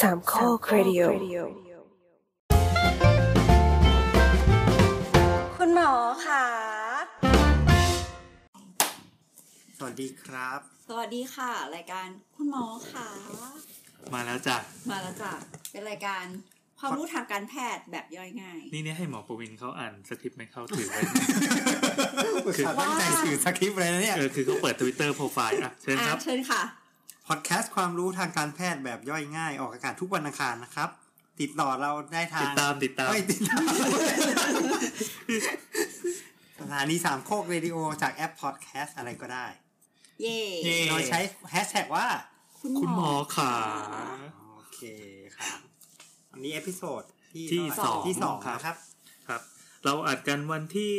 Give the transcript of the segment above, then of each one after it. สามข้อครดิโอ คุณหมอค่ะ สวัสดีครับ สวัสดีค่ะ รายการคุณหมอค่ะ มาแล้วจ้ะ มาแล้วจ้ะ เป็นรายการความรู้ทางการแพทย์แบบย่อยง่าย นี่เนี่ยให้หมอประวินเขาอ่านสคริปต์ไหมเขาถือไว้ คือตั้งใจสื่อสคริปต์อะไรนะเนี่ย เออคือเขาเปิดทวิตเตอร์โปรไฟล์อ่ะเชิญ อ่า ครับ เชิญค่ะ พอดแคสต์ความรู้ทางการแพทย์แบบย่อยง่าย ออกอากาศทุกวันอังคารนะครับ ติดต่อเราได้ทาง ติดตามติดตาม ไม่ติดตามสถานีสามโคกเรดิโอจากแอปพอดแคสต์อะไรก็ได้ เย่ เย้ โดยใช้แฮชแท็กว่า คุณหมอขา โอเคครับอันนี้เอพิโซดที่ ที่ เท่าไหร่ สอง ที่สอง ครับ นะครับ ครับ เราอัดกันวันที่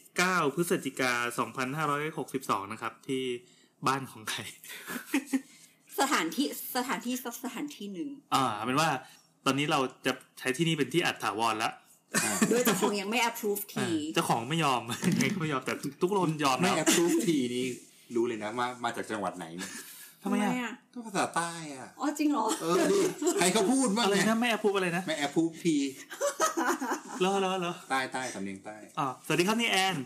19 พฤศจิกา 2562 นะครับ ที่บ้านของใคร สถานที่สถานที่สักสถานที่หนึ่ง อ่าเอาเป็นว่าตอนนี้เราจะใช้ที่นี่เป็นที่อัดถาวรละ โดยเจ้าของยังไม่ approve อ่า ที เจ้าของไม่ยอม ยังไงก็ไม่ยอมแต่ทุกคนยอม ไม่ แล้ว แอปทูปทีนี่รู้เลยนะมามาจากจังหวัดไหนเนี่ย ทำไมอ่ะ ก็ภาษาใต้อ่ะ อ๋อจริงเหรอ เออดิใครเขาพูดบ้าง อะไร เนี่ย นะแม่พูดอะไรนะ ไม่แอปทูปที เลอะเลอะเลอะ ใต้ใต้สำเนียงใต้ อ่าสวัสดีครับนี่แอน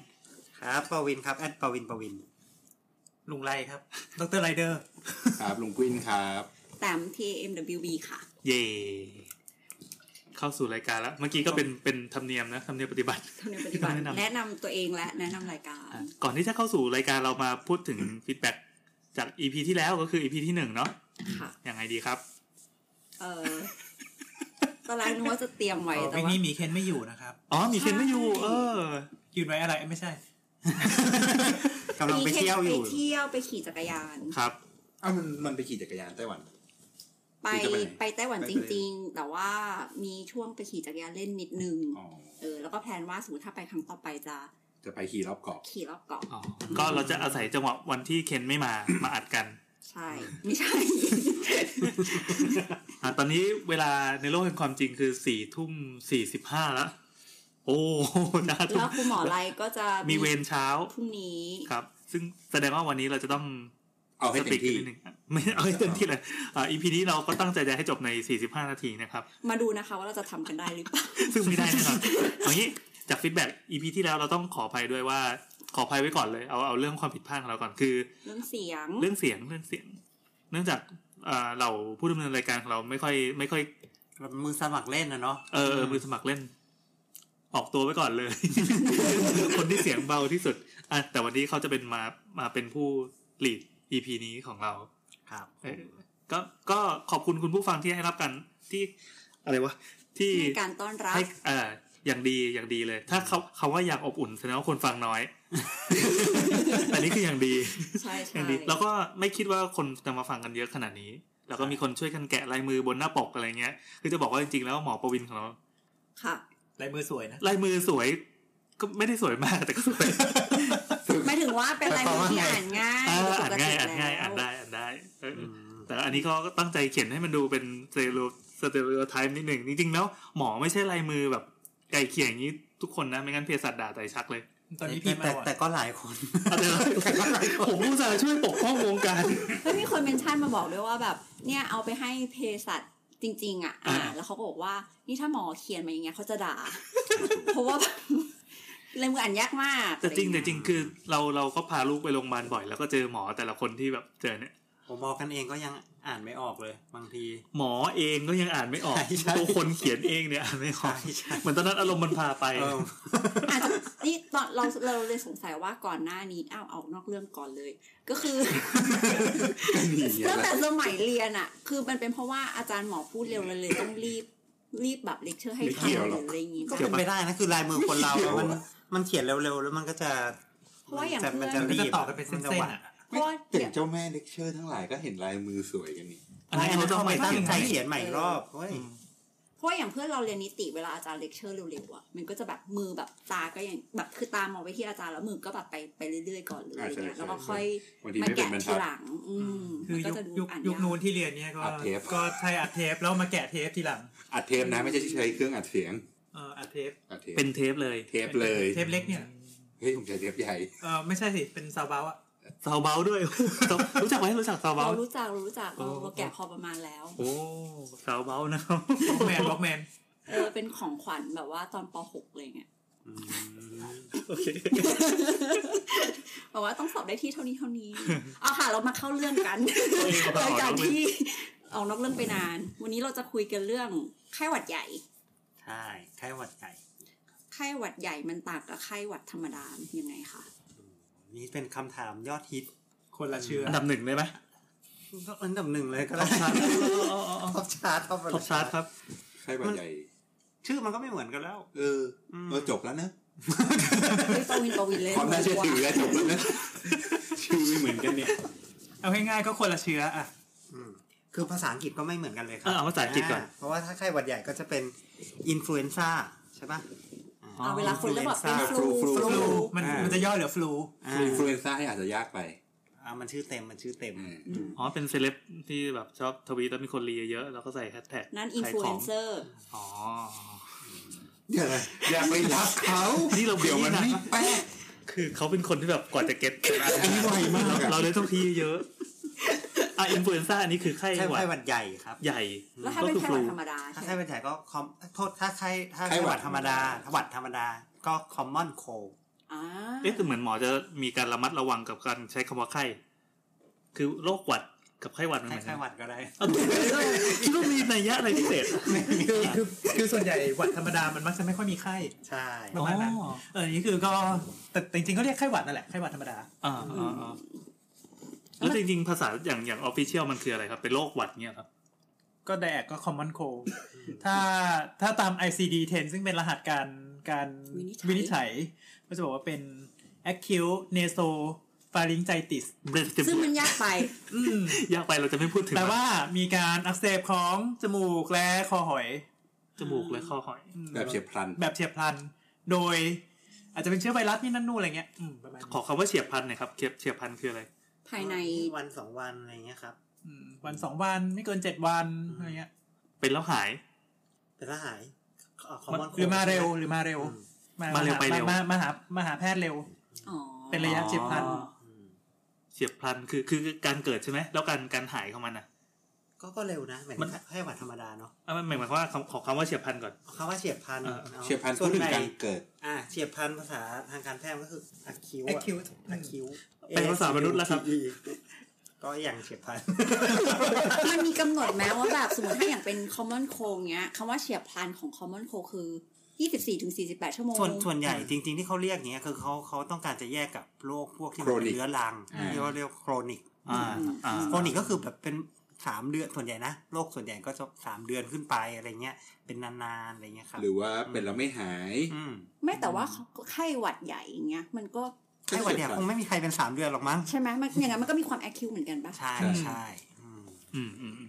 ครับปวินครับแอดปวินปวิน ลุงไรครับ ดรไรเดอร์ ครับลุงกุ้นครับ แตม TMWB ค่ะ เย่เข้าสู่รายการแล้ว เมื่อกี้ก็เป็นเป็นธรรมเนียมนะธรรมเนียมปฏิบัติ เท่านี้ปฏิบัติ แนะนำ แนะนำตัวเองและแนะนำรายการ อ่ะก่อนที่จะเข้าสู่รายการเรามาพูดถึง ฟีดแบ็จากอีพีที่แล้วก็คืออีพีที่หนึ่งเนาะ ค่ะ ยังไงดีครับ เออตารางนึกว่าจะเตรียมไว้ แต่ วิน ว่า นี่มีเคนไม่อยู่นะครับ อ๋อ มีเคนไม่อยู่ ใช่ เออ หยุดไว้อะไรเอ้ยไม่ใช่ กำลังไปเที่ยวอยู่ ไปเที่ยวไปขี่จักรยาน ครับ เอ้ามันมันไปขี่จักรยานไต้หวัน ไป คือจะไปไหน ไปไต้หวันจริง ๆ แต่ว่ามีช่วงไปขี่จักรยานเล่นนิดนึง อ๋อ เออ แล้วก็แพลนว่าสมมติถ้าไปครั้งต่อไปจะ จะไปขี่รอบเกาะ ขี่รอบเกาะ อ๋อ ก็เราจะอาศัยจังหวะวันที่เคนไม่มา มาอัดกัน ใช่ ไม่ใช่ อ่ะตอนนี้เวลาในโลกแห่งความจริงคือสี่ทุ่มสี่สิบห้าละ โอ้ นะทุก แล้วคุณหมอไรก็จะ มีเวรเช้า พรุ่งนี้ ครับ ซึ่งแสดงว่าวันนี้เราจะต้อง เอาให้เต็มที่ สปีกนิดนึงไม่เอาให้เต็มที่เลยอ่า EP นี้เราก็ตั้งใจจะให้จบใน 45 นาทีนะครับ มาดูนะคะว่าเราจะทำกันได้หรือเปล่า ซึ่งไม่ได้แน่นอนเอางี้จากฟีดแบ็ก EP ที่แล้วเราต้องขออภัยด้วยว่า ขออภัยไว้ก่อนเลย เอาเอาเรื่องความผิดพลาดของเราก่อนคือ เรื่องเสียง เรื่องเสียงเรื่องเสียง เนื่องจากอ่าเราผู้ดำเนินรายการของเราไม่ค่อย ไม่ค่อย มือสมัครเล่นนะเนาะ เออเออมือสมัครเล่น ออกตัวไว้ก่อนเลย คนที่เสียงเบาที่สุดอ่ะแต่วันนี้เขาจะเป็นมามาเป็นผู้ลีด EP นี้ของเรา ครับ เออก็ก็ขอบคุณคุณผู้ฟังที่ให้รับกันที่อะไรวะที่ ให้การต้อนรับ ให้เอ่ออย่างดีอย่างดีเลย ถ้าเขาเขาว่าอยากอบอุ่นแสดงว่าคนฟังน้อย อันนี้คืออย่างดี ใช่ อ ใช่ ย่างดี แล้วก็ไม่คิดว่าคนจะมาฟังกันเยอะขนาดนี้ แล้วก็มีคนช่วยกันแกะลายมือบนหน้าปกอะไรเงี้ย คือจะบอกว่าจริงๆแล้วหมอประวินของเรา ค่ะ ลายมือสวยนะ ลายมือสวย ก็ไม่ได้สวยมากแต่ก็สวย หมายถึงว่าเป็นลายมือที่อ่านง่าย อ่า โดยป อ่าน กติ ง่ายอ่านง่าย แล้ว อ่านได้อ่านได้เอออ แต่อันนี้เขาก็ตั้งใจเขียนให้มันดูเป็นสเตโลสเตโลไทป์นิดหนึ่งจริงๆแล้วหมอไม่ใช่ลายมือแบบไก่เขียงอย่างนี้ทุกคนนะ ไม่งั้นเพศสัตว์ด่าไตชัก เลย ตอนนี้ แต่ พี่มา แต่ ว่ะ แต่ก็หลายคน เอาเถอะผมผู้สาห์ช่วยปกป้องวงการ แล้วมีคนเมนชั่นมาบอกด้วยว่าแบบ เนี่ยเอาไปให้เภสัชจริง ๆ อ่ะ อ่าน อ่า แล้วเขาก็บอกว่า นี่ถ้าหมอเขียนมาอย่างเงี้ยเขาจะด่า เพราะว่าแบบ ลายมืออ่านยากมาก แต่จริง อะ แต่ ไอย่า จริงคือเราเราก็พาลูกไปโรงพยาบาลบ่อย แล้วก็เจอหมอแต่ละคนที่แบบเจอเนี่ย ผมบอกกันเองก็ยังอ่านไม่ออกเลย บางที หมอเองก็ยังอ่านไม่ออก ใช่ใช่ ตัวคนเขียนเองเนี่ยอ่านไม่ออก ใช่ใช่ เหมือนตอนนั้นอารมณ์มันพาไป เออ อาจจะนี่ตอนเราเราเลยสงสัยว่าก่อนหน้านี้อ้าวออกนอกเรื่องก่อนเลย ก็คือ ก็หนีเนี่ย ตั้ง แห แต่ ละ สมัยเรียนอ่ะ คือมันเป็นเพราะว่าอาจารย์หมอพูดเร็วเลยเลยต้องรีบรีบแบบเลคเชอร์ให้ ไม่ ทั เกี่ น ยว ห หร รือ อก อะไรอย่างงี้ ก็ ปะ เป็นไปได้นะคือลายมือคนเราอะมันมันเขียนเร็วๆ แล้วมันก็จะ เพราะว่าอย่าง มัน เพื่ จะ อน มัน รี จะ บ ต่อกันเป็นเส้ มัจะหวาน ๆอ่ะ เพราะว่าเดี๋ เห็ ย น ว เจ้าแม่เลคเชอร์ทั้งหลายก็เห็นลายมือสวยกันนี่ อันนี้ ไม่ เขาต้อง ไป ไป ตั้งตั้ง ใจ ใจ เขียนใหม่อีกรอบเว้ย เพราะว่าอย่างเพื่อนเราเรียนนิติเวลาอาจารย์เลคเชอร์เร็วๆอ่ะมันก็จะแบบมือแบบตาก็อย่างแบบคือตามองไปที่อาจารย์แล้วมือก็แบบไปไปเรื่อยๆก่อนเลยอะไรเงี้ยแล้วก็ค่อย บามางทีไม่เป็น แกะ บรร ที ทัด หลัง อืม คือ มันก็ ยุค จะดู ยุค อ่าน ยุค ยาก นู้นที่เรียนเนี่ยก็ อัดเทป ก็ใช่อัดเทปแล้วมาแกะเทปทีหลัง อัดเทปนะไม่ใช่ใช้เครื่องอัดเสียง เอออัดเทป อัดเทป เป็นเทปเลย เทปเลย เทปเล็กเนี่ย เฮ้ยผมใช้เทปใหญ่ เออไม่ใช่สิ เป็นซาวเบาอ่ะ เอ ซาวเบาด้วย รู้จักไหมรู้จักซาวเบา เรารู้จักเรารู้จักเรา โอ้ เราแกะพอประมาณแล้ว โอ้ซาวเบานะครับ บล็อกแมนบล็อกแมน เออเป็นของขวัญแบบว่าตอนป .6 อะไรเงี้ย โอเค บอกว่าต้องสอบได้ที่เท่านี้เท่านี้ เอาค่ะเรามาเข้าเรื่องกันรายการที่ออกนอกเรื่องไปนาน วันนี้เราจะคุยกันเรื่องไข้หวัดใหญ่ ใช่ไข้หวัดใหญ่ ไข้หวัดใหญ่มันต่างกับไข้หวัดธรรมดายังไงคะ นี่เป็นคำถามยอดฮิต คนละเชื้อ อันดับหนึ่งได้ไหม ก็อันดับหนึ่งเลยก็ได้ ท็อปชาร์ตท็อป ท็อปชาร์ตครับ ไข้หวัดใหญ่ ชื่อมันก็ไม่เหมือนกันแล้ว เออ อืม เออจบแล้วนะ เฮ้ยปวินปวินเลย ความน่าเชื่อถือแล้วจบแล้วนะชื่อไม่เหมือนกันเนี่ย เอาง่ายๆก็คนละเชื้ออ่ะ อืมคือภาษาอังกฤษก็ไม่เหมือนกันเลยครั อ่ะเอาภาษาอังกฤษก่อน าเพราะว่าถ้าไข้หวัดใหญ่ก็จะเป็นอินฟลูเอนซ่าใช่ปะ อ๋อ เอาเวลาคนแล้วแบบเป็นฟลู ฟลู ฟลู ฟลูมัน อ่ามั มันจะย่อเหลือฟลู อ่า อินฟลูเอนซ่าให้อาจจะยากไป อ่ามันชื่อเต็มมันชื่อเต็ม อืม อ๋อเป็นเซเลบที่แบบชอบทวีตแล้วมีคนรีเยอะๆแล้วก็ใส่แฮชแท็ก นั่นอินฟลูเอนเซอร์ อ๋อ เดี๋ยวนะอย่าไปรักเขา นี่เรา เดี๋ยวมันไม่แป๊ะ คือเขาเป็นคนที่แบบกว่าจะเก็ต อันนี้ไวมากอะ เราเลยต้องทีเยอะอ่ะอินฟลูเอนซ่าอันนี้คือไข้ ไข้ หวัด ไข้หวัดใหญ่ครับ ใหญ่ แล้วถ้า ก็ เป็น คือ ไข้ ฟ หวัดลูธรรมดา ถ้า ใช่ไหม ไข้หวัดใหญ่ก็คอมโทษถ้าไข้ถ้า ไข้ ไข้ ห ห วั วั ด ดธรรมดาถ้าหวัดธรรมดาก็คอมมอนโค อ่า เอ๊ะแต่เหมือนหมอจะมีการระมัดระวังกับการใช้คำว่าไข้ คือโรคหวัดกับไข้หวัดมัน ไข้ เหมือน ไข้ กัน หวัดก็ได้ เอาดู คิดว่ามีนัยยะอะไรพิเศษ คือคือคือส่วนใหญ่หวัดธรรมดามันมักจะไม่ค่อยมีไข้ ใช่ ประมาณนั้น เออนี่คือก็แต่จริงๆก็เรียกไข้หวัดนั่นแหละไข้หวัดธรรมดา อ๋ออ๋ออ๋อแล้วจริงๆภาษาอย่างอย่างออฟฟิเชียลมันคืออะไรครับ เป็นโรคหวัดเนี่ยครับ ก็แดกก็คอมมอนโคถ้าถ้าตาม ICD-10 ซึ่งเป็นรหัสการการวินิจฉัย ก็จะบอกว่าเป็น acute naso pharyngitis ซึ่งมันยากไป อืม ยากไปเราจะไม่พูดถึง แต่ว่ามีการอักเสบของจมูกและคอหอย จมูกและคอหอย อืม แบบเฉียบพลัน แบบเฉียบพลัน โดย อาจจะเป็นเชื้อไวรัสนี่นั่นนู่นอะไรเงี้ยอืมประมาณ ขอคำว่าเฉียบพลันหนะครับเฉียบเฉียบพลันคืออะไร ภายใน วันสองวันอะไรอย่างเงี้ยครับ อืมวันสองวันไม่เกินเจ็ดวันอะไรเงี้ย เป็นแล้วหาย แต่ถ้าหายคอมมอนโค หรือมาเร็วหรือมาเร็ว อืม มาเร็วไปเร็ว มามาหามาหาแพทย์เร็ว อ๋อ เป็นระยะเฉียบพลัน เฉียบพลันคือคือคือการเกิดใช่ไหมแล้วการการหายของมันอ่ะ ก็ก็เร็วนะหมาย มั ถึ น งไข้หวัดธรรมดาเนาะ อ่ะมันหมายความว่าคำขอคำว่าเฉียบพลันก่อน คำว่าเฉียบพลัน เออ อา เฉียบพลัน ส่ พู ว ด น ถึ ให ง ญ่ การเกิด อ่าเฉียบพลันภาษาทางการแพทย์ก็คืออักคิวอะ acute อักคิว เป็นภาษามนุษย์แล้วครับ ก็อย่างเฉียบพลัน มันมีกำหนดไหมว่าแบบสมมติถ้าอย่างเป็นคอมมอนโคเงี้ยคำว่าเฉียบพลันของคอมมอนโคคือยี่สิบสี่ถึงสี่สิบแปดชั่วโมง ส่วนส่วนใหญ่จริง ๆ ที่เขาเรียกอย่างเงี้ยคือเขาเขาต้องการจะแยกกับโรคพวกที่มันเป็น Chronic เรื้อรัง อ่า ที่เขาเรียกโครนิก อ่าอ่า โครนิกก็คือแบบเป็นสามเดือนส่วนใหญ่นะโรคส่วนใหญ่ก็จะสามเดือนขึ้นไปอะไรเงี้ยเป็นนานๆอะไรเงี้ยครับ หรือว่าเป็นแล้วไม่หาย อืม ไม่แต่ว่าไข้หวัดใหญ่อย่างเงี้ยมันก็ ไข้หวัดเนี่ยคงไม่มีใครเป็นสามเดือนหรอกมั้ง ใช่ไหมมันอย่างนั้นมันก็มีความแอคคิวเหมือนกันปะ ใช่ใช่อืม อืมอืมอืม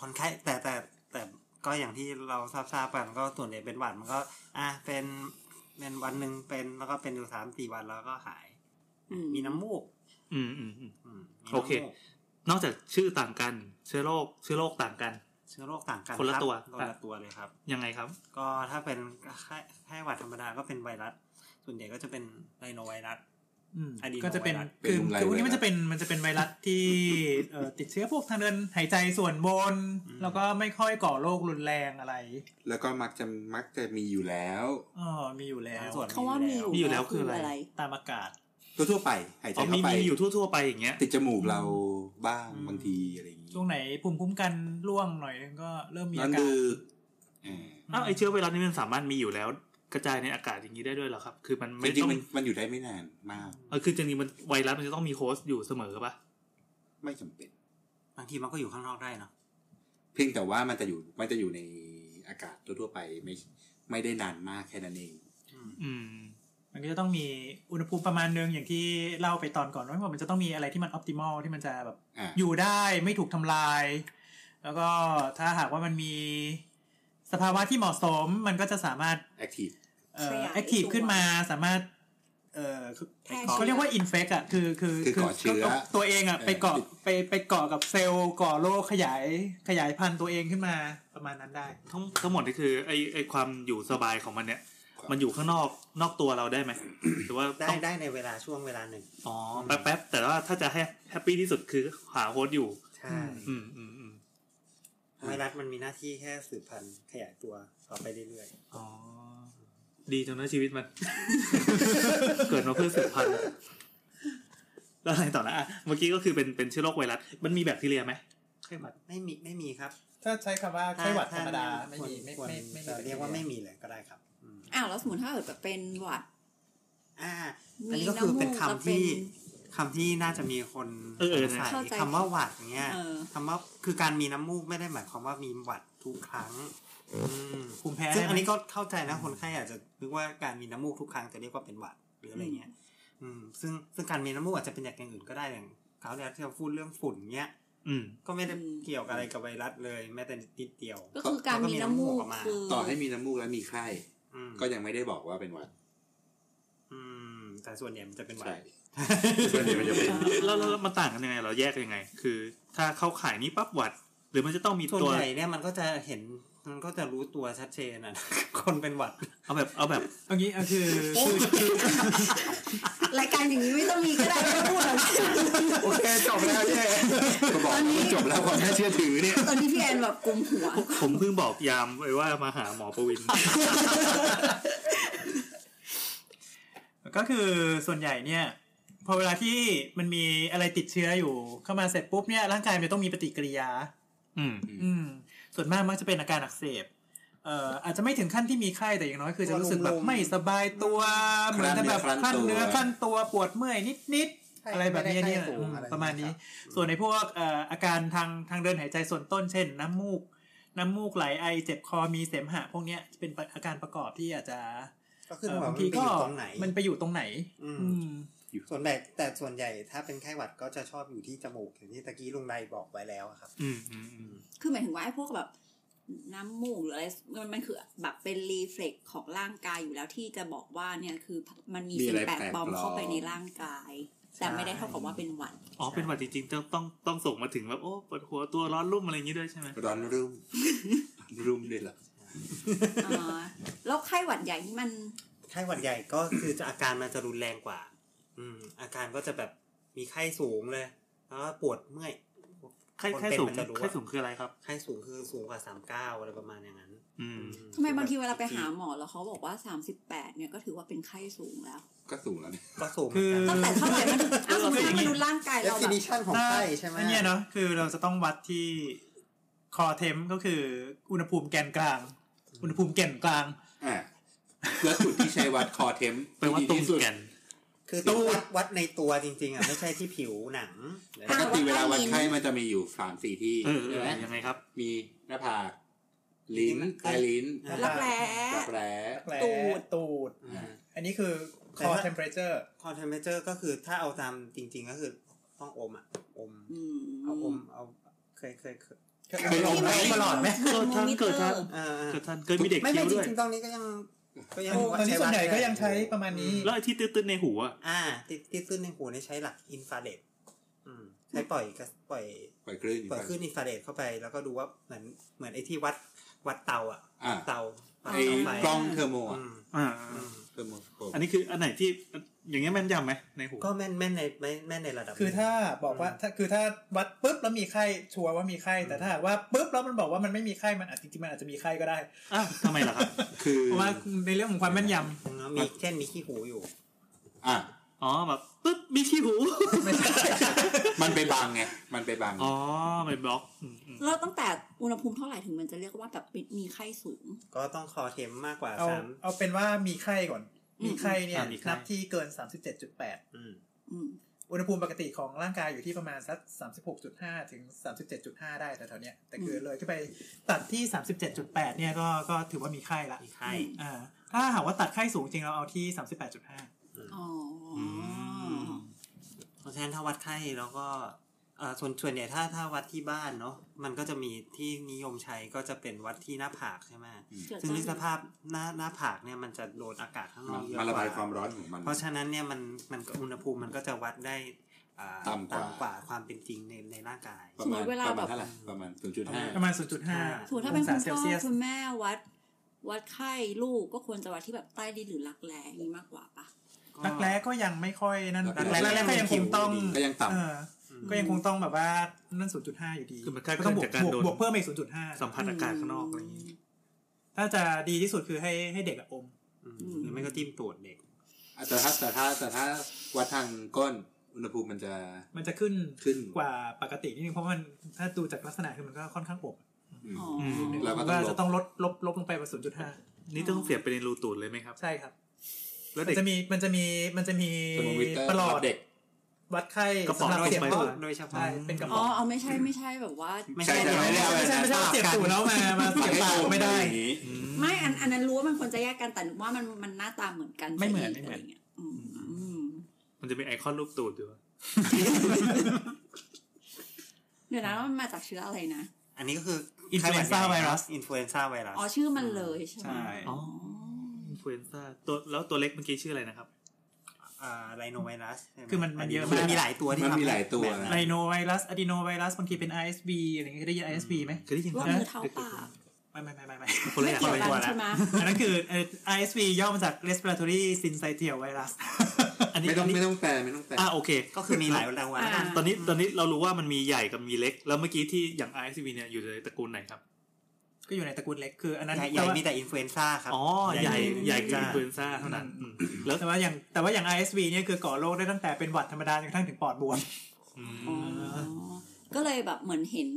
คนไข้แต่แต่แต่ก็อย่างที่เราทราบทราบๆกันก็ส่วนใหญ่เป็นหวัดมันก็ อ่ะเป็นเป็นวันหนึ่งเป็นแล้วก็เป็นอยู่สามสี่วันแล้วก็หาย อืม มีน้ำมูก อืมอืมอืม มมีน้ำมูก โอเค นอกจากชื่อต่างกัน เชื้อโรคเชื้อโรคต่างกัน เชื้อโรคต่างกัน คนละ รับ ตัว คนละตัวเลยครับ ยังไงครับ ก็ถ้าเป็นไข้ไข้หวัดธรรมดาก็เป็นไวรัส ส่วนใหญ่ก็จะเป็นไรโนไวรัส อืม อะดีโน ก็จะเป็น ไวรัส คือ เป็นไวรัส คือพวกนี้มันจะเป็นมันจะเป็นไวรัส ที่เอ่อติดเชื้อพวกทางเดินหายใจส่วนบน แล้วก็ไม่ค่อยก่อโรครุนแรงอะไร แล้วก็มักจะมักจะมีอยู่แล้ว เออมีอยู่แล้ว ส่วน คำว่ามี มี อ อยู่ ยู่ แล้วคืออะไร ตามอากาศ ทั่วๆไป หายใจ อ๋อมี เข้าไป มีอยู่ทั่วๆไปอย่างเงี้ย ติดจมูกเราบ้างบางทีอะไรอย่างนี้ ช่วงไหนภูมิคุ้มกันร่วงหน่อยนึงก็เริ่มมี นอ อาน การ ดึกอ่า อ้าวไอเชื้อไวรัสนี่มันสามารถมีอยู่แล้ว กระจายในอากาศอย่างนี้ได้ด้วยเหรอครับ คือมัน จ ไม่ ริง ต้อง ๆมันมันอยู่ได้ไม่นานมาก เออคือจริงๆมันไวรัสมันจะต้องมีโฮสต์อยู่เสมอปะ ไม่จำเป็น บางทีมันก็อยู่ข้างนอกได้เนาะ เพียงแต่ว่ามันจะอยู่มันจะอยู่ในอากาศทั่วๆไปไม่ไม่ได้นานมากแค่นั้นเอง อืม มันก็จะต้องมีอุณหภูมิประมาณนึงอย่างที่เล่าไปตอนก่อนว่ามันจะต้องมีอะไรที่มันออพติมอลที่มันจะแบบ อ่า อยู่ได้ไม่ถูกทำลาย แล้วก็ถ้าหากว่ามันมีสภาวะที่เหมาะสมมันก็จะสามารถ แอคทีฟ เอ่อยขาย แอคทีฟ ตัว ขึ้นมาสามารถเออ แพร่เชื้อ เขาเรียกว่าอินเฟกอะคือคือ คือก่อเชื้อ ก็ตัวเองอะ เออ ไปเกาะไปไปเกาะกับเซลล์ก่อโรคขยายขยายพันธุ์ตัวเองขึ้นมาประมาณนั้นได้ ทั้งทั้งหมดนี่คือไอไอความอยู่สบายของมันเนี่ย มันอยู่ข้างนอกนอกตัวเราได้ไหมหรือว่า ได้ ต้อง ได้ในเวลาช่วงเวลาหนึ่ง อ๋อแป๊บแป๊บๆแต่ว่าถ้าจะให้แฮปปี้ที่สุดคือหาโฮสต์อยู่ ใช่ อืมอืมอืม ไวรัสมันมีหน้าที่แค่สืบพันธุ์ขยายตัวต่อไปเรื่อย อ๋อดีจังนะชีวิตมัน เกิดมาเพื่อสืบพันธุ์แล้วอะไรต่อนะอ่ะเมื่อกี้ก็คือเป็นเป็นเชื้อโรคไวรัสมันมีแบคทีเรียไหม ๆไข้หวัดไม่มีไม่มีครับ ถ้าใช้คำว่าไข้หวัดธรรมดา ถ้ ไม่มีไม่ ควร ไม่ไม่ ควรจะเรียกว่าไม่มีมีเลยก็ได้ครับอืม อ้าวแล้วสมมติถ้าเกิดแบบเป็นหวัด อ่า อัน มี นี้ก็คือเป็นคำ แล้ว ที่ เป็น คำที่น่าจะมีคน เออเออ สงสัย เข้าใจ คำว่าหวัดเนี้ย เออ คำว่าคือการมีน้ำมูกไม่ได้หมายความว่ามีหวัดทุกครั้งอืม ภูมิแพ้ ซึ่ง ได้ไหม อันนี้ก็เข้าใจนะคนไข้อาจจะนึกว่าการมีน้ำมูกทุกครั้งจะเรียกว่าเป็นหวัดหรืออะไรเงี้ย อืม ซึ่งซึ่งการมีน้ำมูกอาจจะเป็นจากอย่างอื่นก็ได้อย่างเขาวเนี่ยที่เราพูดเรื่องฝุ่นเนี้ย อืม ก็ไม่ได้ อืม เกี่ยวกับอะไรกับไวรัสเลยแม้แต่นิดเดียว ก็คือการมีน้ำมูกคือ ต่อให้มีน้ำมูกและมีไข้ อืม ก็ยังไม่ได้บอกว่าเป็นหวัด อืม แต่ส่วนใหญ่มันจะเป็นหวั ใช่ ด ส่วนใหญ่มันจะเป็น แล้วแล้วแล้วมันต่างกันยังไง เราแยกยังไง คือ ถ้าเข้าข่ายนี้ปั๊บหวัด หรือมันจะต้องมี ส่วน ตัว ใหญ่เนี่ยมันก็จะเห็นมันก็จะรู้ตัวชัดเจนอ่ะ คนเป็นหวัด เอาแบบเอาแบบ เอางี้เอาคือคือคือ รายการอย่างนี้ไม่ต้องมีก็ได้ไม่ต้องพูดหรอก โอเคจบแล้วเนี่ยก็บอก ตอนนี้ จบแล้วความน่าเชื่อถือเนี่ย ตอนนี้พี่แอนแบบกลุมหัว ผมเพิ่งบอกยามไปว่ามาหาหมอประวิน ก็คือส่วนใหญ่เนี่ย พอเวลาที่มันมีอะไรติดเชื้ออยู่ เข้ามาเสร็จปุ๊บเนี่ยร่างกายมันจะต้องมีปฏิกิริยา อืม อืม อืม ส่วนมากมักจะเป็นอาการอักเสบ เอ่ออาจจะไม่ถึงขั้นที่มีไข้แต่อย่างน้อยคือจะรู้สึกแบ ล บ มๆ ไม่สบายตัวเหมือนจะแบบ คลั่ ขั้น นเนื้ เนื้อ อคลั่ ขั้น นตั ตัว ว ปวดเมื่อยนิดๆอะไรแบบเนี้ยเนี่ย ไม่ได้ไข้สูง อืม อะไร ประมาณนี้ ส่วนในพวกเอ่ออาการทางทางเดินหายใจส่วนต้นเช่น น้ำมูก น้ำมูกไหลไอเจ็บคอมีเสมหะ พวกเนี้ยเป็นอาการประกอบที่อาจจะ ก็ขึ้น เอ่อ ว่า บา มันไปงที อ ก็ ยู่ตรงไหน มันไปอยู่ตรงไหน อืม อืม ส่วนใหญ่แต่ส่วนใหญ่ถ้าเป็นไข้หวัดก็จะชอบอยู่ที่จมูกอย่างที่ตะกี้ลุงไรบอกไว้แล้วอะครับ อืมอืมอืม คือหมายถึงว่าไอ้พวกแบบน้ำมูกหรืออะไรมันมันคือแบบเป็นรีเฟล็กของร่างกายอยู่แล้วที่จะบอกว่าเนี่ยคือมันมี มี สิ่ อะ ง ไร แปลกปลอม แปลกปลอม เข้าไปในร่างกาย แต่ไม่ได้เท่ากับว่าเป็นหวัด อ๋อเป็นหวัดจริงๆต้องต้องต้องส่งมาถึงแบบโอ้ปวดหัวตัวร้อนรุ่มอะไรอย่างนี้ด้วยใช่ไหม ร้อนรุ่มรุ่มเลยเหรอ อ๋อแล้วไข้หวัดใหญ่นี่มัน ไข้หวัดใหญ่ก็คือจะอาการมันจะรุนแรงกว่า อืม อาการก็จะแบบมีไข้สูงเลย แล้วก็ปวดเมื่อย ไข้ คนเป็น ไข้สูง มันจะรู้อะ ไข้สูงคืออะไรครับ ไข้สูงคือสูงกว่าสามเก้าอะไรประมาณอย่างนั้น อืม ทำไมบางทีเวลาไปหาหมอแล้วเขาบอกว่า 38 เนี่ยก็ถือว่าเป็นไข้สูงแล้ว ก็สูงแล้วนะ ก็สูงเหมือนกัน ตั้งแต่เท่าไหร่มันอ้าวสมมติว่ามันดูร่างกายเราแบบ definition ของไข้ใช่ไหม อันเนี้ยเนาะคือเราจะต้องวัดที่คอเทมก็คืออุณหภูมิแกนกลาง อุณหภูมิแกนกลาง อ่ะแล้วจุดที่ใช้วัดคอเทม ไปว่าตรง ที่ดีที่สุด แก่น คือต้องวัดวัดในตัวจริง ๆอ่ะไม่ใช่ที่ผิวหนังหรือ ป อะไร กติเวลาวัดไข้มันจะมีอยู่สามสี่ที่ เออเอ ใช่ไหม อยังไงครับ มีหน้าผาก ลิ้นใต้ลิ้น รักแร้ รักแร้ ตูด ตูด อ่า อันนี้คือ แต่ core ว่า temperature core temperature ก็คือถ้าเอาตามจริง ๆ ก็คือต้องอมอ่ะอม อืม เอาอมเอาเคยเคยเคย เคยอมไหม ตลอดไหม เกิดทันเกิดทัน อ่า เกิดทันเกิดมีเด็ก ไม่ คิ้ ไม่ ว จ ด้วย ริงๆตอนนี้ก็ยังก็ยัง ตอนนี้ส่วนใหญ่ก็ยังใช้ประมาณนี้ แล้วไอ้ที่ตื้นๆในหูอะ อ่าติดติดขึ้นในหูเนี่ยใช้หลักอินฟราเรดอืมใช้ปล่อยกระปล่อย ปล่อยคลื่น เปิดขึ้นอินฟราเรดเข้าไปแล้วก็ดูว่าเหมือนเหมือนไอ้ที่วัดวัดเตาอ่ะ อ่า เตา ไอ้กล้องเทอร์โมอ่ะ อืม อ่า อืม เทอร์โมสโคป อันนี้คืออันไหนที่อย่างเงี้ยแม่นยำไหมในหู ก็แม่นแม่นในแม่นในระดับ คือถ้าบอกว่าถ้าคือถ้าวัดปุ๊บแล้วมีไข้ชัวร์ว่ามีไข้แต่ถ้าหากว่าปุ๊บแล้วมันบอกว่ามันไม่มีไข้มันอาจจริงๆมันอาจจะมีไข้ก็ได้ อ้าวทำไมล่ะครับ คือ เพราะว่าในเรื่องของความแม่นยำ เนาะมีเช่นมีขี้หูอยู่ อ่ะ อ๋อแบบปึ๊บมีขี้หู ไม่ใช่ มันไปบังไงมันไปบัง อ๋อไม่บล็อกอืมอืม แล้วตั้งแต่อุณหภูมิเท่าไหร่ถึงมันจะเรียกว่าแบบมีไข้สูง ก็ต้องคอเทมมากกว่า เอา สาม เอาเป็นว่ามีไข้ก่อน อืม มีไข้เนี่ย อ่ะมีไข้ นับที่เกิน 37.8 อืม อืม อุณหภูมิปกติของร่างกายอยู่ที่ประมาณสัก36.5 ถึง 37.5 ได้แถวๆเนี้ยแต่คือเลยขึ้นไปตัดที่ 37.8 เนี่ยก็ก็ถือว่ามีไข้ละ มีไข้ อ่าถ้าหากว่าตัดไข้สูงจริงเราเอาที่ 38.5 อ๋ออ เพราะฉะนั้นถ้าวัดไข้แล้วก็เอ่อส่วนส่วนใหญ่ถ้าถ้าวัดที่บ้านเนาะมันก็จะมีที่นิยมใช้ก็จะเป็นวัดที่หน้าผากใช่ไหม เกิด ซึ่ง จาก นึกสภาพหน้าหน้าผากเนี่ยมันจะโดนอากาศข้างน มั อน กเยอะก มัน ว่า ระบายความร้อนของมัน เพราะฉะนั้นเนี่ยมันมันก็อุณหภูมิมันก็จะวัดได้อ่า ต่ำกว่า กว่าความเป็นจริงในในร่างกาย ประมาณประมาณเท่าไหร่ประมาณศูนย์จุดห้า ประมาณ อ่า สมมติถ้าเป็น 0.5 คุ อ ณ งศาเซล พ่อ เซียส คุณแม่วัด วัดไข้ลูกก็ควรจะวัดที่แบบใต้ดินหรือรักแร้อย่างนี้มากกว่าปะ รักแร้ก็ยังไม่ค่อยนั่น รั รั ก ก แร้ แร้ก็ยังคงต้อง ก็ยังต่ำ เออก็ยังคงต้องแบบว่านั่น 0.5 อยู่ดี คือมันแค่ ต้องบวก จากการ บวก โดน บวกเพิ่มอีก สัมผัสอากาศข้างนอกอะไรอย่างงี้ 0.5 ถ้าจะดีที่สุดคือให้ให้เด็กอะอม อืมหรือไม่ก็จิ้มตรวจเด็ก แต่ถ้าแต่ถ้าแต่ถ้าวัดทางก้นอุณหภูมิมันจะ มันจะขึ้น ขึ้น กว่าปกตินิดนึงเพราะมันถ้าดูจากลักษณะคือมันก็ค่อนข้างอบ อืม อ๋อ ม แล้วก็ มัน ต้องลบก็จะต้องลดลบลบลงไปเป็น0.5 นี่ต้องเสียบไปในรูตูดเลยไหมครับ ใช่ครับ แล้ว มั เด็ น ก จะมีมันจะมีมันจะมี เทอร์โมมิเตอร์ ประหลอด เด็ก วัดไข้ กระป๋อง สำหรับเสียบ ลงไป ท่อ ด้วย โดยเฉพาะ ใช่เป็นกระ อ๋ ป๋ อ อง เอาไม่ใช่ไม่ใช่แบบว่า ไม่ ใช่ ใช่ ใช่ไม่ได้เอา ไม่ใช่ไม่ใช่เสียบตูดแล้วมามาเสียบปากไม่ได้ อืม ไม่อันอันนั้นรู้ว่ามันควรจะแยกกันแต่หนูว่ามันมันหน้าตาเหมือนกัน ไม่เหมือนไม่ ซะเหมือนกะรงี้ยอืมอืม มันจะมีไอคอนรูปตูดอยู่อะ เดี๋ยวนะแล้วมันมาจากเชื้ออะไรนะ อันนี้ก็คือ Influenza ไข้หดใหญ่ virus อินฟลูเอนซ่าไวรัส อ๋อชื่อมันเลยใช่ไหม ใช่ อ๋อ อินฟลูเอนซ่าตัวแล้วตัวเล็กเมื่อกี้ชื่ออะไรนะครับ อ่าไรโนไวรัส คือมันมันเยอะมาก มีหลายตัวที่ มันมี ทำ หลายตัว แบบนั้น ไรโนไวรัสอะดีโนไวรัสบางทีเป็น ISV อะไรเงี้ยเคยได้ยิน ISV ไหม เคยได้ยิน ว่า ไหม มือเท้าปาก ไม่ไม่ไม่ไม่ ไม่ คนละ ไม่ อย่าง เกี่ยว เลย กันใช่ไหม อันนั้นคือเอ่อ ISV ย่อมาจาก respiratory syncytial virus อันนี้ ไม่ต้อนงนี้ ไม่ต้องแปลไม่ต้องแปล อ่ะโอเค ก็คือมีหลายรางวัลแล้วกัน ตอนนี้ตอนนี้เรารู้ว่ามันมีใหญ่กับมีเล็ก แล้วเมื่อกี้ที่อย่าง RSV เนี่ยอยู่ในตระกูลไหนครับ ก็อยู่ในตระกูลเล็กคืออันนั้น ใหญ่ให แต่ ญ่ ว่า มีแต่อินฟลูเอนซ่าครับ อ๋อ ใหญ่ใหญ่คือ จ้า i n f l u e n z a เท่านั้นอืมแล้ว แต่ว่าอย่างแต่ว่าอย่าง ISV เนี่ยคือก่อโรคได้ตั้งแต่เป็นหวัดธรรมดาจนกระทั่งถึงปอดบวม อื อ๋อ ม ก็เลยแบบเหมือนเห็น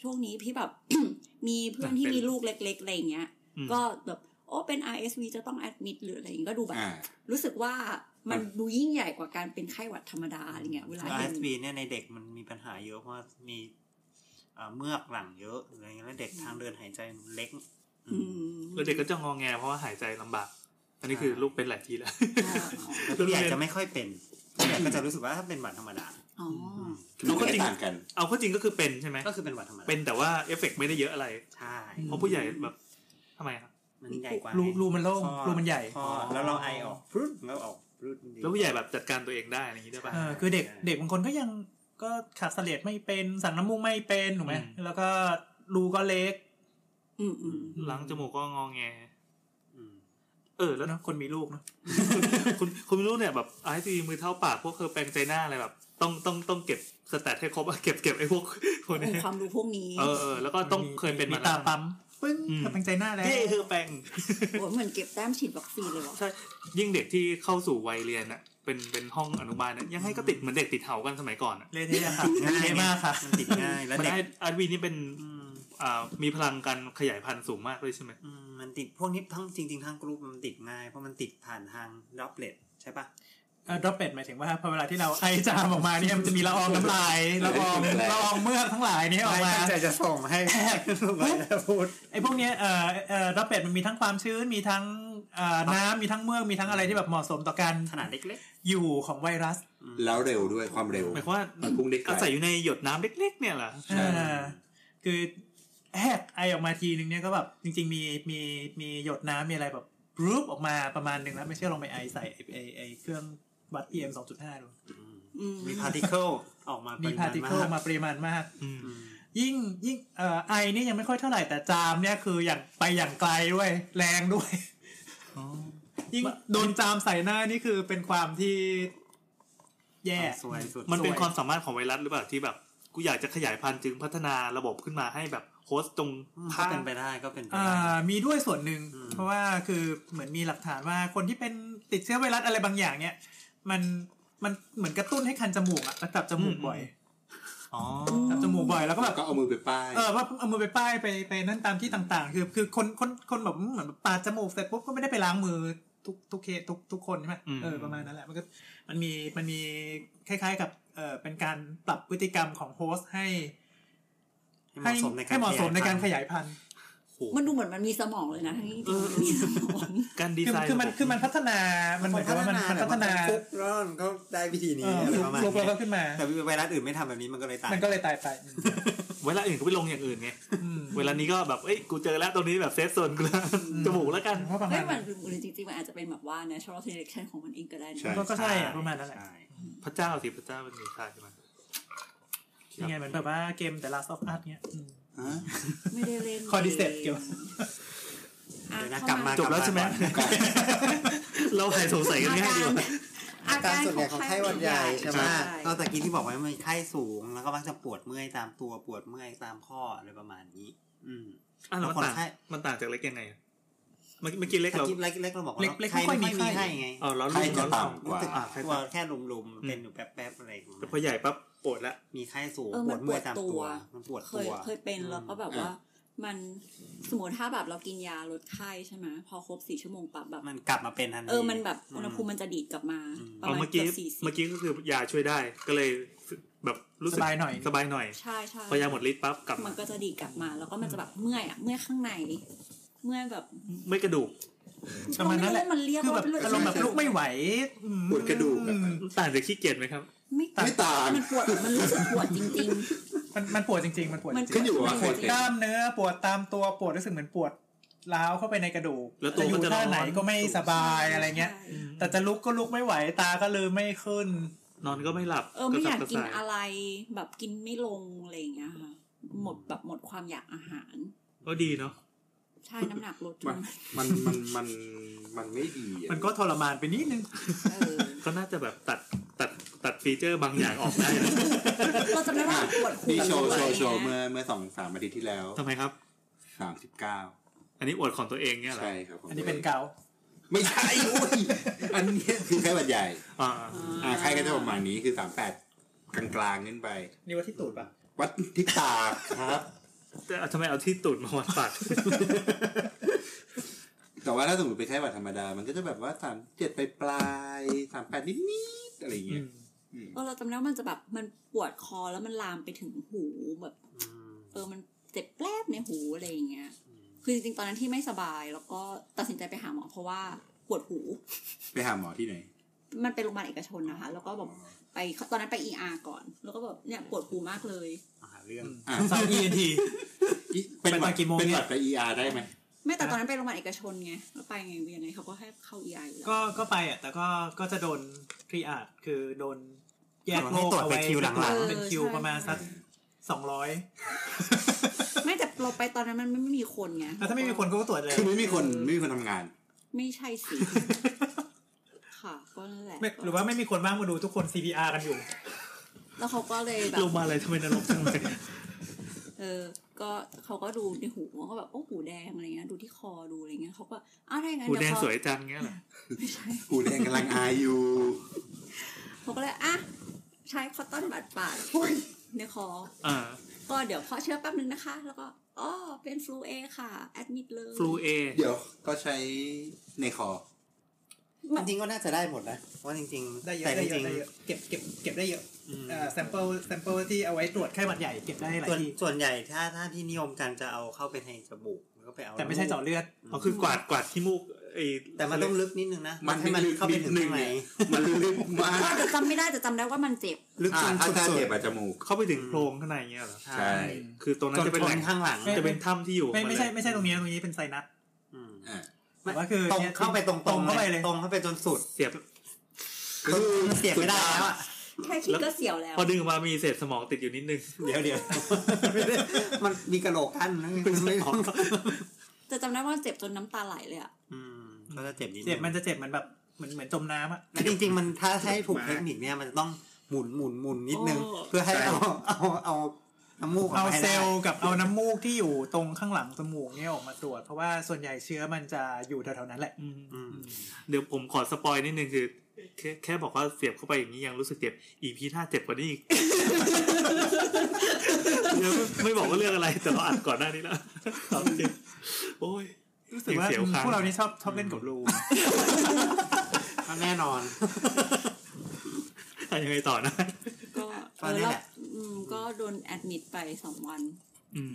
ช่วงนี้พี่แบบ มีเพื่อนที่มีลูกเล็กๆอะไรอย่างเงี้ย อืม ก็แบบโอ้เป็น RSV จะต้องแอดมิดหรืออะไรอย่างเงี้ยก็ดูแบบ อ่า รู้สึกว่ามัน มัน ดูยิ่งใหญ่กว่าการเป็นไข้หวัดธรรมดาอะไรเงี้ยเวลา คือ เห็น RSV เนี่ยในเด็กมันมีปัญหาเยอะเพราะว่ามีอ่าเมือกหลังเยอะอะไรเงี้ยแล้วเด็กทางเดินหายใจมันเล็ก อืม แล้วเด็กก็จะงอแงเพราะว่าหายใจลำบาก อันนี้คือลูกเป็นหลายทีแล้ว แล้วผู้ใหญ่จะไม่ค่อยเป็นผู้ใหญ่ก็จะรู้สึกว่าถ้าเป็นหวัดธรรมดา อ๋ออ ม คือมัน ก็ ไม่ จริง ต่างกัน เอาเข้อจริงก็คือเป็นใช่ไหม ก็คือเป็นหวัดธรรมดา เป็นแต่ว่าเอฟเฟกต์ไม่ได้เยอะอะไร ใช่ เพราะผู้ใหญ่แบบทำไมครับ มันใหญ่กว่า รู รู รูมันโล่งรูมันใหญ่ แล้วเราไอออกฟรุดแล้วออกฟรุด แล้วผู้ใหญ่แบบจัดการตัวเองได้อะไรอย่างนี้ได้ป่ะ เออคือเด็ก ใช่ เด็กบางคนก็ยังก็ขาดเสลดไม่เป็นสั่งน้ำมูกไม่เป็นถูกไหม อืม แล้วก็รูก็เล็ก อืมอืม หลังจมูกก็งอแง อืม เออ แล้ แล้ว ว เนอะคนมีลูกเนาะ คุณคุณรู้เนี่ยแบบไอ้ทีมือเท้าปากพวกเคอแปลงใจหน้าอะไรแบบ ต้องต้องต้องเก็บสแตทให้ครบอะเก็ บเก็บไอ้พวกพวก อ เนี้ย ความรู้พวกนี้ เออเออแล้วก็ต้องเคยเป็น มี มา ตา แล้ว ปั๊มปึ้ง อืม กำลังใจหน้าแล้ว เย้เคอแปลง โอ้ยเหมือนเก็บแต้มฉีดวัคซีนเลยว่ะ ใช่ยิ่งเด็กที่เข้าสู่วัยเรียนอ่ะ เป็นเป็นห้องอนุบาลนะยังให้ก็ติดเหมือนเด็กติดเถากันสมัยก่อนอ่ะ เละเทะอะค่ะเละมากค่ะ มันติดง่ายแล้ว มัน เด็ก ได้อาร์ตวีนี่เป็น อืม อ่ามีพลังการขยายพันธุ์สูงมากเลยใช่ไหม อืมมันติดพวกนี้ทั้งจริง ๆทั้งกรุ๊ปมันติดง่ายเพราะมันติดผ่านทางดรอปเลตใช่ปะ ดรอปเป็ดหมายถึงว่าพอเวลาที่เราไอจามออกมาเนี่ยมันจะมีละอองน้ำลายละออง แปลก ละอองเมือกทั้งหลายเนี่ยออก ไม่ มา ตั้งใจจะส่งให้ลูกไว้แล้วพูด ไอพวกเนี้ยเอ่อเอ่อดรอปเป็ดมันมีทั้งความชื้นมีทั้งเอ่อน้ำมีทั้งเมือกมีทั้งอะไรที่แบบเหมาะสมต่อการ ขนาดเล็ก อยู่ของไวรัส แล้วเร็วด้วยความเร็ว หมายความว่า มันพุ่งได้ไกล อาศัยอยู่ในหยดน้ำเล็ก ๆ เนี่ยเหรอ ใช่ เออคือแอกไอออกมาทีนึงเนี่ยก็แบบจริง ๆ มีมีมีหยดน้ำมีอะไรแบบรูปออกมาประมาณหนึ่งแล้วไม่เชื่อลองไปไอใส่ไอ้ไอไอเครื่องวัด PM 2.5ดู อืม ๆมีพาร์ติเคิลออกมา มี มี พาร์ติเคิลมาปริมาณมาก อืม ยิ่งยิ่งเอ่อไอนี่ยังไม่ค่อยเท่าไหร่แต่จามเนี่ยคืออย่างไปอย่างไกลด้วยแรงด้วย อ๋อ ยิ่งโดนจามใส่หน้านี่คือเป็นความที่แย่ สวยสุด มันเป็น สวย ความสามารถของไวรัสหรือเปล่าที่แบบ กูอยากจะขยายพันธุ์จึงพัฒนาระบบขึ้นมาให้แบบโฮสต์ตรง ถ้า ภาค เป็นไปได้ก็เป็นไป อ่ ได้ ามีด้วยส่วนหนึ่ง อืม เพราะว่าคือเหมือนมีหลักฐานว่าคนที่เป็นติดเชื้อไวรัสอะไรบางอย่างเนี่ย มันมันเหมือนกระตุ้นให้คันจมูกอะแล้วจับจมูกบ่อย อ๋อ จับจมูกบ่อยแล้วก็แบบ ก็เอามือไปป้าย เออว่าเอามือไปป้ายไปไปนั่นตามที่ต่างๆ คือคือคนคนคนแบบเหมือนปาดจมูกเสร็จปุ๊บก็ไม่ได้ไปล้างมือทุกทุกเคสทุกทุกคนใช่ไหมเออประมาณนั้นแหละมันก็มันมีมันมีคล้าย ๆ กับเออเป็นการปรับพฤติกรรมของโฮสต์ให้ ให้เหมาะสมในการ ให้เหมาะสมในการข ขยายพันธุ์ ยายพันธุ โห มันดูเหมือนมันมีสมองเลยนะทั้งนี้ เออ มันมีสมอง การดี คือ ไซน์ คือมัน ระบบ คือมันพัฒนา มันเหมือนกับว่ามันมันพัฒนา ปุ๊บร้อนก็ได้วิธีนี้ เออ อะไร ฟลุ ประมาณ กแล้วก็ นี้ ขึ้นมา แต่ไวรัสอื่นไม่ทำแบบนี้มันก็เลยตาย มันก็เลยตายไป เวลาอื่นก็ไปลงอย่างอื่นไง อืม เวลานี้ก็แบบเอ้ยกูเจอแล้วตรงนี้แบบเซฟโซนกูแล้ว จมูกแล้วกัน เพราะประมา ไม่ ณ เหมือ นั้น น หรือจริงๆ มันอาจจะเป็นแบบว่า natural selection ของมันเองก็ได้นะ ใช่ ก็ใช่อะประมาณนั้นแหละ ใช่ พระเจ้าสิพระเจ้าเป็นมีค่าใช่ไหม ยังไงเหมือนแบบว่าเกมแต่ Last of Us เนี้ยอืม ฮะ ไม่ได้เล่น Cordyceps เกี่ยว อ่ะ เดี๋ยวนะก เข้ ลับมา จบแล้วใช่ไหม กลับาก่อน เราหายสงสัยกันง่ายดีกว่าอากอาา การ ร ส่วนใหญ่ของไข้หวัดใหญ่ใช่ไหม ใช่ ก็ตะกี้ที่บอกไว้มันมีไข้สูงแล้วก็มักจะปวดเมื่อยตามตัวปวดเมื่อยตามข้ออะไรประมาณนี้ อืม อ่ะแล้วมัน คน ต่าง ไข้ มันต่างจากเล็กยังไงอะเมื่อกี้เมื่อกี้เล็ก ตะ เรา กี้เล็กเล็กเราบอกว่า เล็กเล็ก ไข้ ไม่ค่อยมี ไม่ค่อยมี ไข้ ไข้ไง อ๋อร้อน ไข้ รุ่มร้อจะน ต่ำกว่า รู้สึก อ่ะไข้ ตัวแค่ลม อืม ๆเป็นอยู่แป๊บๆอะไรอย่างเงี้ย แต่พอใหญ่ปั๊บปวดละ มีไข้สูง เออ ป มั วน ดเมื่อยตาม ปวดตั ตัว ว มันปวด เค ตั ยว เคยเป็นแล้วก็แบบ อืม ว่า มันสมมติถ้าแบบเรากินยาลดไข้ใช่ไหมพอครบสี่ชั่วโมงปั๊บแบบ มันกลับมาเป็นทันที เออมันแบบอุณหภูมิมันจะดีดกลับมา อืม ประ อ๋อ มาณ เมื่อ เกื กี้ อบสี่สิ เมื่ บ อกี้ก็คือยาช่วยได้ก็เลยแบบรู้สึก สบายหน่อย สบายหน่อย ใช่ใช่ พอยาหมดฤทธิ์ปั๊บกลับ มั มาน ก็จะดีดกลับมา แล้วก็มันจะแบบเมื่อยอ่ะเมื่อยข้างใน เมื่อยแบบ ไม่กระดูก ประมาณนั้นแหละ เรไรู้ว่มันเรียก คือแบ ว่า บ เป็นเรื่อง อารมณ์แบบลุกไม่ไหวอืม ปวดกระดูกอะ อืม มันต่างจากขี้เกียจไหมครับ ไม่ ไม่ต่าง มันปวดมันรู้สึกปวดจริง มันมันปวดจริงๆ มันปวด ๆ จ มั ริ น ง ขึ้นอยู่ว่าใคร ๆ เป็น กล้ามเนื้อปวดตามตัวปวดรู้สึกเหมือนปวดร้าวเข้าไปในกระดูก แล้วตัว จะอยู่ ก็จะร้อน ท่าไหนก็ไม่สบายอะไรเงี้ย ใช่ แต่จะลุกก็ลุกไม่ไหวตาก็ลืมไม่ขึ้น นอนก็ไม่หลับ เออไม่อยาก ระสับระ กิน ส่าย อะไรแบบกินไม่ลงอะไรอย่างเงี้ยค่ะ หมดแบบหมดความอยากอาหาร ก็ดีเนาะ ใช่น้ำหนักลดจ มัน นมันมันมันมันไม่ดีอะ มันก็ทรมานไปนิดนึง เออ ก็น่าจะแบบตัดตัดตัดฟีเจอร์บางอย่างออกได้ นะ เราจำได้ว่าปวดหัว นี่โชว์โชว์โชว์ ะไร เมื่ งี้ย อเมื่อสองสามอาทิตย์ที่แล้ว ทำไมครับ สามสิบเก้า อันนี้อวดของตัวเองเนี่ยเหรอ ใช่ครับผม อันนี้เป็นเกา ไม่ใช่โอ้ยอันเนี้ยคือไข้หวัดใหญ่ อ่า อ่าไข้ก็จะประมาณนี้คือสามแปดกลางๆขึ้นไป นี่ว่าที่ตูดปะ วัดทิศตากครับ แต่ทำไมเอาที่ตูดมาวัด ปาก แต่ว่าถ้าสมมติเป็นไข้หวัดธรรมดา มันก็จะแบบว่าสามเจ็ดไปปลายสามแปดนิดๆอะไรอย่างเงี้ย เออเราจำได้ว่ามันจะแบบมันปวดคอแล้วมันลามไปถึงหูแบบ เออมันเจ็บแปลบในหูอะไรอย่างเงี้ย คือจริงๆตอนนั้นที่ไม่สบายแล้วก็ตัดสินใจไปหาหมอเพราะว่าปวดหู ไปหาหมอที่ไหน มันเป็นโรงพยาบาลเอกชนนะคะ แล้วก็แบบไปตอนนั้นไปเออาก่อน แล้วก็แบบเนี่ยปวดหูมากเลย หาเรื่อง อ่ะ สาว ENT อีเป็นหวัด ไปกี่โมง เป็น เนี่ย หวัดไปเออาร์ได้ไหม ไม่แต่ตอนนั้นไปโรงพยาบาลเอกชนไงแล้วไปไงเวียนไงเขาก็ให้เข้า EI อยู่แล้ว ก็ก็ไปอ่ะ แต่ก็ก็จะโดนทรีอาดคือโดนแยกโรคเอาไว้เป็นคิวประมาณสักสองร้อย ไม่แต่เราไปตอนนั้นมันไม่มีคนไง แล้วถ้าไม่มีคนก็ตรวจเลย คือไม่มีคนไม่มีคนทำงาน ไม่ใช่สิ ค่ะก็นั่นแหละ ไม่หรือว่าไม่มีคนว่างมาดูทุกคน CPR กันอยู่ แล้วเขาก็เลยแบบ ลงมาอะไรทำไมนรกจังเลย เออ ก็เขาก็ดูในหูเขาก็แบบโอ้หูแดงอะไรเงี้ยดูที่คอดูอะไรเงี้ยเขาก็อ้าวได้ไง หูแด เดี๋ย ง วพอ สวยจังเงี้ยเหรอ ไม่ใช่ กูแดงกำลังอายอยู่ เขาก็เลยอ่ะใช้คอตตอนบัดปาด ในคอ อ่า ก็เดี๋ยวเพาะเชื้อแป๊บนึงนะคะ แล้วก็อ๋อเป็นฟลูเอค่ะแอดมิดเลย ฟลูเอ เดี๋ยวก็ใช้ในคอ จริงๆก็น่าจะได้หมดนะว่าจริงๆ ได้เยอะ แต่ ได้ จ เย ริงอะได้เยอะเก็บเก็บเก็บได้เยอะ ๆอืม เอ่อ sample sample ที่เอาไว้ตรวจไข้หวัดใหญ่เก็บได้หลาย ส่วน ที่ ส่วนใหญ่ถ้าถ้าที่นิยมกันจะเอาเข้าไปในจมูกแล้วก็ไปเอา แต่ไม่ใช่เจาะเลือด เขาคือกวาดกวาดที่มูกไอ้ แต่มันต้องลึกนิดนึงนะ มัน ให้มัน ลึก เข้าไป นิด ถึง นึง ข้างใน เนี่ย มันลึกมาก แต่จำไม่ได้แต่จำได้ว่ามันเจ็บ ลึก อ่า จน ถ้า สุ ถ้า ด เจ็บอะจมูก ๆเข้าไปถึงโพรงข้างในเงี้ยเหรอ ใช่ คือตรงนั้ จ น น จะเป็น ค แหล่ น ง ข้างหลัง ใช่ จะเป็นถ้ำที่อยู่ ไม่ไม่าใช่เลย ไม่ใช่ตรงนี้ตรงนี้เป็นไซนัส อืม อ่า แต่ว่าคือ ตรง นี่ย เข้าไปตรง ตรงเข้าไป ย เลย ตรงเข้าไปจนสุด เสียบ มันเสียบไม่ได้แล้วอ่ะ แค่คิดก็เสียวแล้ว พอดึงออกมามีเศษสมองติดอยู่นิดนึง เดี๋ยวเดี๋ยวมันมีกระโหลกขั้นนะมันไม่ออก จะจำได้ว่าเจ็บจนน้ำตาไหลเลยอะ อืมก็จะเจ็บนิดนึง เจ็บมันจะเจ็บเหมันแบบเหมือนเหมือนจมน้ำอ่ะ แล้วจริง ๆ มันถ้าให้ถูกเทคนิคเนี่ยมันจะต้องหมุนหมุนหมุนนิดนึง โอ้ เพื่อให้เอาเอาเอาน้ำมูก เอา กให้ เซ ได้ ลล์กับเอาน้ำมูกที่อยู่ตรงข้างหลังจมูกเนี่ยออกมาตรวจ เพราะว่าส่วนใหญ่เชื้อมันจะอยู่แถวๆนั้นแหละ อืม เดี๋ยวผมขอสปอยนิดนึงคือแค่แค่บอกว่าเสียบเข้าไปอย่างนี้ยังรู้สึกเจ็บ อีพีถ้าเจ็บกว่านี้อีก เดี๋ยวไม่บอกว่าเรื่องอะไร แต่เราอัดก่อนหน้านี้แล้ว ตอนเจ็บโอ้ย รู้สึกว่า เสียวค้าง พวกเรานี่ชอบชอบเล่นกับรู แน่นอน อ่ะยังไงต่อนะ ก็ ก็ เอนั่อน แล้ว แหละ อืมก็โดนแอดมิดไปสองวัน อืม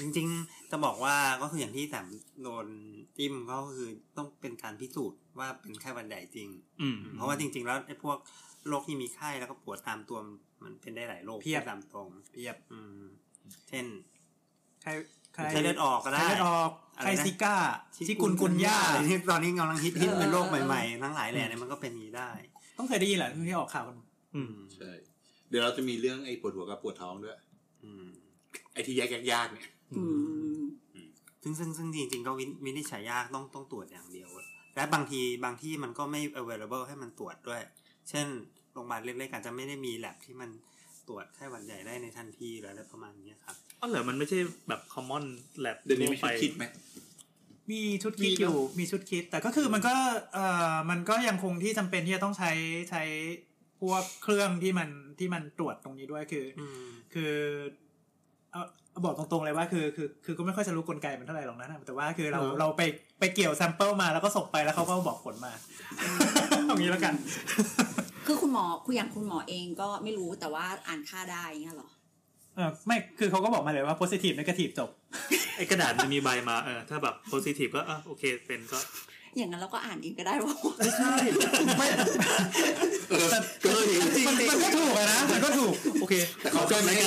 จริงๆ จะบอกว่าก็คืออย่างที่แต้มโดนจิ้มก็คือต้องเป็นการพิสูจน์ว่าเป็นไข้หวัดใหญ่จริง อืม เพราะว่าจริงๆ แล้วไอ้พวกโรคที่มีไข้แล้วก็ปวดตามตัวมันมันเป็นได้หลายโรค เพียบ พูดตามตรงเพียบอืมเช่น ใครใคร ไข้เลือดออกก็ได้ ใครเลือดออก อะไรนะ ใครซิก้าที่กุนกุนย่า อะไรที่ตอนนี้กำลังฮิตฮิต เออ เป็นโรคใหม่ๆ ทั้งหลายแหล่เนี่ยมันก็เป็นอย่างนี้ได้ ต้องเคยได้ยินแหละที่ออกข่าวกัน อืม ใช่เดี๋ยวเราจะมีเรื่องไอ้ปวดหัวกับปวดท้องด้วย อืม ไอ้ที่ยากๆๆเนี่ย อืม ซึ่งซึ่งซึ่งจริงๆ ก็วินวินิจฉัยยากต้องต้องตรวจอย่างเดียว และบางทีบางที่มันก็ไม่ available ให้มันตรวจด้วย เช่นโรงพยาบาลเล็กๆอาจจะไม่ได้มีแลบที่มันตรวจไข้หวัดใหญ่ได้ในทันทีหรืออะไรประมาณเนี้ยครับ อ๋อเหรอมันไม่ใช่แบบ common lab เดี๋ยวนี้มี ทั่วไปชุดคิดไหม มีชุดคิมีดเนอะ อยู่มีชุดคิด แต่ก็คือมันก็เอ่อมันก็ยังคงที่จำเป็นที่จะต้องใช้ใช้พวกเครื่องที่มันที่มันตรวจตรงนี้ด้วยคือ อืม คือเอาเอาบอกตรงๆเลยว่าคือคือคือก็ไม่ค่อยจะรู้กลไกมันเท่าไหร่หรอกนะแต่ว่าคือเรา เออ เราไปไปเกี่ยวแซมเปิลมาแล้วก็ส่งไปแล้วเขาก็บอกผลมา เอางี้แล้วกัน คือคุณหมอคุยอย่างคุณหมอเองก็ไม่รู้แต่ว่าอ่านค่าได้เงี้ยเหรอ เออไม่คือเขาก็บอกมาเลยว่า positive negative จบ ไอกระดาษมันมีใบมาเออถ้าแบบ positive ก็อ่ะโอเคเป็นก็ อย่างนั้นเราก็อ่านเองก็ได้ว่า เออก็จริงจริง มันมันก็ถูกอะนะมันก็ถูก โอเค แต่เขาก็ไม่ให้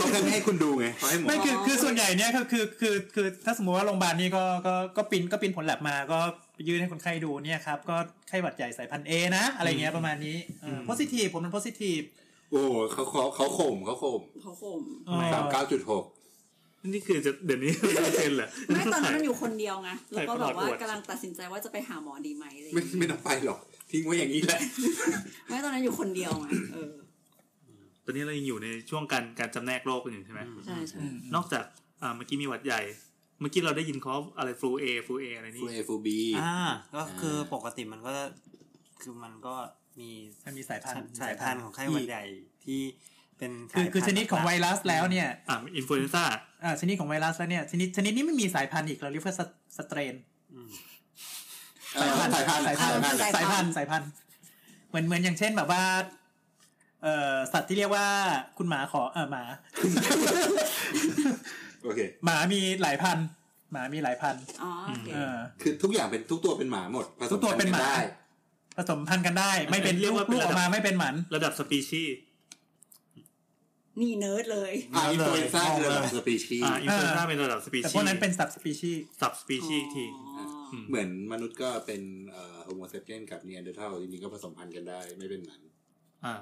เขาก็ไม่ให้คุณดูไงเขาให้หมอ ไม่คือคือส่วนใหญ่เนี่ยก็คือคือคือถ้าสมมติว่าโรงพยาบาลนี่ก็ก็ก็ปริ้นก็ปริ้นผลแลบมาก็ยื่นให้คนไข้ดูเนี่ยครับ ก็ไข้หวัดใหญ่สายพันธุ์ A นะ อะไรเงี้ยประมาณนี้เออ positive ผลมัน positive โอ้เขาเขาเขาข่มเขาข่ม เขาข่ม เออ สามเก้าจุดหก นี่คือจะเดี๋ยวนี้ เป็นเหรอ แม่ตอนนั้นมันอยู่คนเดียวไงแล้วก็แบบว่า ใส่ประหลอดอวด กำลังตัดสินใจว่าจะไปหาหมอดีไหมอะไรอย่าง ไม่ เงี้ย ไม่ต้องไปหรอก ทิ้งไว้อย่างนี้แหละ แม่ตอนนั้นอยู่คนเดียวไงเออ ตอนนี้เรายังอยู่ในช่วงการการจำแนกโรคกันอยู่ใช่ไหม อืม ใช่ใช่ อืม นอกจากอ่าเมื่อกี้มีหวัดใหญ่ เมื่อกี้เราได้ยินเขาอะไรฟลูเอฟลูเออะไรนี่ ฟูเอฟูบี อ่า ก็คือ อ่า ปกติมันก็ คือมันก็มี มันมีสายพันธุ์ สายพันธุ์ของไข้หวัดใหญ่ที่เป็นสา คื ย อคือ พั ชนิดของไวรัสแล้วเนี่ย อ่าอินฟลูเอนซ่า อ่าชนิดของไวรัสแล้วเนี่ยชนิดชนิดนี้ไม่มีสายพันธุ์อีกเราเรียกว่าสเตรน อืม สายพันธุ์สายพันธุ์ สายพันสายพันธุ์ธุ์สายพันธุ์สายพันธุ์เหมือนเหมือนอย่างเช่นแบบว่า เอ่อสัตว์ที่เรียกว่าคุณหมาขอเออหมา โอเค หมามีหลายพันหมามีหลายพัน อ๋อโอเค เออ คือทุกอย่างเป็นทุกตัวเป็นหมาหมดผสม ทุกตัวเป็นหมา กัได้ ผสมพันธุ์กันได้ ไม่เป็นลูกลูกออกมาไม่เป็นหมัน ระดับสปีชีส์ นี่เนิร์ดเลย อ่าอินฟลูเอนซ่าคือระดับ เอาเลย สปีชีส์ อ่าอินฟลูเอนซ่าเป็นระดับสปี แต่พ ชี วก ส์ นั้นเป็นสัตว์สปีชี สับสปีชีส์ที อ๋ออ ม เหมือนมนุษย์ก็เป็นเอ่อโฮโมเซเปียนกับเนียนเดอร์ทัลจริงๆก็ผสมพันธุ์กันได้ไม่เป็นหมัน อ่า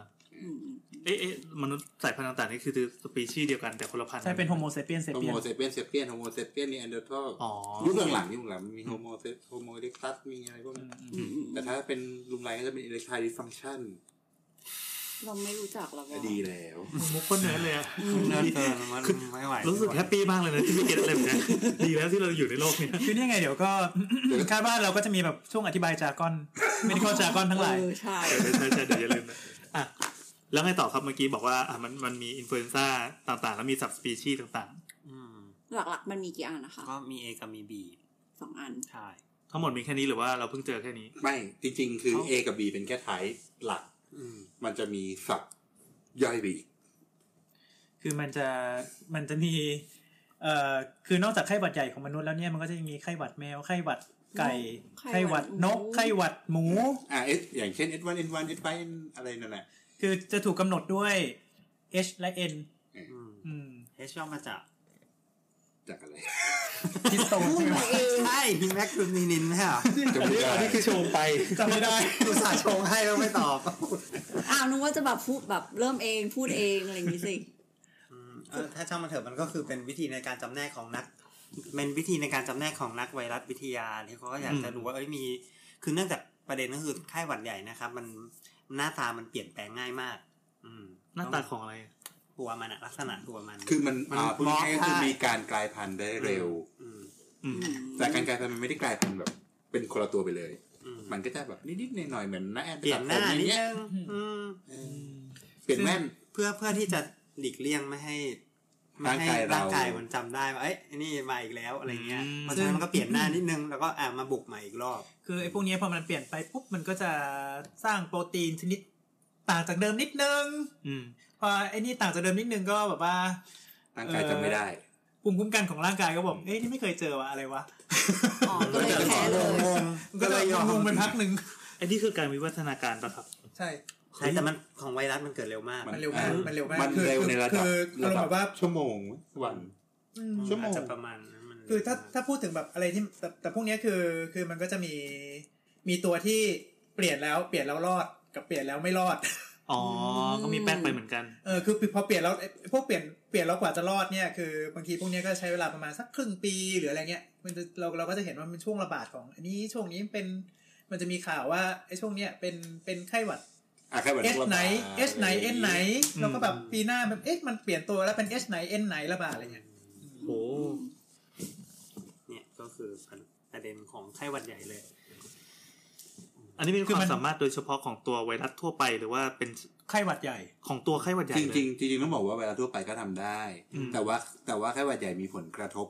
อืม เอ๊ะเอ๊ะมนุษย์สายพันธุ์ต่างๆนี่คือสปีชีส์เดียวกันแต่คนละพันธุ์ ใช่เป็นโฮโมเซเปียนเซ โฮ เปียน โมเซเปียนเซเปียนโฮโมเซเปียนเนียนเดอร์ทัล อ๋อ ยุคหลังๆยุคหลังมีโฮโมเซโฮโมเล็กซัสมีอะไรพวกนั้น อืมอืม แต่ถ้าเป็นลุงไรก็จะเป็นอิเล็กทรดิฟังชัน เราไม่รู้จักหรอกว่า ดีแล้ว มุกคนเนื้อเลยอะ เริ่มเกินมันไม่ไหว รู้สึกแฮปปี้มากเลยนะที่ไม่เก็ตอะไรแบบเนี้ยดีแล้วที่เราอยู่ในโลกเนี้ย คือนี่ไงเดี๋ยวก็ คาดว่าเราก็จะมีแบบช่วงอธิบายจาก อนไม่ได้เข้าจากอนทั้งหลาย เออใช่ เออใช่ใช่เดี๋ยวอย่าลืมนะอ่ะแล้วไงต่อครับเมื่อกี้บอกว่าอ่ะมันมันมีอินฟลูเอนซ่าต่างๆ แล้วมีสับสปีชีส์ต่าง อืม หลักๆมันมีกี่อันนะคะ ก็มีเอกับมีบี สองอัน ใช่ ๆทั้งหมดมีแค่นี้หรือว่าเราเพิ่งเจอแค่นี้ ไม่จริงๆ คือ เอ้า A กับ B เป็นแค่ไทป์หลัก อืม มันจะมีสับย่อยไปอีก คือมันจะมันจะมีเอ่อคือนอกจากไข้หวัดใหญ่ของมนุษย์แล้วเนี่ยมันก็จะมีไข้หวัดแมวไข้หวัดไก่ ไข้ ไข้ห หวั วัด ด น น ก ก ไข้หวัดหมู อ่าเอสอย่างเช่น S1 N1 S5 N อะไรนั่นแหละ คือจะถูกกำหนดด้วย H และ N อืม อืม เฮชย่อมาจาก จากอะไร ฮิสโตนใช่ไหม ใช่ฮิแม็กซูนินินใช่ เหรอ จำไม่ได้ จำไม่ได้ อุตส่าห์ชงให้แล้วไม่ตอบ อ้าวนึกว่าจะแบบพูดแบบเริ่มเองพูดเองอะไรอย่างงี้สิ เออถ้าช่างมันเถอะมันก็คือเป็นวิธีในการจำแนกของนักเป็นวิธีในการจำแนกของนักไวรัสวิทยาที่เขาก็อยากจะ อืม รู้ว่าเอ้ยมีคือเนื่องจากประเด็นก็คือไข้หวัดใหญ่นะครับ มันหน้าตามันเปลี่ยนแปลงง่ายมาก อืม หน้าตาของอะไร ตัวมันอะลักษณะตัวมัน คือมัน มัน อ่าพูดง่ายๆ มองได้ก็คือมีการกลายพันธุ์ได้เร็ว อืม อืม แต่การกลายพันธุ์มันไม่ได้กลายพันธุ์แบบ เป็นคนละตัวไปเลย อืม มันก็จะแบบนิดๆหน่อยๆเหมือนหน้าแอน เปลี่ยนหน้า ตัดผม นิ อ ด ย่างเงี้ย นึงอืม เปลี่ยนแว่น เพื่อเพื่อที่จะหลีกเลี่ยงไม่ให้ไม่ให้ ร่างกายเรา ร่างกายมันจำได้ว่าเอ้ยไอ้นี่มาอีกแล้วอะไรเงี้ย อืม เพราะฉะนั้นมันก็เปลี่ยนหน้านิดนึงแล้วก็อ่ะมาบุกใหม่อีกรอบ คือไอ้พวกเนี้ยพอมันเปลี่ยนไปปุ๊บมันก็จะสร้างโปรตีนชนิดต่างจากเดิมนิดนึง อืม พอไอ้นี่ต่างจากเดิมนิดนึงก็แบบว่า ร่างกายจำไม่ได้ ภูมิคุ้มกันของร่างกายก็บอก เอ้ยนี่ไม่เคยเจอวะอะไรวะ อ๋อก็เลยแพ้เลย มันก็จะงงๆเป็นพักหนึ่ง ไอ้นี่คือการวิวัฒนาการปะครับ ใช่ ใช่แต่มันของไวรัสมันเกิดเร็วมาก มั มันเร็วมาก อ่ามั มันเร็วมาก มันเร็วในระดับ คืออารมระณ์แบบว่า ชั่วโมงวัน อืม ชั่วโมง อาจจะประมาณนั้นมัน คือถ้าถ้าพูดถึงแบบอะไรที่แต่แต่พวกเนี้ยคือคือมันก็จะมีมีตัวที่เปลี่ยนแล้วเปลี่ยนแล้วรอดกับเปลี่ยนแล้วไม่รอด อ๋อ ก็มีแป๊กไปเหมือนกัน เออคือพอเปลี่ยนแล้วไอ้พวกเปลี่ยนเปลี่ยนแล้วกว่าจะรอดเนี่ยคือบางทีพวกเนี้ยก็ใช้เวลาประมาณสักครึ่งปีหรืออะไรเงี้ยมันจะเราเราก็จะเห็นว่ามันเป็นช่วงระบาดของ อันนี้ช่วงนี้เป็นมันจะมีข่าวว่าไอ้ช่วงเนี้ยเป็นเป็นไข้หวัด อ่ะแค่แบบ เอสไหนเอสไหนเอ็นไหน อืม แล้วก็แบบปีหน้าแบบเอ๊ะมันเปลี่ยนตัวแล้วเป็นเอสไหนเอ็นไหนระบาดอะไรเงี้ย โห เนี่ยก็คือประเด็นของไข้หวัดใหญ่เลย อันนี้เป็นความสามารถโดยเฉพาะของตัวไวรัสทั่วไปหรือว่าเป็น ไข้หวัดใหญ่ ของตัวไข้หวัดใหญ่ จ เล ริ ย งจริงๆจริงๆต้องบอกว่าเวลาทั่วไปก็ทำได้ อืม แต่ว่าแต่ว่าแค่ว่าใหญ่มีผลกระทบ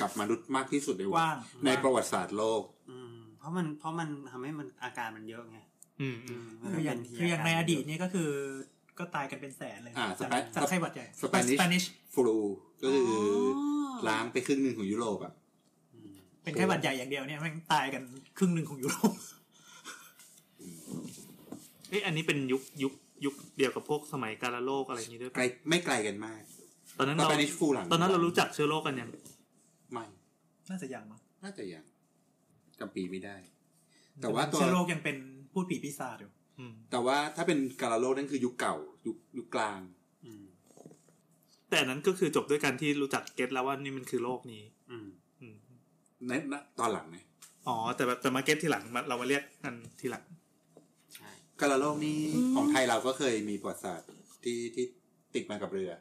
กับมนุษย์มากที่สุดใน กว้าง ในประวัติศาสตร์โลก อืม เพราะมันเพราะมันทำให้มันอาการมันเยอะไง อืมอืม มัน คืออย่าง เป็นที คืออย่าง กร ในอดีต เยะ เนี่ยก็คือก็ตายกันเป็นแสนเลย อ่าส จาก เปน จากไข้หวัดใหญ่ สเปนิช สเปนิช ฟลูก็คืออล้างไปครึ่งหนึ่งของยุโรปอ่ะ เป็นไข้หวัดใหญ่อย่างเดียวเนี่ยแมันตายกันครึ่งหนึ่งของยุโรป เอ้ยอันนี้เป็นยุคยุคยุคเดียวกับพวกสมัยการละโลกอะไรอย่างนี้ด้วย ไกลไม่ไกลกันมาก ตอนนั้น ตอน เรา ไปนิชฟูหลัง ตอนนั้นเรารู้จักเชื้อโรคกันยัง ไม่ น่าจะยังมั้ง น่าจะยังจำปีไม่ได้ แต่ว่าตัว เชื้อโรคยังเป็นพูดผีปีศาจอยู่ อืม แต่ว่าถ้าเป็นกาลาโลกนั่นคือยุคเก่า ยุคยุคกลาง อืม แต่อันนั้นก็คือจบด้วยการที่รู้จักเก็ตแล้วว่านี่มันคือโรคนี้ อืม อืม ในณตอนหลังนะ อ๋อแต่แบบแต่มาเก็ตทีหลังมาเรามาเรียกกันทีหลัง ใช่ กาลาโลกนี่ อืม ของไทยเราก็เคยมีประวัติศาสตร์ที่ที่ติดมากับเรือ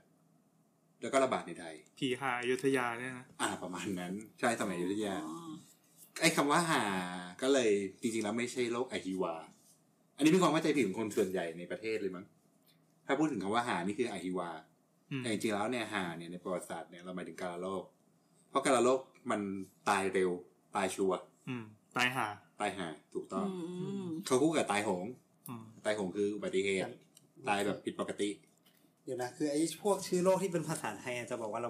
แล้วก็ระบาดในไทย พีฮาอยุธยาเนี่ยนะ อ่าประมาณนั้น ใช่สมัยอยุธยา อ๋อ ไอ้คำว่าหา ก็เลยจริงๆแล้วไม่ใช่โรคอหิวา อันนี้เป็นความเข้าใจผิดของคนส่วนใหญ่ในประเทศเลยมั้ง ถ้าพูดถึงคำว่าหา นี่คืออหิวา อืม แต่จริงๆแล้วเนี่ยหาเนี่ยในประวัติศาสตร์เนี่ยเราหมายถึงกาลาโลก เพราะกาลาโลกมันตายเร็ว ตายชัวร์ อืมตายหา ตายหาถูกต้อ อื ง ม เขาคู่กับตายโหง อืม ตายโหงคืออุบัติเหตุ ตายแบบผิดปกติ เดี๋ยวนะคือไอ้พวกชื่อโรคที่เป็นภาษาไทยอาจจะบอกว่าเรา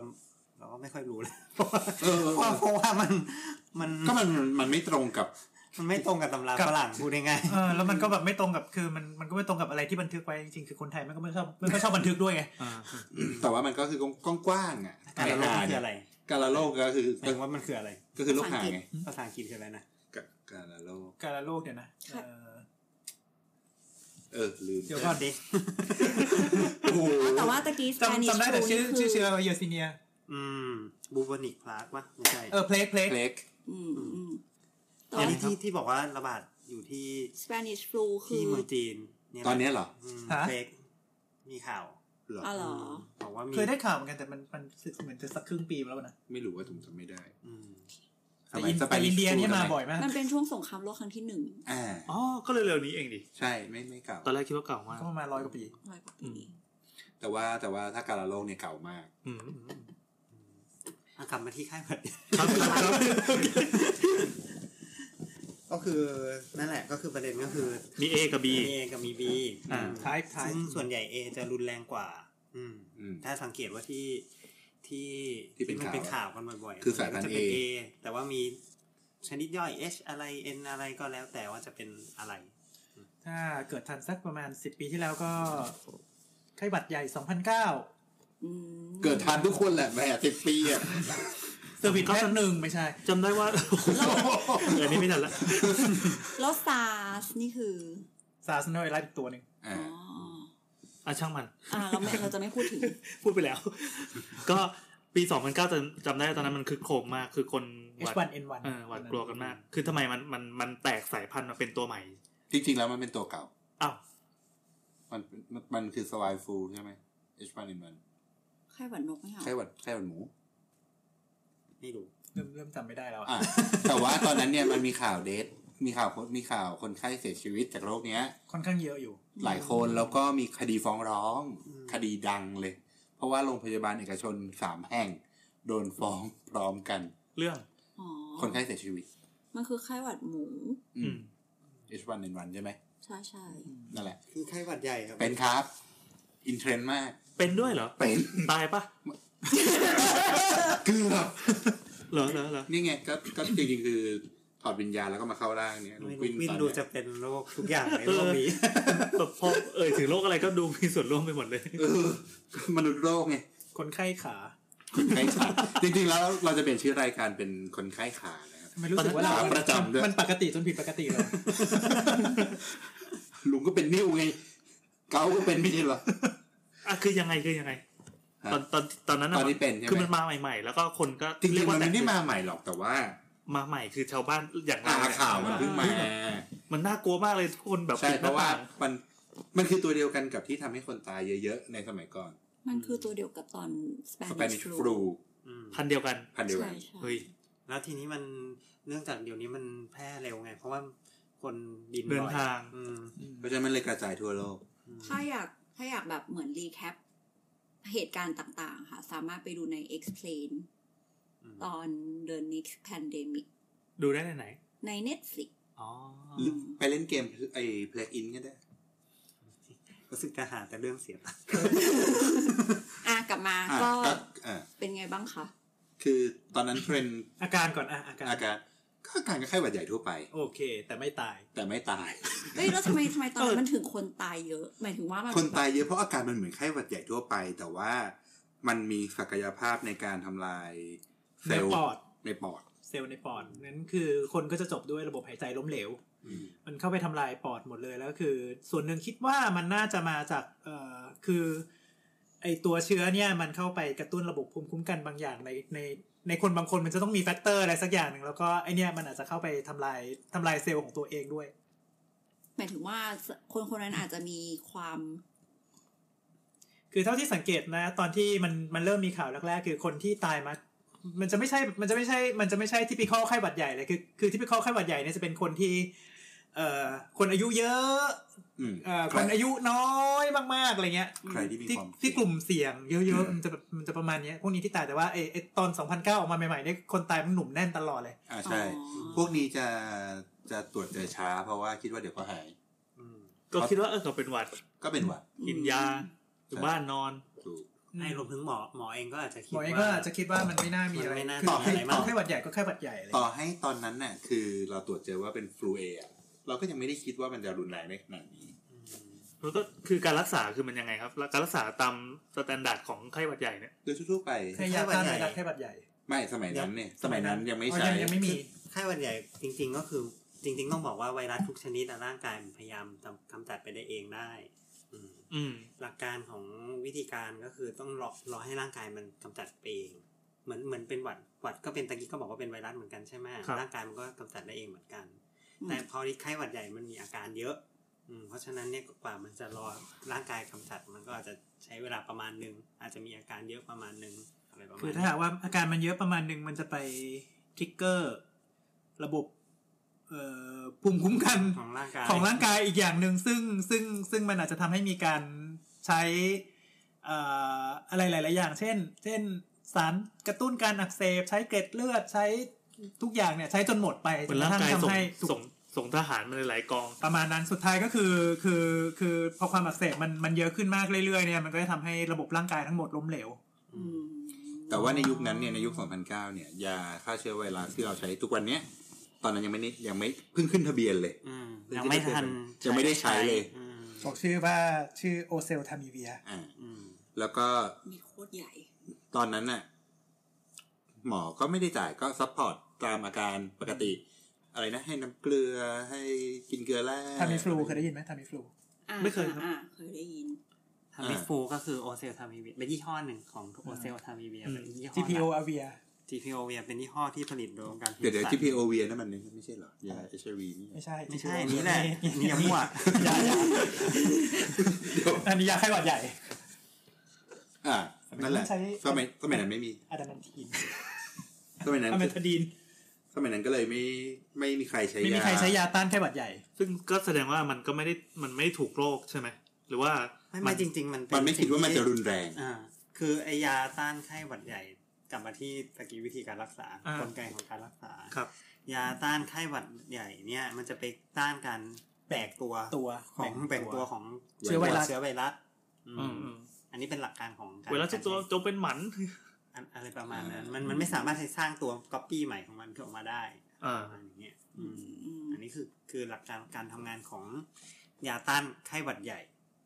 เราก็ไม่ค่อยรู้เลยเพราะว่า เออ เพราะเพราะว่ามันมัน ก็มันมันไม่ตรงกับ มันไม่ตรงกับตำราฝรั่งพูดง่าย เออแล้วมันก็แบบไม่ตรงกับคือมันมันก็ไม่ตรงกับอะไรที่บันทึกไว้จริงๆคือคนไทยมันก็ไม่ชอบไม่ค่อยชอบบันทึกด้วยไง อ่า แต่ว่ามันก็คือกว้างๆอ่ะ ๆการละโลก หา คื เนี่ อย อะไร กาลาโลกก็คือ หมายถึงว่ามันคืออะไร ก็คือโรคหาไง ภาษาอังกฤษคืออะไรนะ กะกาลาโลก การละโลกเนี่ยนะเออ เออลืม เดี๋ยวก่อน เด็ก โอ้โห แต่ว่าตะกี้สแปนิ จำ ช จำได้แต่ชื่อชื่อเชื้อเยอร์ซิเนีย อืมบูโบนิกพลากปะไม่ใช่ เออเพลกเพลก เพล็ก อืมอืมแต่ อัน ว่า นี้ที่ที่บอกว่าระบาดอยู่ที่ สเปนิชฟลูคื ที่ อ เมืองจีนเยะ ตอนเนี้ยเหรอ อืม ฮะ เฟกมีข่าว เหรอ อ๋อเหรอ บอกว่ามี เคยได้ข่าวเหมือนกันแต่มันมันเหมือนจะสักครึ่งปีมาแล้วนะ ไม่รู้ว่าผมจำไม่ได้ อืม ส แต่ มัย อิน ส แต่ ปริ อิ ช นเดียเนี่ยมา ส บ่อยมาก มันเป็นช่วงสงครามโลกครั้งที่หนึ่ง อ่า อ๋อก็เร็วๆนี้เองดิ ใช่ไม่ไม่เก่า ตอนแรกคิดว่าเก่ามาก ก็ประมาณร้อยกว่าปี ร้อยกว่าปี แต่ว่าแต่ว่าถ้ากาลาโลกเนี่ยเก่ามาก อืมอืมอืม อ่ะกลับมาที่ไข้หวัด ครับครับครับ ก็คือนั่นแหละก็คือประเด็นก็คือ มีเอกับบี มี A กับมีบี อ่า type type ซึ่งส่วนใหญ่ A จะรุนแรงกว่า อืม อืม ถ้าสังเกตว่าที่ที่ ที่เป็น มั ข่าว เป็นข่าวกันบ่อยๆ คือสายพันธุ์ จะเป็น A A แต่ว่ามีชนิดย่อย H อะไร N อะไรก็แล้วแต่ว่าจะเป็นอะไร ถ้าเกิดทันสักประมาณสิบปีที่แล้วก็ไข้หวัดใหญ่สองพันเก้า อืม เกิดทันทุกคนแหละแหมสิบปีอ่ะ เซอร์วิสแค่หนึ่งไม่ใช่ จำได้ว่า เอออันนี้ไม่ทันละ แล้วซาร์สนี่คือ ซาร์สนอยไล่อีกตัวหนึ่ง อ๋ อ่า อ อ่ะช่างมัน อ่าเราไม่เราจะไม่พูดถึง พูดไปแล้ว ก็ปีสองพันเก้าจำได้ตอนนั้นมันคือโครมมากคือคนหวาด H1N1 เออหวาดกลัวกันมาก คือทำไมมันมันมันแตกสายพันธุ์มาเป็นตัวใหม่ จริงๆแล้วมันเป็นตัวเก่า อ้าว มันมันมันคือสวายฟูใช่ไหม H1N1 ไข้หวัดนกไม่เหรอ ไข้หวัดไข้หวัดหมู ไม่รู้ เริ่มเริ่มจำไม่ได้แล้วอะ อ่า แต่ว่าตอนนั้นเนี่ยมันมีข่าวเดทมีข่าวคนมีข่าวคนไข้เสียชีวิตจากโรคเนี้ย ค่อนข้างเยอะอยู่ หลายคนแล้วก็มีคดีฟ้องร้อง คดีดังเลย เพราะว่าโรงพยาบาลเอกชนสามแห่ง โดนฟ้องพร้อมกัน เรื่อง อ๋อ คนไข้เสียชีวิต มันคือไข้หวัดหมู อื อื ม ม H1N1 ใช่ไหม ใช่ใช่ นั่นแหละ คือไข้หวัดใหญ่ครับ เป็นครับ อินเทรนด์มาก เป็นด้วยเหรอ เป็น ตายปะ เกือบ เหรอเหรอเหรอ นี่ไงก็ก็จริงๆคือถอดวิญญาณแล้วก็มาเข้าร่างเนี่ยลุง ไม่รู้วินวิน ตอน ดู เนี้ จะ ย เป็นโรคทุกอย่างในโลก นี้ แบบพอเอ่ยถึงโรคอะไรก็ดูมีส่วนร่วมไปหมดเลย เออมนุษย์โลกไง คนไข้ขา คนไข้ขาจริงๆแล้วเราจะเปลี่ยนชื่อรายการเป็นคนไข้ขานะครับ ทำไมรู้สึกว่าเรา ขาประจำด้วย มันปกติจนผิดปกติเลย ลุงก็เป็นนิ้วไง เกาก็เป็นไม่ใช่เหรอ อ่ะคือยังไงคือยังไง ฮะ ตอนตอนตอนนั้นะ ตอนที่เป็นใช่ไหม คือมันมาใหม่ๆ แล้วก็คนก็ จริงๆมัน แต่ ไม่ได้มาใหม่หรอกแต่ว่า มาใหม่คือชาวบ้านอย่าง อา เราเนี่ย ข่าวมันเพิ่งมา มันน่ากลัวมากเลยทุกคนแบบ ใช่ ปิดห เพ น้า ราะว่า ต่าง มันมันคือตัวเดียวกันกับที่ทำให้คนตายเยอะๆในสมัยก่อน มันคือตัวเดียวกับตอน สเปนิ Spanish ช flu ฟลู อืม พันเดียวกัน พันเดียวกั ใช่ น ใช่ เฮ้ย แล้วทีนี้มันเนื่องจากเดี๋ยวนี้มันแพร่เร็วไง เพราะว่าคนบินบ่อย เดินทาง อืม เพราะฉะนั้นมันเลยกระจายทั่วโลก ถ้าอยากถ้าอยากแบบเหมือนรีแคปเหตุการณ์ต่าง ๆ ค่ะ สามารถไปดูใน Explain อืม ตอน The Next Pandemic ดูได้ไหน ใน Netflix ๆอ๋อ หรือไปเล่นเกมไอ้เพลกอินก็ได้ รู้สึกจะหาแต่เรื่องเสียตังค์ อ่ะกลับมา อ่ะ ก็ ก็อ่ะ เป็นไงบ้างคะ คือตอนนั้นเทรนด์ อาการก่อนอ่ะอาการ อาการก็อาการก็ไข้หวัดใหญ่ทั่วไป โอเค แต่ไม่ตาย แต่ไม่ตาย เอ้ยแล้วทำไมทำไมตอนนั้นมันถึงคนตายเยอะ หมายถึงว่ามัน คนตายเยอะเพราะอาการมันเหมือนไข้หวัดใหญ่ทั่วไป แต่ว่ามันมีศักยภาพในการทำลายเซลล์ ในปอด ในปอด เซลล์ในปอดนั้นคือคนก็จะจบด้วยระบบหายใจล้มเหลว อืม มันเข้าไปทำลายปอดหมดเลยแล้วก็คือ ส่วนหนึ่งคิดว่ามันน่าจะมาจากเอ่อคือไอตัวเชื้อเนี่ยมันเข้าไปกระตุ้นระบบภูมิคุ้มกันบางอย่างในในในคนบางคนมันจะต้องมีแฟกเตอร์อะไรสักอย่างหนึ่งแล้วก็ไอเนี่ยมันอาจจะเข้าไปทำลายทำลายเซลล์ของตัวเองด้วย หมายถึงว่าคนคนนั้นอาจจะมีความ คือเท่าที่สังเกตนะ ตอนที่มันมันเริ่มมีข่าวแรกๆ คือคนที่ตายมา มันจะไม่ใช่ มันจะไม่ใช่ มันจะไม่ใช่ที่พิคอไข้หวัดใหญ่เลยคือคือที่พิคอไข้หวัดใหญ่เนี่ยจะเป็นคนที่ เอ่อคนอายุเยอะ อืม เอ่อ ใค ค ร นอายุน้อยมากๆอะไรเงี้ย ใครที่มี ที่ ความเสี่ยง ที่กลุ่มเสี่ยงเย อื อะ ม ๆมันจะแบบมันจะประมาณเนี้ยพวกนี้ที่ตายแต่ว่าไอไอตอน 2009 ออกมาใหม่ๆเนี่ยคนตายมันหนุ่มแน่นตลอดเลย อ่าใช่ อ๋อ พวกนี้จะจะตรวจเจอช้า เพราะว่าคิดว่าเดี๋ยวก็หาย อืม ก็คิดว่าเออเขาเป็นหวัด ก็เป็นหวัด กินยาอยู่บ้านนอน ถูก ไอ้รวมถึงหมอหมอเองก็อาจจะคิด หมอเองก็ ว่า อาจจะคิดว่ามันไม่น่ามีอะไร มันไม่น่า คือ ต่อให้ ต่อไข้หวัดใหญ่ก็ไข้หวัดใหญ่อะไร ต่อ เงี้ย ให้ตอนนั้นน่ะคือเราตรวจเจอว่าเป็นฟลูเออะเราก็ยังไม่ได้คิดว่ามันจะรุนแรงได้ขนาดนี้ แล้วก็คือการรักษาคือมันยังไงครับ การรักษาตามสแตนดาร์ดของไข้หวัดใหญ่เนี่ย โดยทั่วๆไป ใช้ยาต้านไวรัสไข้หวัดใหญ่ ไม่สมัยนั้นเนี่ยสมัยนั้นยังไม่ อ๋อ ใช่ ยังไม่มี ไข้หวัดใหญ่จริง ๆ ก็คือจริง ๆ ต้องบอกว่าไวรัสทุกชนิดอะร่างกายมันพยายามจำกำจัดไปได้เองได้ อืม อืม หลักการของวิธีการก็คือต้องรอรอให้ร่างกายมันกำจัดไปเองเหมือนเหมือนเป็นหวัดหวัดก็เป็นตะกี้ก็บอกว่าเป็นไวรัสเหมือนกันใช่ไหม ครับ ร่างกายมันก็กำจัดได้เองเหมือนกัน อืม แต่พอไข้หวัดใหญ่มันมีอาการเยอะอืมเพราะฉะนั้นเนี่ยกว่ามันจะรอร่างกายกำจัดมันก็อาจจะใช้เวลาประมาณนึงอาจจะมีอาการเยอะประมาณนึงอะไรประมาณ คือ นี้ ถ้าหากว่าอาการมันเยอะประมาณหนึ่งมันจะไปทริกเกอร์ ระบบเอ่อภูมิคุ้มกัน ของร่างกาย ของร่างกายอีกอย่างหนึ่งซึ่งซึ่งซึ่งมันอาจจะทำให้มีการใช้เอ่ออะไรหลาย ๆ อย่าง เช่น เช่นสารกระตุ้นการอักเสบ ใช้เกล็ดเลือดใช้ทุกอย่างเนี่ยใช้จนหมดไป เหมือนร่างกาย จนกระส่ทั่งทำ ง ให้ถูก ส่งส่งทหารมาหลายๆกอง ประมาณนั้นสุดท้ายก็คือคือคือพอความอักเสบมันมันเยอะขึ้นมากเรื่อยๆเนี่ยมันก็จะทำให้ระบบร่างกายทั้งหมดล้มเหลว อืม แต่ว่าในยุคนั้นเนี่ยในยุค 2009 เนี่ยยาฆ่าเชื้อไวรัสที่เราใช้ทุกวันเนี้ยตอนนั้นยังไม่ได้ยังไม่เพิ่งขึ้นทะเบียนเลย อืมยังไม่ทัน ยังไม่ได้ใช้เลย อืม บอกชื่อว่าชื่อโอเซลทามิเวีย อ่า อืม แล้วก็ มีโคตรใหญ่ ตอนนั้นน่ะหมอก็ไม่ได้จ่ายก็ซัพพอร์ตตามอาการปกติ อะไรนะ ให้น้ำเกลือให้กินเกลือแร่ ทามิฟลูเคยได้ยินไหมทามิฟลู อ่า ไม่เคยครับ อ่าเคยได้ยิน ทามิ อ่า ฟูก็คือโอเซลทามิเวียเป็นยี่ห้อหนึ่งของโอเซลทามิเวีย อืม เป็นยี่ห้อ GPO อาเวีย GPO เวียเป็นยี่ห้อที่ผลิตโดยองค์การ เดี๋ยวเดี๋ยว สัต GPO เวียนั่นมันไม่ใช่เหรอยา HIV นี่ ไม่ใช่ ไม่ใช่อันนี้แหละนี่ยังมั่ว อย่าอย่า เดี๋ยว อันนี้ยาไข้หวัดใหญ่ อ่านั่นแหละ ใช้ สมัยสมัยนั้นไม่มี อะดามันทีน สมัยนั้น อะเมทาดีน สมัยนั้นก็เลยไม่ไม่มีใครใช้ ไม่มี ยา ใครใช้ยาต้านไข้หวัดใหญ่ ซึ่งก็แสดงว่ามันก็ไม่ได้มันไม่ถูกโรคใช่ไหม หรือว่า ไม่ไม่จริง ๆ มันเป็ มันไม่คิดว่ามันสิ่งจะที่ รุนแรง อ่าคือไอยาต้านไข้หวัดใหญ่กลับมาที่ตะกี้วิธีการรักษา อ่า กลไกของการรักษา ครับ ยาต้านไข้หวัดใหญ่เนี่ยมันจะไปต้านการแตกตัว ตัว ของแบ่งตัวของ เชื้อไวรัส เชื้อไวรัสอืม อืมอืม อันนี้เป็นหลักการของการ เวลาจะตัวจงเป็นหมัน อันอะไรประมาณนั้น มันมันไม่สามารถให้สร้างตัวก๊อปปี้ใหม่ของมันขึ้นออกมาได้ อ่า ประมาณอย่างเงี้ยอืม อืม อันนี้คือคือหลักการการทำงานของยาต้านไข้หวัดใหญ่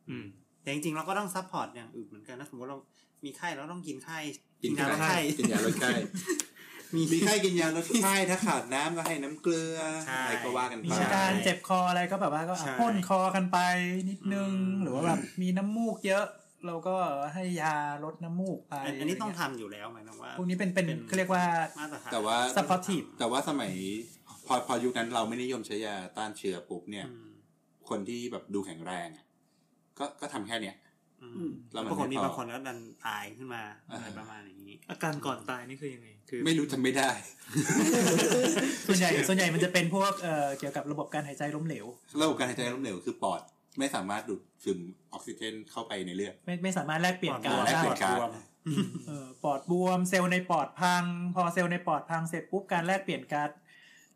อืม แต่จริงๆ เราก็ต้องซัพพอร์ตอย่างอื่นเหมือนกันนะสมมติเรามีไข้เราต้องกินไข้ กินยาลด ลด ไข้กินยาลดไข้ มี มีไข้กินยาลดไข้ถ้าขาดน้ำก็ให้น้ำเกลือ ใช่ อะไรก็ว่ากันไป มีอาการเจ็บคออะไรก็แบบว่าก็อ่ะ ใช่ พ่นคอกันไปนิดนึง อืม หรือว่าแบบมีน้ำมูกเยอะ เราก็ให้ยาลดน้ำมูกไป อันอันนี้ต้องทำอยู่แล้วหมายถึงว่า พวกนี้เป็นเป็น เป็น เขาเรียกว่า มาตรฐาน แต่ว่า supportive แต่ว่าสมัยพอพอยุคนั้นเราไม่นิยมใช้ยาต้านเชื้อปุ๊บเนี่ย อืม คนที่แบบดูแข็งแรงอะก็ก็ทำแค่เนี้ย อื อื ม ม แล้วมัน ปรากฏไม่พอบมีางคนก็ดันตายขึ้นมา อ่า อะไรประมาณอย่างนี้ อาการก่อนตายนี่คือยังไง คือ ไม่รู้ทำไม่ได้ ส่วนใหญ่ส่วนใหญ่มันจะเป็นพวกเอ่อเกี่ยวกับระบบการหายใจล้มเหลว ระบบการหายใจล้มเหลวคือปอด ไม่สามารถดูดซึมออกซิเจนเข้าไปในเลือด ไม่ไม่สามารถแลกเปลี่ยนกา ปอรดบวมแลได้กเปลี่ยน การ เออปอดบวมเซลล์ในปอดพัง พอเซลล์ในปอดพังเสร็จปุ๊บการแลกเปลี่ยนการ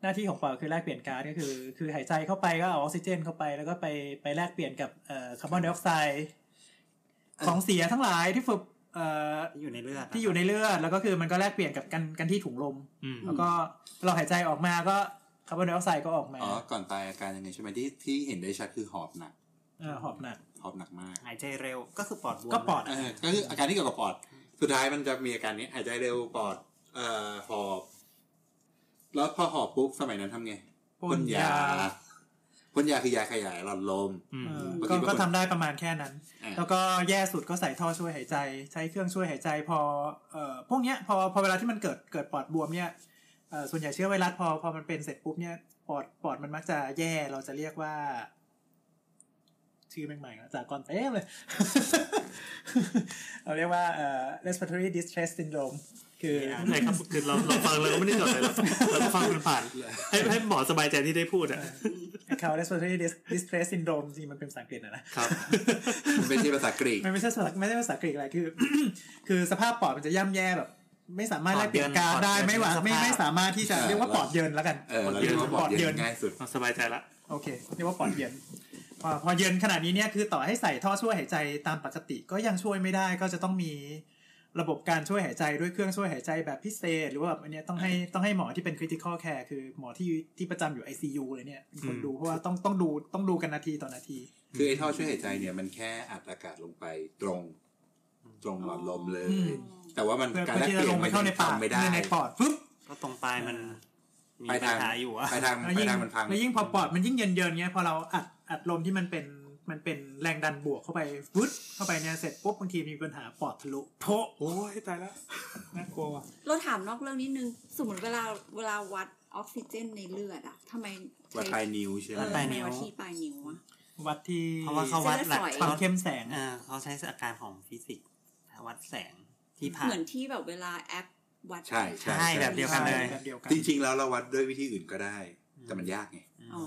หน้าที่ของปอดคือแลกเปลี่ยนการก็คือ คือหายใจเข้าไปก็เอาออกซิเจนเข้าไปแล้วก็ไปไปแลกเปลี่ยนกับเอ่อคาร์บอนไดออกไซด์ของเสียทั้งหลายที่ฝึกเอ่อ ที่อยู่ในเลือดะ ที่อยู่ในเลือดแล้วก็คือมันก็แลกเปลี่ยนกับกันกันที่ถุงลม อืม แล้วก็เราหายใจออกมาก็คาร์บอนไดออกไซด์ก็ออกมา อ๋อ ก่อนตายอาการยังไงใช่ไหมที่ที่เห็นได้ชัดคือหอบหนัก เออหอบหนัก หอบหนักมาก หายใจเร็วก็คือปอดบวม ก็ปอด เออก็คืออาการที่เกี่ยวกับปอด สุดท้ายมันจะมีอาการนี้หายใจเร็วปอด เอ่อหอบ แล้วพอหอบปุ๊บสมัยนั้นทำไงพ่นยาพ่นยาคือยาขยายหลอดลม อืม เออ ปกติ ก็ บางคน ก็ทำได้ประมาณแค่นั้น อ่ะ แล้วก็แย่สุดก็ใส่ท่อช่วยหายใจ ใช้เครื่องช่วยหายใจพอเอ่อพวกเนี้ยพอพอเวลาที่มันเกิดเกิดปอดบวมเนี่ยเอ่อส่วนใหญ่เชื้อไวรัสพอพอมันเป็นเสร็จปุ๊บเนี่ยปอดปอดมันมักจะแย่เราจะเรียกว่า ชื่อแม่งใหม่นะจากก่อนเต็มเลย เราเรียกว่าเอ่อ respiratory distress syndrome คือ ไม่เป็นไรครับคือเราเราฟังเราก็ไม่ได้จดอะไรหรอกเราก็ฟังมันผ่านให้ให้หมอสบายใจที่ได้พูดอ่ะ account respiratory dis- distress syndrome จริงๆมันเป็นภาษาอังกฤษนะนะ ครับ มันเป็นที่ภาษากรีก มันไม่ใช่ภาษาไม่ใช่ภาษากรีกอะไรคือ คือสภาพปอดมันจะย่ำแย่แบบ ไม่สามารถ ป แล อด กเปลี่ยน เยิน การ ปอด ได้ เยิน ไม่หวัง สภาพ ไม่ไม่สามารถที่จะ เออ เรียกว่าปอดเยินแล้วกัน เออเราเรียกว่าปอดเย็นง่ายสุด เราสบายใจละ โอเคเรียกว่าปอดเย็นพอพอเย็นขนาดนี้เนี่ยคือต่อให้ใส่ท่อช่วยหายใจตามปกติก็ยังช่วยไม่ได้ก็จะต้องมีระบบการช่วยหายใจด้วยเครื่องช่วยหายใจแบบพิเศษ หรือว่าแบบอันเนี้ยต้องให้ต้องให้หมอที่เป็น critical care คือหมอที่ที่ประจำอยู่ ICU เลยเนี่ยเป็นคน อืม ดูเพราะว่าต้องต้องดูต้องดูกันนาทีต่อนาที คือไอ้ท่อช่วยหายใจเนี่ยมันแค่อัดอากาศลงไปตรง ตรงหลอดลมเลย อืม แต่ว่ามัน เพื่อ การแลกเพื่อที่ เป จะ ลี่ ล ยน งไปเข้าในปาก มัยังทำไม่ได้ ในปอดปึ๊บ ก็ตรงปลายมันมี ปลาย ปั ทาง ญหาอยู่อะ ปลายทางป แล้ว ลา ยิ่ ย ง ทางมันพัง แล้วยิ่งพอปอดมันยิ่งเย็นเยินๆเงี้ยพอเราอัดอัดลมที่มันเป็นมันเป็นแรงดันบวกเข้าไปวึดเข้าไปเนี่ยเสร็จปุ๊บบางทีมีปัญหาปอดทะลุโพะ โอ้ยตายละ น่ากลัวว่ะ เราถามนอกเรื่องนิดนึง สมมติเวลาเวลาวัดออกซิเจนในเลือดอะทำไม วัดปลายนิ้วใช่ไหม วัดปลายนิ้วที่ปลายนิ้วอะ วัดที่ เพราะว่าเขาวัดหลัก เส้น คเลือดฝวามอย เข้มแสง เออเขาใช้อาการของฟิสิกส์วัดแสงที่ผ่า เห น มือนที่แบบเวลาแอปวัด ใช่ใช่ ใช่แบบเดียวกันเลย แบบเดียวกัน จริงๆแล้วเราวัดด้วยวิธีอื่นก็ได้ แต่มันยากไง อืม อ๋อ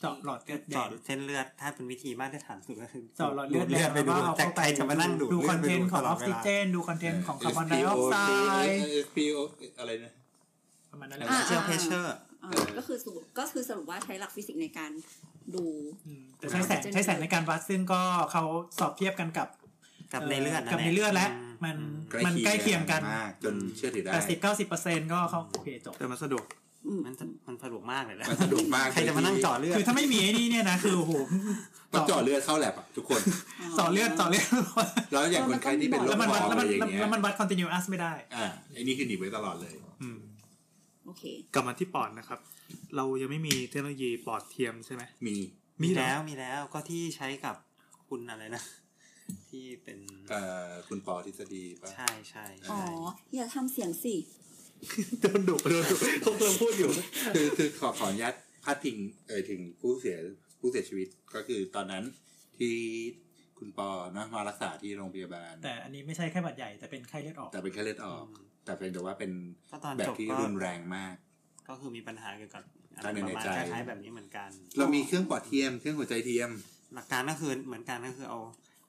เจาะหลอดเลือดแด เจาะ ง เส้นเลือดถ้าเป็นวิธีมาตรฐานสุดก็คือ เจาะหลอดเลือด เลือดไปดู แล้วก็เอา แต่ เข้าไป ใครจะมานั่งดูด ดู เลื ค อ อ ด น ไป เทน ดู ต์ขอตงอ ล อกซิเจ วลาน ดูคอนเทนต์ของคาร์บอนไดออกไซด์ SPO อะไรนะ ประมาณนั้นแหละ อ่า เจลเพเชอร์ อ่าก็คือสรุปก็คือสรุปว่าใช้หลักฟิสิกส์ในการดู อืมแต่ใช้แสงใช้แสงในการวัดซึ่งก็เขาสอบเทียบกันกับ กับในเลือด กับในเลือดแล้ว ม มัน อื มันใกล้เคียงกัน มากจนเชื่อถือได้ แปดสิบเก้าสิบเปอร์เซ็นต์ก็เขาโอเคจบ แต่มันสะดวก อืม มันจะมันสะดวกมากเลยนะ มันสะดวกมาก ใครจะมานั่งเจาะเลือด คือถ้าไม่มีไอ้นี่เนี่ยนะ คือโอ้โห ต้องเจาะเลือดเข้าแลบอะทุกคน เจาะเลือดเจาะเลือด แล้วอย่างคนไข้ที่เป็นโร แล้ คว มัน ค วั อ ดแล้ว อะไรมัน อย่างเงี้ย แล้วมันวัดคอนติเนียสไม่ได้ อ่าไอ้นี่คือหนีไว้ตลอดเลย อืม โอเค กลับมาที่ปอดนะครับ เรายังไม่มีเทคโนโลยีปอดเทียมใช่ไหม มี มี เหรอ แล้วมีแล้วก็ที่ใช้กับคุณอะไรนะ ที่เป็น เอ่อคุณปอทฤษฎีป่ะ ใช่ใช่ อ๋ ใช่ อ๋อ อ อย่าทำเสียงสิ โดนดุโดนดุเขากำลังพูดอยู่ คือคือขอขออนุญาตพาดพิงเอ่ยถึงผู้เสียผู้เสียชีวิตก็คือตอนนั้นที่คุณปอเนอะมารักษาที่โรงพยาบาล แต่อันนี้ไม่ใช่แค่บัดใหญ่แต่เป็นไข้เลือดออก แต่เป็นแค่เลือดออก อืม แต่เป็นแต่ว่าเป็น ก็ตอน แบ จ บบ ที่ ก็ รุนแรงมาก ก็คือมีปัญหาเกี่ยวกับอะ การ ไร เดิน ประ หามาณยใจ คล้ายๆแบบนี้เหมือนกัน เรามีเครื่องปอดเทียมเครื่องหัวใจเทียม หลักการก็คือเหมือนกันก็คือเอา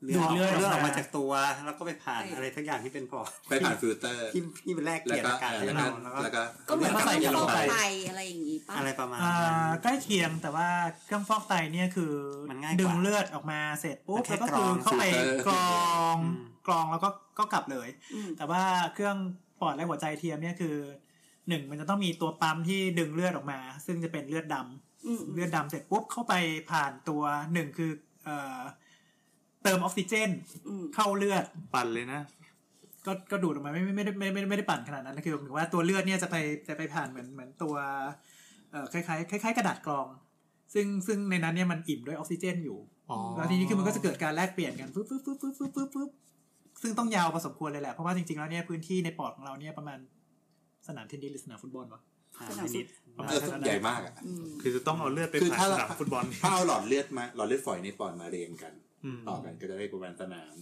เลือ ดู ด ดเลือด เอาเลือด อ อ อ อก ก มา มาจากตัวแล้วก็ไปผ่าน ใช่ อะไรทักอย่างที่เป็นพอ ไปผ่านฟิลเตอร์ ที่ที่เป็นแรกเก แล้ว ลี่ย ก็ อากาศ เอ่อ ให้ แล้ว เรา ก็ แล้วก็ แล้วก็ ก็เหมือน มา ว่า ใส่ ใส่ กันล เข้าง ไป ไปอะไรอย่างงี้ป่ะ อะไรประมาณนั้อ่าน ใกล้เคียงแต่ว่าเครื่องฟอกไตเนี่ยคือ มันง่ายกว่า ดึงเลือดออกมาเสร็จปุ๊บ มันแค่ แล้วก็คืรอกอง เข้าไปกรอง อืม กรองแล้วก็ก็กลับเลย อืม แต่ว่าเครื่องปอดและหัวใจเทียมเนี่ยคือหนึ่งมันจะต้องมีตัวปั๊มที่ดึงเลือดออกมา ซึ่งจะเป็นเลือดดำ อืม เลือดดำเสร็จปุ๊บเข้าไปผ่านตัวหนึ่งคือเอ่อเติมออกซิเจน อืม เข้าเลือด ปั่นเลยนะ ก็ก็ดูดออกมาไม่ไม่ไม่ได้ไม่ไม่ไม่ได้ปั่นขนาดนั้นนะคือหมายถึงว่าตัวเลือดเนี่ยจะไปจะไปผ่านเหมือนเหมือนตัวเอ่อคล้ายๆคล้าย ๆ กระดาษกรอง ซึ่งซึ่งในนั้นเนี่ยมันอิ่มด้วยออกซิเจนอยู่ อ๋อ แล้วทีนี้คือมันก็จะเกิดการแลกเปลี่ยนกันฟึ๊บฟึ๊บฟึ๊บฟึ๊บฟึ๊บฟึ๊บฟึ๊บซึ่งต้องยาวพอสมควรเลยแหละเพราะว่าจริงๆแล้วเนี่ยพื้นที่ในปอดของเราเนี่ยประมาณสนามเทนนิสหรือสนามฟุตบอลวะ อ่าทีนี้ ประมา เอ ณ อใหญ่มากอะ อืม คือจะต้องเอาเลือดไป คือ ผ่าน ถ้า ส เรา นามฟุตบอล ถ้าเอาหลอดเลือดมาหลอดเลือดฝอยในปอดมาเรียงกัน อืม ต่อกันก็จะได้ประมาณสนาม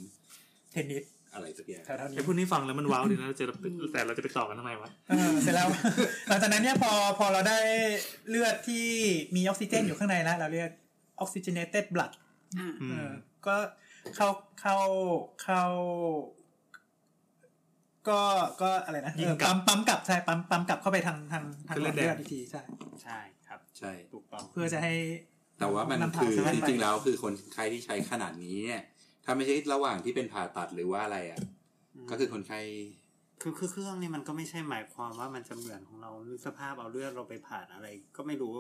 เทนนิส อะไรสักอย่าง แถวๆนี้ ไอ้พวกนี้ฟังแล้วมันว้าวดีนะเราจะไปแต่เราจะไปต่อกันทำไมวะ เออเสร็จแล้ว หลังจากนั้นเนี่ยพอพอเราได้เลือดที่มีออกซิเจนอยู่ข้างในแล้ว เราเรียก oxygenated blood อ่า อื เอ ม อก็เข้าเข้าเข้า ก็ก็อะไรนะเออปั๊มปั๊มกลับใช่ปั๊มปั๊มกลับเข้าไปทางทางทางหลอดเลือดอีกทีใช่ ใช่ครับ ใช่ ถูกต้อง เพื่อจะให้ แต่ว่ามัน ำพ คือ เซเว่น จ ไป ริงๆแล้วคือคนไข้ที่ใช้ขนาดนี้เนี่ยถ้าไม่ใช่ระหว่างที่เป็นผ่าตัดหรือว่าอะไรอ่ะ ก็คือคนไข้ คือคือเครื่องนี่มันก็ไม่ใช่หมายความว่ามันจะเหมือนของเราหรือสภาพเอาเลือดเราไปผ่านอะไร ก็ไม่รู้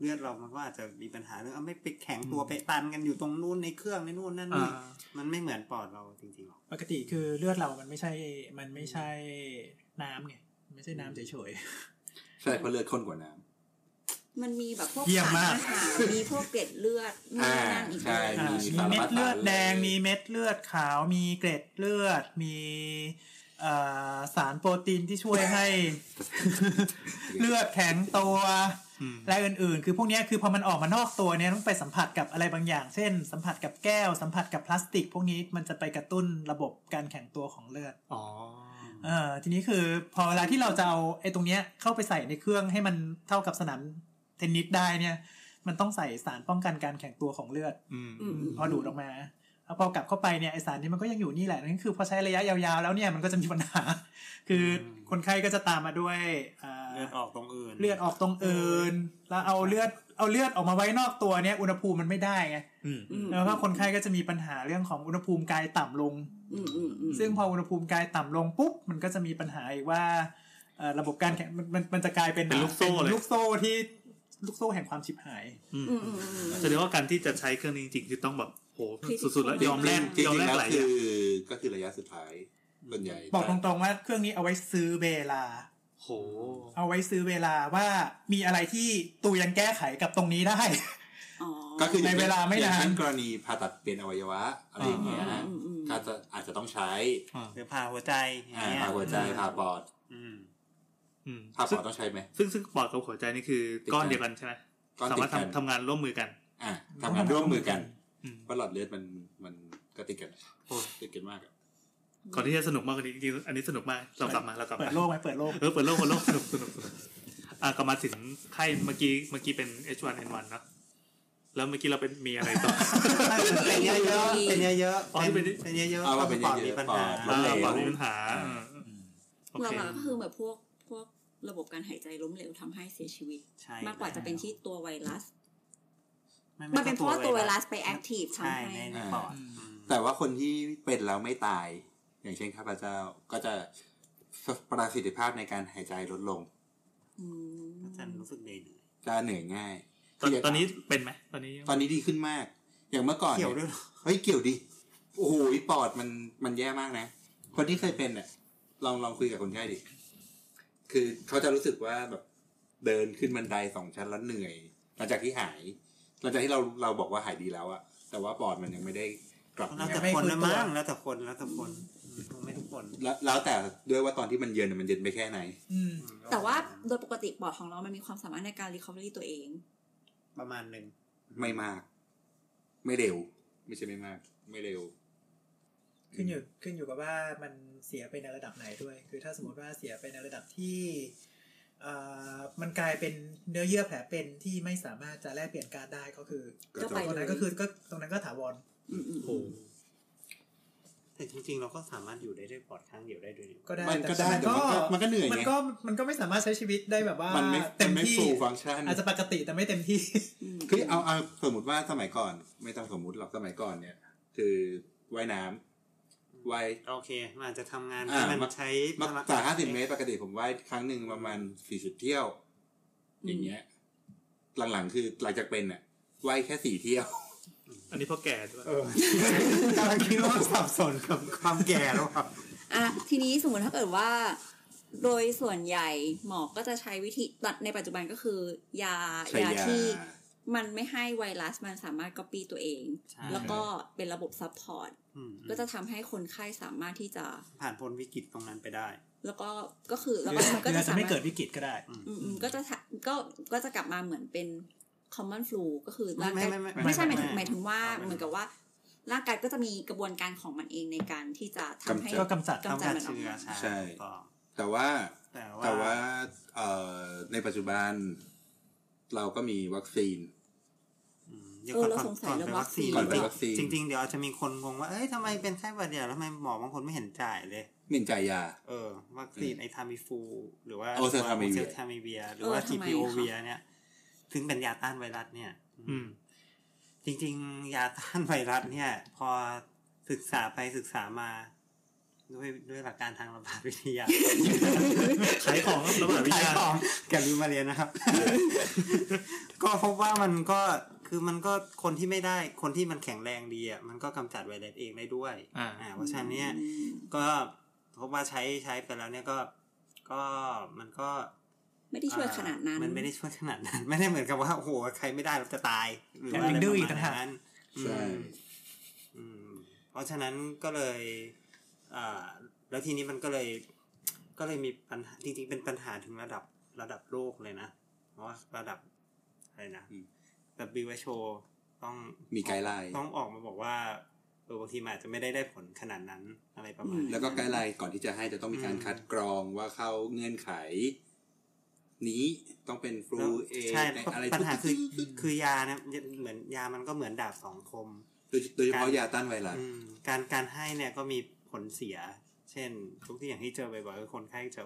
เลือดเรามันก็อาจจะมีปัญหาเรื่องเอาไม่ไปแข็งตัวไปตันกันอยู่ตรงนู้นในเครื่องในนู่นนั่น อ่า นี่มันไม่เหมือนปอดเราจริงๆหรอก ปกติคือเลือดเรามันไม่ใช่ มันไม่ใช่น้ำไงมันไม่ใช่น้ำเฉย ใช่เพราะเลือดข้นกว่าน้ มันมีแบบพวก เยี่ยมมาก สรอาหารมีพวกเกล็ดเลือด ำ นู่ อ่าน นั่นอีกด้ ใช่ วย อ่ามีเม็ดเลือดแดง มีเม็ดเลือดขาว มีเกล็ดเลือด มีเอ่อสารโปรตีนที่ช่วย ให้ เลือดแข็งตัว อืม และอื่นๆ คือพวกเนี้ยคือพอมันออกมานอกตัวเนี่ยต้องไปสัมผัสกับอะไรบางอย่าง เช่น สัมผัสกับแก้ว สัมผัสกับพลาสติก พวกนี้มันจะไปกระตุ้นระบบการแข็งตัวของเลือด อ๋อ เออทีนี้คือพอเวลาที่เราจะเอาไอ้ตรงเนี้ยเข้าไปใส่ในเครื่องให้มันเท่ากับสนามเทนนิสได้เนี่ย มันต้องใส่สารป้องกันการแข็งตัวของเลือด อืม อืม พอดูดออกมาแล้วพอกลับเข้าไปเนี่ยไอสารนี้มันก็ยังอยู่นี่แหละนั่นคือพอใช้ระยะยาวๆแล้วเนี่ยมันก็จะมีปัญหา คือคนไข้ก็จะตามมาด้วยอ่า เลือดออกตรงอื่น เลือดออกตรงเอินแล้วเอาเลือดเอาเลือดออกมาไว้นอกตัวเนี่ยอุณหภูมิมันไม่ได้ไง อืม อืม แล้วก็คนไข้ก็จะมีปัญหาเรื่องของอุณหภูมิกายต่ำลง อืมอืมอืม ซึ่งพออุณหภูมิกายต่ำลงปุ๊บมันก็จะมีปัญหาอีกว่าเอ่อระบบการแข่งมันมันมันจะกลายเป็น เป็นลูกโซ่เลย ลูกโซ่ที่ลูกโซ่แห่งความฉิบหาย อืม อืมอืมอืม แสดงว่าการที่จะใช้เครื่องนี้จริงๆคือต้องแบบโหสุดๆแล้ว จริงๆ ยอมแลก จริ ยอม ง แลกๆแล้ว หลายอ คื ย่าง อก็คือระยะสุดท้ายส่วนใหญ่ บอกตรงๆว่าเครื่องนี้เอาไว้ซื้อเวลา โห เอาไว้ซื้อเวลาว่ามีอะไรที่ตูยังแก้ไขกับตรงนี้ได้ อ๋อ ก็คืออย่ง ในเวลาไม่นาน อย่างเช่นกรณีผ่าตัดเปลี่ยนอวัยวะอะไรอย่างเงี้ย อ่า อืมอืม ก็จะอาจจะต้องใช้ หรือผ่าหัวใจอย่าง อ่า เงี้ย ผ่าหัวใจผ่าปอด อืม อืม ผ่าป ซึ่ อง ดต้องใช้ไหม ซึ่งซึ่งปอดกับหัวใจนี่คือ ติดกัน ก้อนเดียวกันใช่ไหม ก้อน สา ติ มาร ด ถ กัน ทำทำงานร่วมมือกัน อ่าทำงานร่วมมือกัน อืม เพราะหลอดเลือดมันมันก็ติดกันติดกันมากอะ ก่อนที่จะสนุกมากกว่านี้จริงๆอันนี้สนุกมากเรากลับมาเรากลับ เปิ มา ดโลกไหมเปิดโลก เออเปิดโลกเปิดโลกสนุกสนุกอ่ะกลับมาถึงไข้เมื่อกี้เมื่อกี้เป็น H1N1 เนอะแล้วเมื่อกี้เราเป็นมีอะไรต่อ เป็นเยอะๆเป็นเยอะ อ๋อ ๆเป็เป็น นเป็นเยอะๆ เอาว่าเป็นเยอะปๆดมีปัญหา ป ล้ ด ม อ่า เหลว ปอดมีปัญหาอืมโอ ห เค ลักๆก็คือแบบพวกพวกระบบการหายใจล้มเหลวทำให้เสียชีวิต ใช่ มากกว่าจะเป็นที่ตัวไวรัส ไไ มันเป็นเพราะว่าตัวไวรัสไปแอคทีฟ ใช่ในทำให้ ในปอด อืม อืม แต่ว่าคนที่เป็นแล้วไม่ตาย อย่างเช่นข้าพเจ้าก็จะประสิทธิภาพในการหายใจลดลง อืม อาจารย์รู้สึกเหนื่อย จะเหนื่อยง่าย ตอนตอนนี้เป็นไหมตอนนี้ ตอนนี้ดีขึ้นมาก อย่างเมื่อก่อน ๆเกี่ยวด้ นี่ วยเหรอ เฮ้ยเกี่ยวดิโอ้โหปอดมันมันแย่มากนะ คนที่เคยเป็นเนี่ยลองลองคุยกับคนไข้ดิคือเขาจะรู้สึกว่าแบบเดินขึ้นบันไดสองชั้นแล้วเหนื่อย หลังจากที่หาย หลังจากที่เราเราบอกว่าหายดีแล้วอะแต่ว่าปอดมันยังไม่ได้กลับมา แล้วแต่คนนะมั้งแล้วแต่คนแล้วแต่คนอืมคงไม่ทุกคน แล้วแล้วแต่ด้วยว่าตอนที่มันเย็นน่ะมันเย็นไปแค่ไหน อืม อืม แต่ว่าโดยปกติปอดของเรามันมีความสามารถในการ recovery ตัวเอง ประมาณหนึ่ง ไม่มาก ไม่เร็ว ไม่ใช่ไม่มาก ไม่เร็ว ขึ้นอยู่ขึ้นอยู่กับว่ามันเสียไปในระดับไหนด้วย คือถ้าสมมติว่าเสียไปในระดับที่เอ่อมันกลายเป็นเนื้อเยื่อแผลเป็นที่ไม่สามารถจะแลกเปลี่ยนการได้ก็คือ ก็ ก็ จะ ไป ตรงนั้นก็คือก็ตรงนั้นก็ถาวร อืมอืม โอ้โห แต่จริงๆ เราก็สามารถอยู่ได้ด้วยปอดข้างเดียวได้ด้วยนี่ ก็ได้ มันก็ได้ แต่ แต่ มัน มันก็ก็มันก็เหนื่อย มัน ไง ก็มันก็ไม่สามารถใช้ชีวิตได้แบบว่า มันไม่ เต็ม มันไม่ ที่ ฟูฟังก์ชัน อาจจะปกติแต่ไม่เต็มที่ อืม คือเอาเอาสมมติว่าสมัยก่อน ไม่ต้องสมมติหรอกสมัยก่อนเนี่ย คือว่ายน้ำว่าย โอเคมันอาจจะทำงาน อ่า ที่มัน มา ใช้ มากกว่าห้าสิบเมตรปกติผมว่ายครั้งหนึ่งประมาณสี่สิบเที่ยว อย่างเงี้ย หลังๆคือหลังจากเป็นอ่ะว่ายแค่สี่เที่ยว อันนี้พ่อแก่ด้วย กำลังคิดว่าสับสนกับความแก่แล้วครับ อ่ะทีนี้สมมติถ้าเกิดว่า โดยส่วนใหญ่หมอก็จะใช้วิธีตัดในปัจจุบันก็คือ ยา ใช้ ยาย า ที่มันไม่ให้ไวรัสมันสามารถก๊อปปี้ตัวเอง ใช่ แล้วก็เป็นระบบซัพพอร์ต อืม ก็จะทำให้คนไข้สามารถที่จะ ผ่านพ้นวิกฤตตรงนั้นไปได้ แล้วก็ก็คือแล้ว หรื ก็ อ มันก็ หจะรืออาจจะ สาารถ ไม่เกิดวิกฤตก็ได้ อืม อืมอืมก็จะทะก็ก็จะกลับมาเหมือนเป็น common flu ก็คือ ไม่ ร่างกาย ไม่ไม่ไม่ ไม่ใช่ห ไม่ มาย ไม่ ถึงหมายถึงว่า ไม่ เหมือนกับว่าร่างกายก็จะมีกระบวนการของมันเองในการที่จะทำให้ กำจัด ก็กำกำจัดจัดมันออก เชื้อ มา ใช่ ถูกต้อง แต่ว่า แต่ แต่ ว่า ว่าเอ่อในปัจจุบันเราก็มีวัคซีน อืมดี๋ยว เออ ก่อน เรา ก่อน สงสัย ก่อน เรื่ ไป องวั วั ค ค ซี ซีนนก่อนไปวัคซีน จริงๆ เดี๋ยวอาจจะมีคนงงว่า เอ้ยทำไมเป็นไข้หวัดใหญ่แล้วทำไมหมอบางคนไม่เห็นจ่ายเลย เม่นใจายยา เออ วัคซีนไอทามิฟู หรือว่า โอเซอร์ทามิเวีย โอซอร์ทามิเวีย หรือว่า เออทำไม GPOV เนี่ย ถึงเป็นยาต้านไวรัสเนี่ย อืม จริงๆ ยาต้านไวรัสเนี่ย พอศึกษาไปศึกษามา ด้วยด้วยหลักการทางระบาดวิทยา ขายของครับระบาดวิ ขาย ชา ของแกลืมมาเรียนนะครับ ก็พบว่ามันก็คือมันก็คนที่ไม่ได้คนที่มันแข็งแรงดีอ่ะมันก็กำจัดไวรัสเองได้ด้วย อ่า เพราะฉะนั้นเนี่ยก็พบว่าใช้ใช้ไปแล้วเนี่ยก็ก็มันก็ ไม่ได้ช่วยขนาดนั้น อ่มันไม่ได้ช่วยขนาดนั้น ไม่ได้เหมือนกับว่าโอ้โหใครไม่ได้เราจะตายหรือว่า แต่ อะไร มันดื้ออีก ประ ต่ามาณงหาก นั้นอืม ใช่ อืมเพราะฉะนั้นก็เลยอ่าแล้วทีนี้มันก็เลย ก็เลยมีปัญหาจริงๆเป็นปัญหาถึงระดับระดับโลกเลยนะ เพราะว่าระดับอะไรนะ อืม WHO ต้อง มีไกด์ไลน์ ต้องออกมาบอกว่าเออบางทีมันอาจจะไม่ได้ได้ผลขนาดนั้นอะไรประมาณ อืม นั้น แล้วก็ไกด์ไลน์ก่อนที่จะให้จะต้องมีการ อืม คัดกรองว่าเข้าเงื่อนไข นี้ต้องเป็นฟลู แล้ว เอ ใช่ อะไร ปัญหาคือ ทุก คือยานะเหมือนยามันก็เหมือนดาบสองคม โดยโดยเฉพาะยาต้านไวรัส อืมการการให้เนี่ยก็มีผลเสีย เช่น ทุกที่อย่างที่เจอบ่อยๆคือคนไข้จะ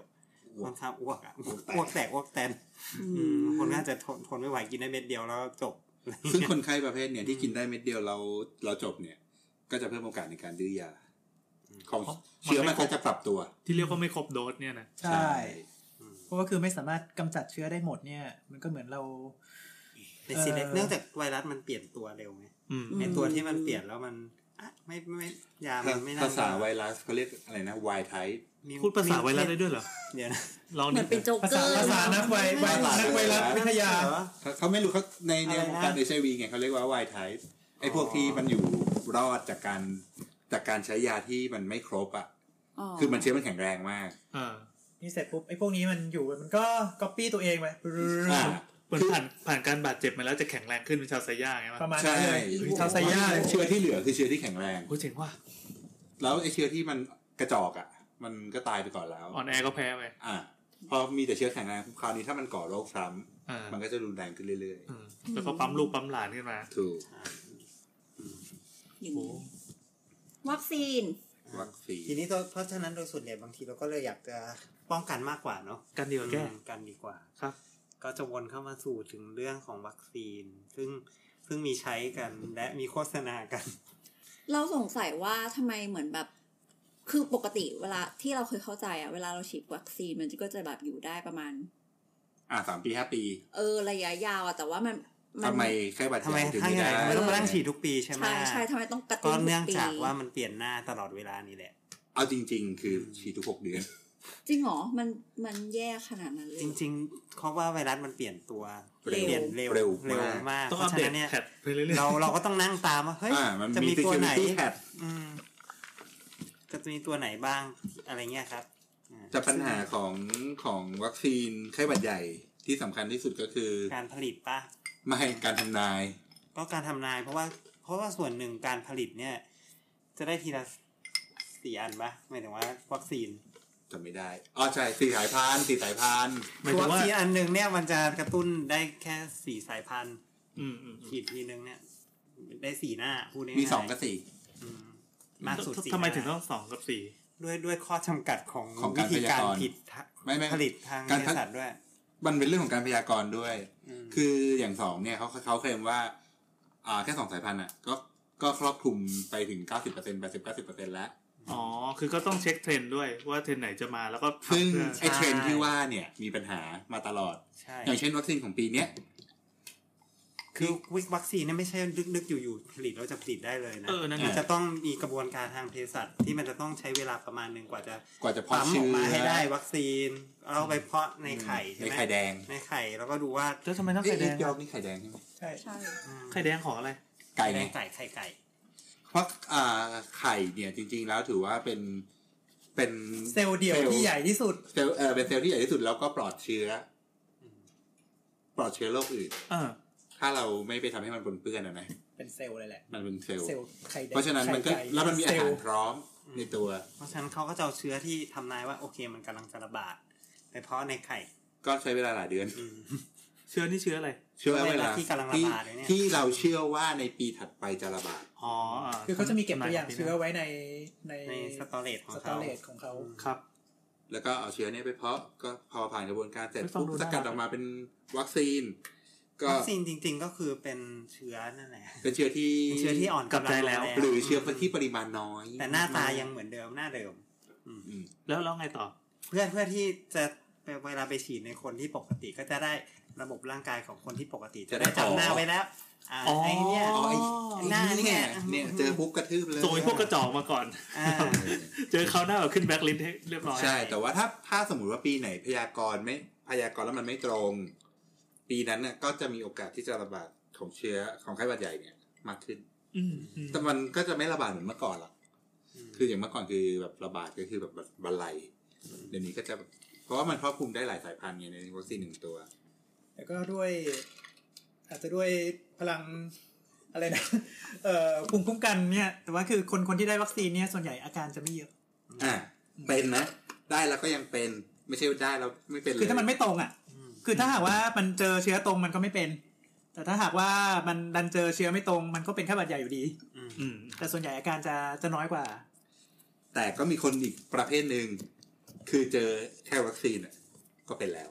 ค่อนข้างอ้วกอะอ้วกแตกอ้วกแตน อื อื ม มคนน่าจะทนทนไม่ไหวกินได้เม็ดเดียวแล้วจบ ซึ่งคนไข้ประเภทเนี่ยที่กินได้เม็ดเดียวเราเราจบเนี่ย ก็จะเพิ่มโอกาสในการดื้อยา อืม ของ เพราะ เชื้อ มั มัน น ไม่ครบ ก็จะปรับตัว ที่เรียกว่าไม่ครบโดสเนี่ยนะ ใช่ เพราะว่าคือไม่สามารถกำจัดเชื้อได้หมดเนี่ย มันก็เหมือนเรา ในซีเล็ก เอ่อ เนื่องจากไวรัสมันเปลี่ยนตัวเร็วไง อืม ไอตัวที่มันเปลี่ยนแล้วมันอ่ะไม่ไม่ไม่ยามันไม่น่ ภาษาไวรัสเขาเรียกอะไรนะวายไทป์ มี พูดภาษาไวรัสได้ด้วยเหรอ เดี๋ยวนะ ลอง เหมื ดิ อนเป็นโจ๊ก ภา เก ษา อร์ ภาษานักไวไวนักไวรัสวิทยา เหรอ เขาเขาไม่รู้เขาในใน อะไรนะ วงการเอชไอวีไงเขาเรียกว่าวายไทป์ไอพวกที่มันอยู่รอดจากการจากการใช้ยาที่มันไม่ครบอ่ะ คือมันเชื้อมันแข็งแรงมาก อ่า นี่เสร็จปุ๊บไอ้พวกนี้มันอยู่มันก็ก๊อปปี้ตัวเองไป อ่ะ เหมือนผ่านผ่านการบาดเจ็บมาแล้วจะแข็งแรงขึ้นเป็นชาวไซย่าไงวะ ประมาณนั้ ใช่ นเลยชาวไซย่าเลย เชื้อที่เหลือคือเชื้อที่แข็งแรง โอ้เจ๋งว่ะ แล้วไอเชื้อที่มันกระจอกอ่ะ มันก็ตายไปก่อนแล้ว ออนแอร์ก็แพ้ไป อ่ะพอมีแต่เชื้อแข็งแรงคราวนี้ถ้ามันก่อโรคซ้ อ่า ำมันก็จะรุนแรงขึ้นเรื่อย อืมแล้วก็ปั๊มลูกปั๊มหลานขึ้นมา ๆ ถูก อย่างนี้วัคซีน วัคซี ที น นี้ตัวเพราะฉะนั้นโดยส่วนใหญ่บางทีเราก็เลยอยากจะป้องกันมากกว่าเนาะ กันดีกว่าแก้ อืมกันดีกว่า ครับ ก็จะวนเข้ามาสู่ถึงเรื่องของวัคซีน ซึ่งซึ่งมีใช้กันและมีโฆษณากัน เราสงสัยว่าทำไมเหมือนแบบ คือปกติเวลาที่เราเคยเข้าใจอะเวลาเราฉีดวัคซีนมันก็จะแบบอยู่ได้ประมาณ อ่ะสามปีห้าปี เออระยะยาวอะแต่ว่ามันน ทำไมไข้หวัด ทำไม ใหญ่ถึง ถ้า ไม่ อย่าง ได้ นั้นมันต้องมานั่งฉีดทุกปีใช่ไหม ใช่ใช่ทำไมต้องกระตุ้ ก็ น เนื่อง ทุปี จากว่ามันเปลี่ยนหน้าตลอดเวลานี่แหละ เอาจริง ๆ คือฉีดทุกหกเดือน จริงเหรอมันมันแย่ขนาดนั้นเลย จริงๆเขาว่าไวรัสมันเปลี่ยนตัว เร็ว เปลี่ยนเร็ว เร็ว เร็ว มาก มาก ต้อง เพ อัราะปฉะ เดต นั้นเนี่ย แพทไปเรื่อย เราเราก็ต้องนั่งตามว่าเฮ้ย อ่ามัน จะมีตัวไหน security patch อืมจะมีตัวไหนบ้างอะไรเงี้ยครับอ่า จะปัญหาของของวัคซีนไข้หวัดใหญ่ที่สำคัญที่สุดก็คือ การผลิตปะ ไม่ให้การทำนาย ก็การทำนายเพราะว่าเพราะว่าส่วนหนึ่งการผลิตเนี่ย จะได้ทีละสี่อันปะหมายถึงว่าวัคซีน จะไม่ได้อ๋อใช่สี่สายพานสี่สายพาน ๆหมายถึ วั ง ค ว่า ซีนอันหนึ่งเนี่ยมันจะกระตุ้นได้แค่สี่สายพันธุ์ อืมอืมอืม ฉีดทีนึงเนี่ย ได้สี่หน้าพูดง่ายๆ มีสองกับสี่ อืมมากสุดสี่ ทำไม หน้า ถึงต้องสองกับสี่ ด้วยด้วยข้อจำกัดของ ของ วิ การ ธีการ พยากรณ์ ผิดทะ ไม่ไม่ ผลิตทาง การ วิทยาศาสตร์ด้วย มันเป็นเรื่องของการพยากรณ์ด้วย ม คืออย่างสองเนี่ยเขาเขาเคลมว่า อ่าแค่สองสายพันธุ์อ่ะ ก็ก็ครอบคลุมไปถึงเก้าสิบเปอร์เซ็นต์แปดสิบเก้าสิบเปอร์เซ็นต์แล้ว อ๋อ คือก็ต้องเช็คเทรนด์ด้วยว่าเทรนด์ไหนจะมาแล้วก็ทำ ซึ่ง เพื่อ ไอ้เทรนด์ที่ว่าเนี่ยมีปัญหามาตลอด ใช่ อย่างเช่นวัคซีนของปีเนี้ย คือวิวัคซีนเนี่ยไม่ใช่นึกๆอยู่ๆผลิตแล้วจะผลิตได้เลยนะ เออนั่นแหละ มันจะต้องมีกระบวนการทางเภสัชที่มันจะต้องใช้เวลาประมาณหนึ่งกว่าจะ กว่าจะเพาะ ปั๊มอ เชื้ อก อ มาให้ได้วัคซีน เอาไปเพาะในไข่ใช่ ใน ไหม ไข่แดง ในไข่แล้วก็ดูว่า แล้วทำไมต้อง เอ้ ไข่ ย แดง ยอกนี่ไข่แดงใช่ไหม ใช่ ใช่ อืม ไข่แดงขออะไร ไก่ แด ไง งไก่ไข่ไก่ เพราะอ่าไข่เนี่ยจริง ๆ แล้วถือว่าเป็นเป็น เซลล์เดี่ยวที่ใหญ่ที่สุด เซลล์เออเป็นเซลล์ที่ใหญ่ที่สุดแล้วก็ปลอดเชื้ออ ม ปลอดเชื้อโรคอื่น เออ ถ้าเราไม่ไปทำให้มันปนเปื้อนอะนะ เป็นเซลล์เลยแหละ มันเป็นเซลล์ เซลล์ไข่แดง เพราะฉะนั้นมันก็ ไข่ไก่ แล้วมันมีอา เซล หาร ล์ พร้อมในตัว เพราะฉะนั้นเขาก็จะเอาเชื้อที่ทำนายว่าโอเคมันกำลังจะระบาดไปเพาะในไข่ ก็ใช้เวลาหลายเดือน อืม เชื้อนี่เชื้ออะไร เชื่อว่าเวลา ที่กำลังระบาดเลยเนี่ย ที่เราเชื่อว่าในปีถัดไปจะระบาด อ๋อ คือเขาจะมีเก็บตัวอย่างเชื้อไว้ในใน ในสตอเรจของ สตอ เขา เรจของเขา ครับ แล้วก็เอาเชื้อเนี้ไปเพาะก็พอผ่านกระบวนการเสร็จ ไม่ฟัง ปุ๊บ ดู ส น่า กัดออกมาเป็นวัคซีน ก็ วัคซีนจริง ๆ ก็คือเป็นเชื้อนั่นแหละ เป็นเชื้อที่ เป็นเชื้อที่อ่อนำง กลับใจแล้ว หรือเชื้อที่ปริมาณน้อย แต่หน้าตายังเหมือนเดิมหน้าเดิม อืม แล้วแล้วไงต่อ เพื่อเพื่อที่จะไปเวลาไปฉีดในคนที่ปกติก็จะได้ระบบร่างกายของคนที่ปกติจะได้จำหน้าไว้แล้วอ่า อ๋อ ไอเนี่ย อ๋อไอ้ อ๋อ ไอ้นี่เนี่ย หน้าเนี่ย เนี่ยเจอปุ๊บกระทืบเลย โจยพวกกระจอกมาก่อน อ่า เจอเขาวหน้าแบบขึ้นแบ็คลิสต์ให้เรียบร้อย ใช่ แต่ว่าถ้าถ้าสมมติว่าปีไหนพยากรณ์ไม่พยากรณ์แล้วมันไม่ตรง ปีนั้นน่ะก็จะมีโอกาสที่จะระบาดของเชื้อของไข้หวัดใหญ่เนี่ยมากขึ้น อืมอืม แต่มันก็จะไม่ระบาดเหมือนเมื่อก่อนหรอก คืออย่างเมื่อก่อนคือแบบระบาดก็คือแบบบันไลเดี๋ยวนี้ก็จะแบบเพราะว่ามันครอบคลุมได้หลายสายพันธุ์ไงในวัคซีนหนึ่งตัว แล้วก็ด้วย อาจจะด้วยพลังอะไรนะ เอ่อภูมิคุ้มกันเนี่ย แต่ว่าคือคนคนที่ได้วัคซีนเนี่ยส่วนใหญ่อาการจะไม่เยอะ อ่ะเป็นนะ ได้แล้วก็ยังเป็น ไม่ใช่ว่าได้แล้วไม่เป็นเลย คือถ้ามันไม่ตรงอ่ะ อืม คือถ้าหากว่ามันเจอเชื้อตรงมันก็ไม่เป็น แต่ถ้าหากว่ามันดันเจอเชื้อไม่ตรง มันก็เป็นแค่บาดใหญ่อยู่ดี อืม อืม แต่ส่วนใหญ่อาการจะจะน้อยกว่า แต่ก็มีคนอีกประเภทหนึ่งคือเจอแค่วัคซีนอ่ะก็เป็นแล้ว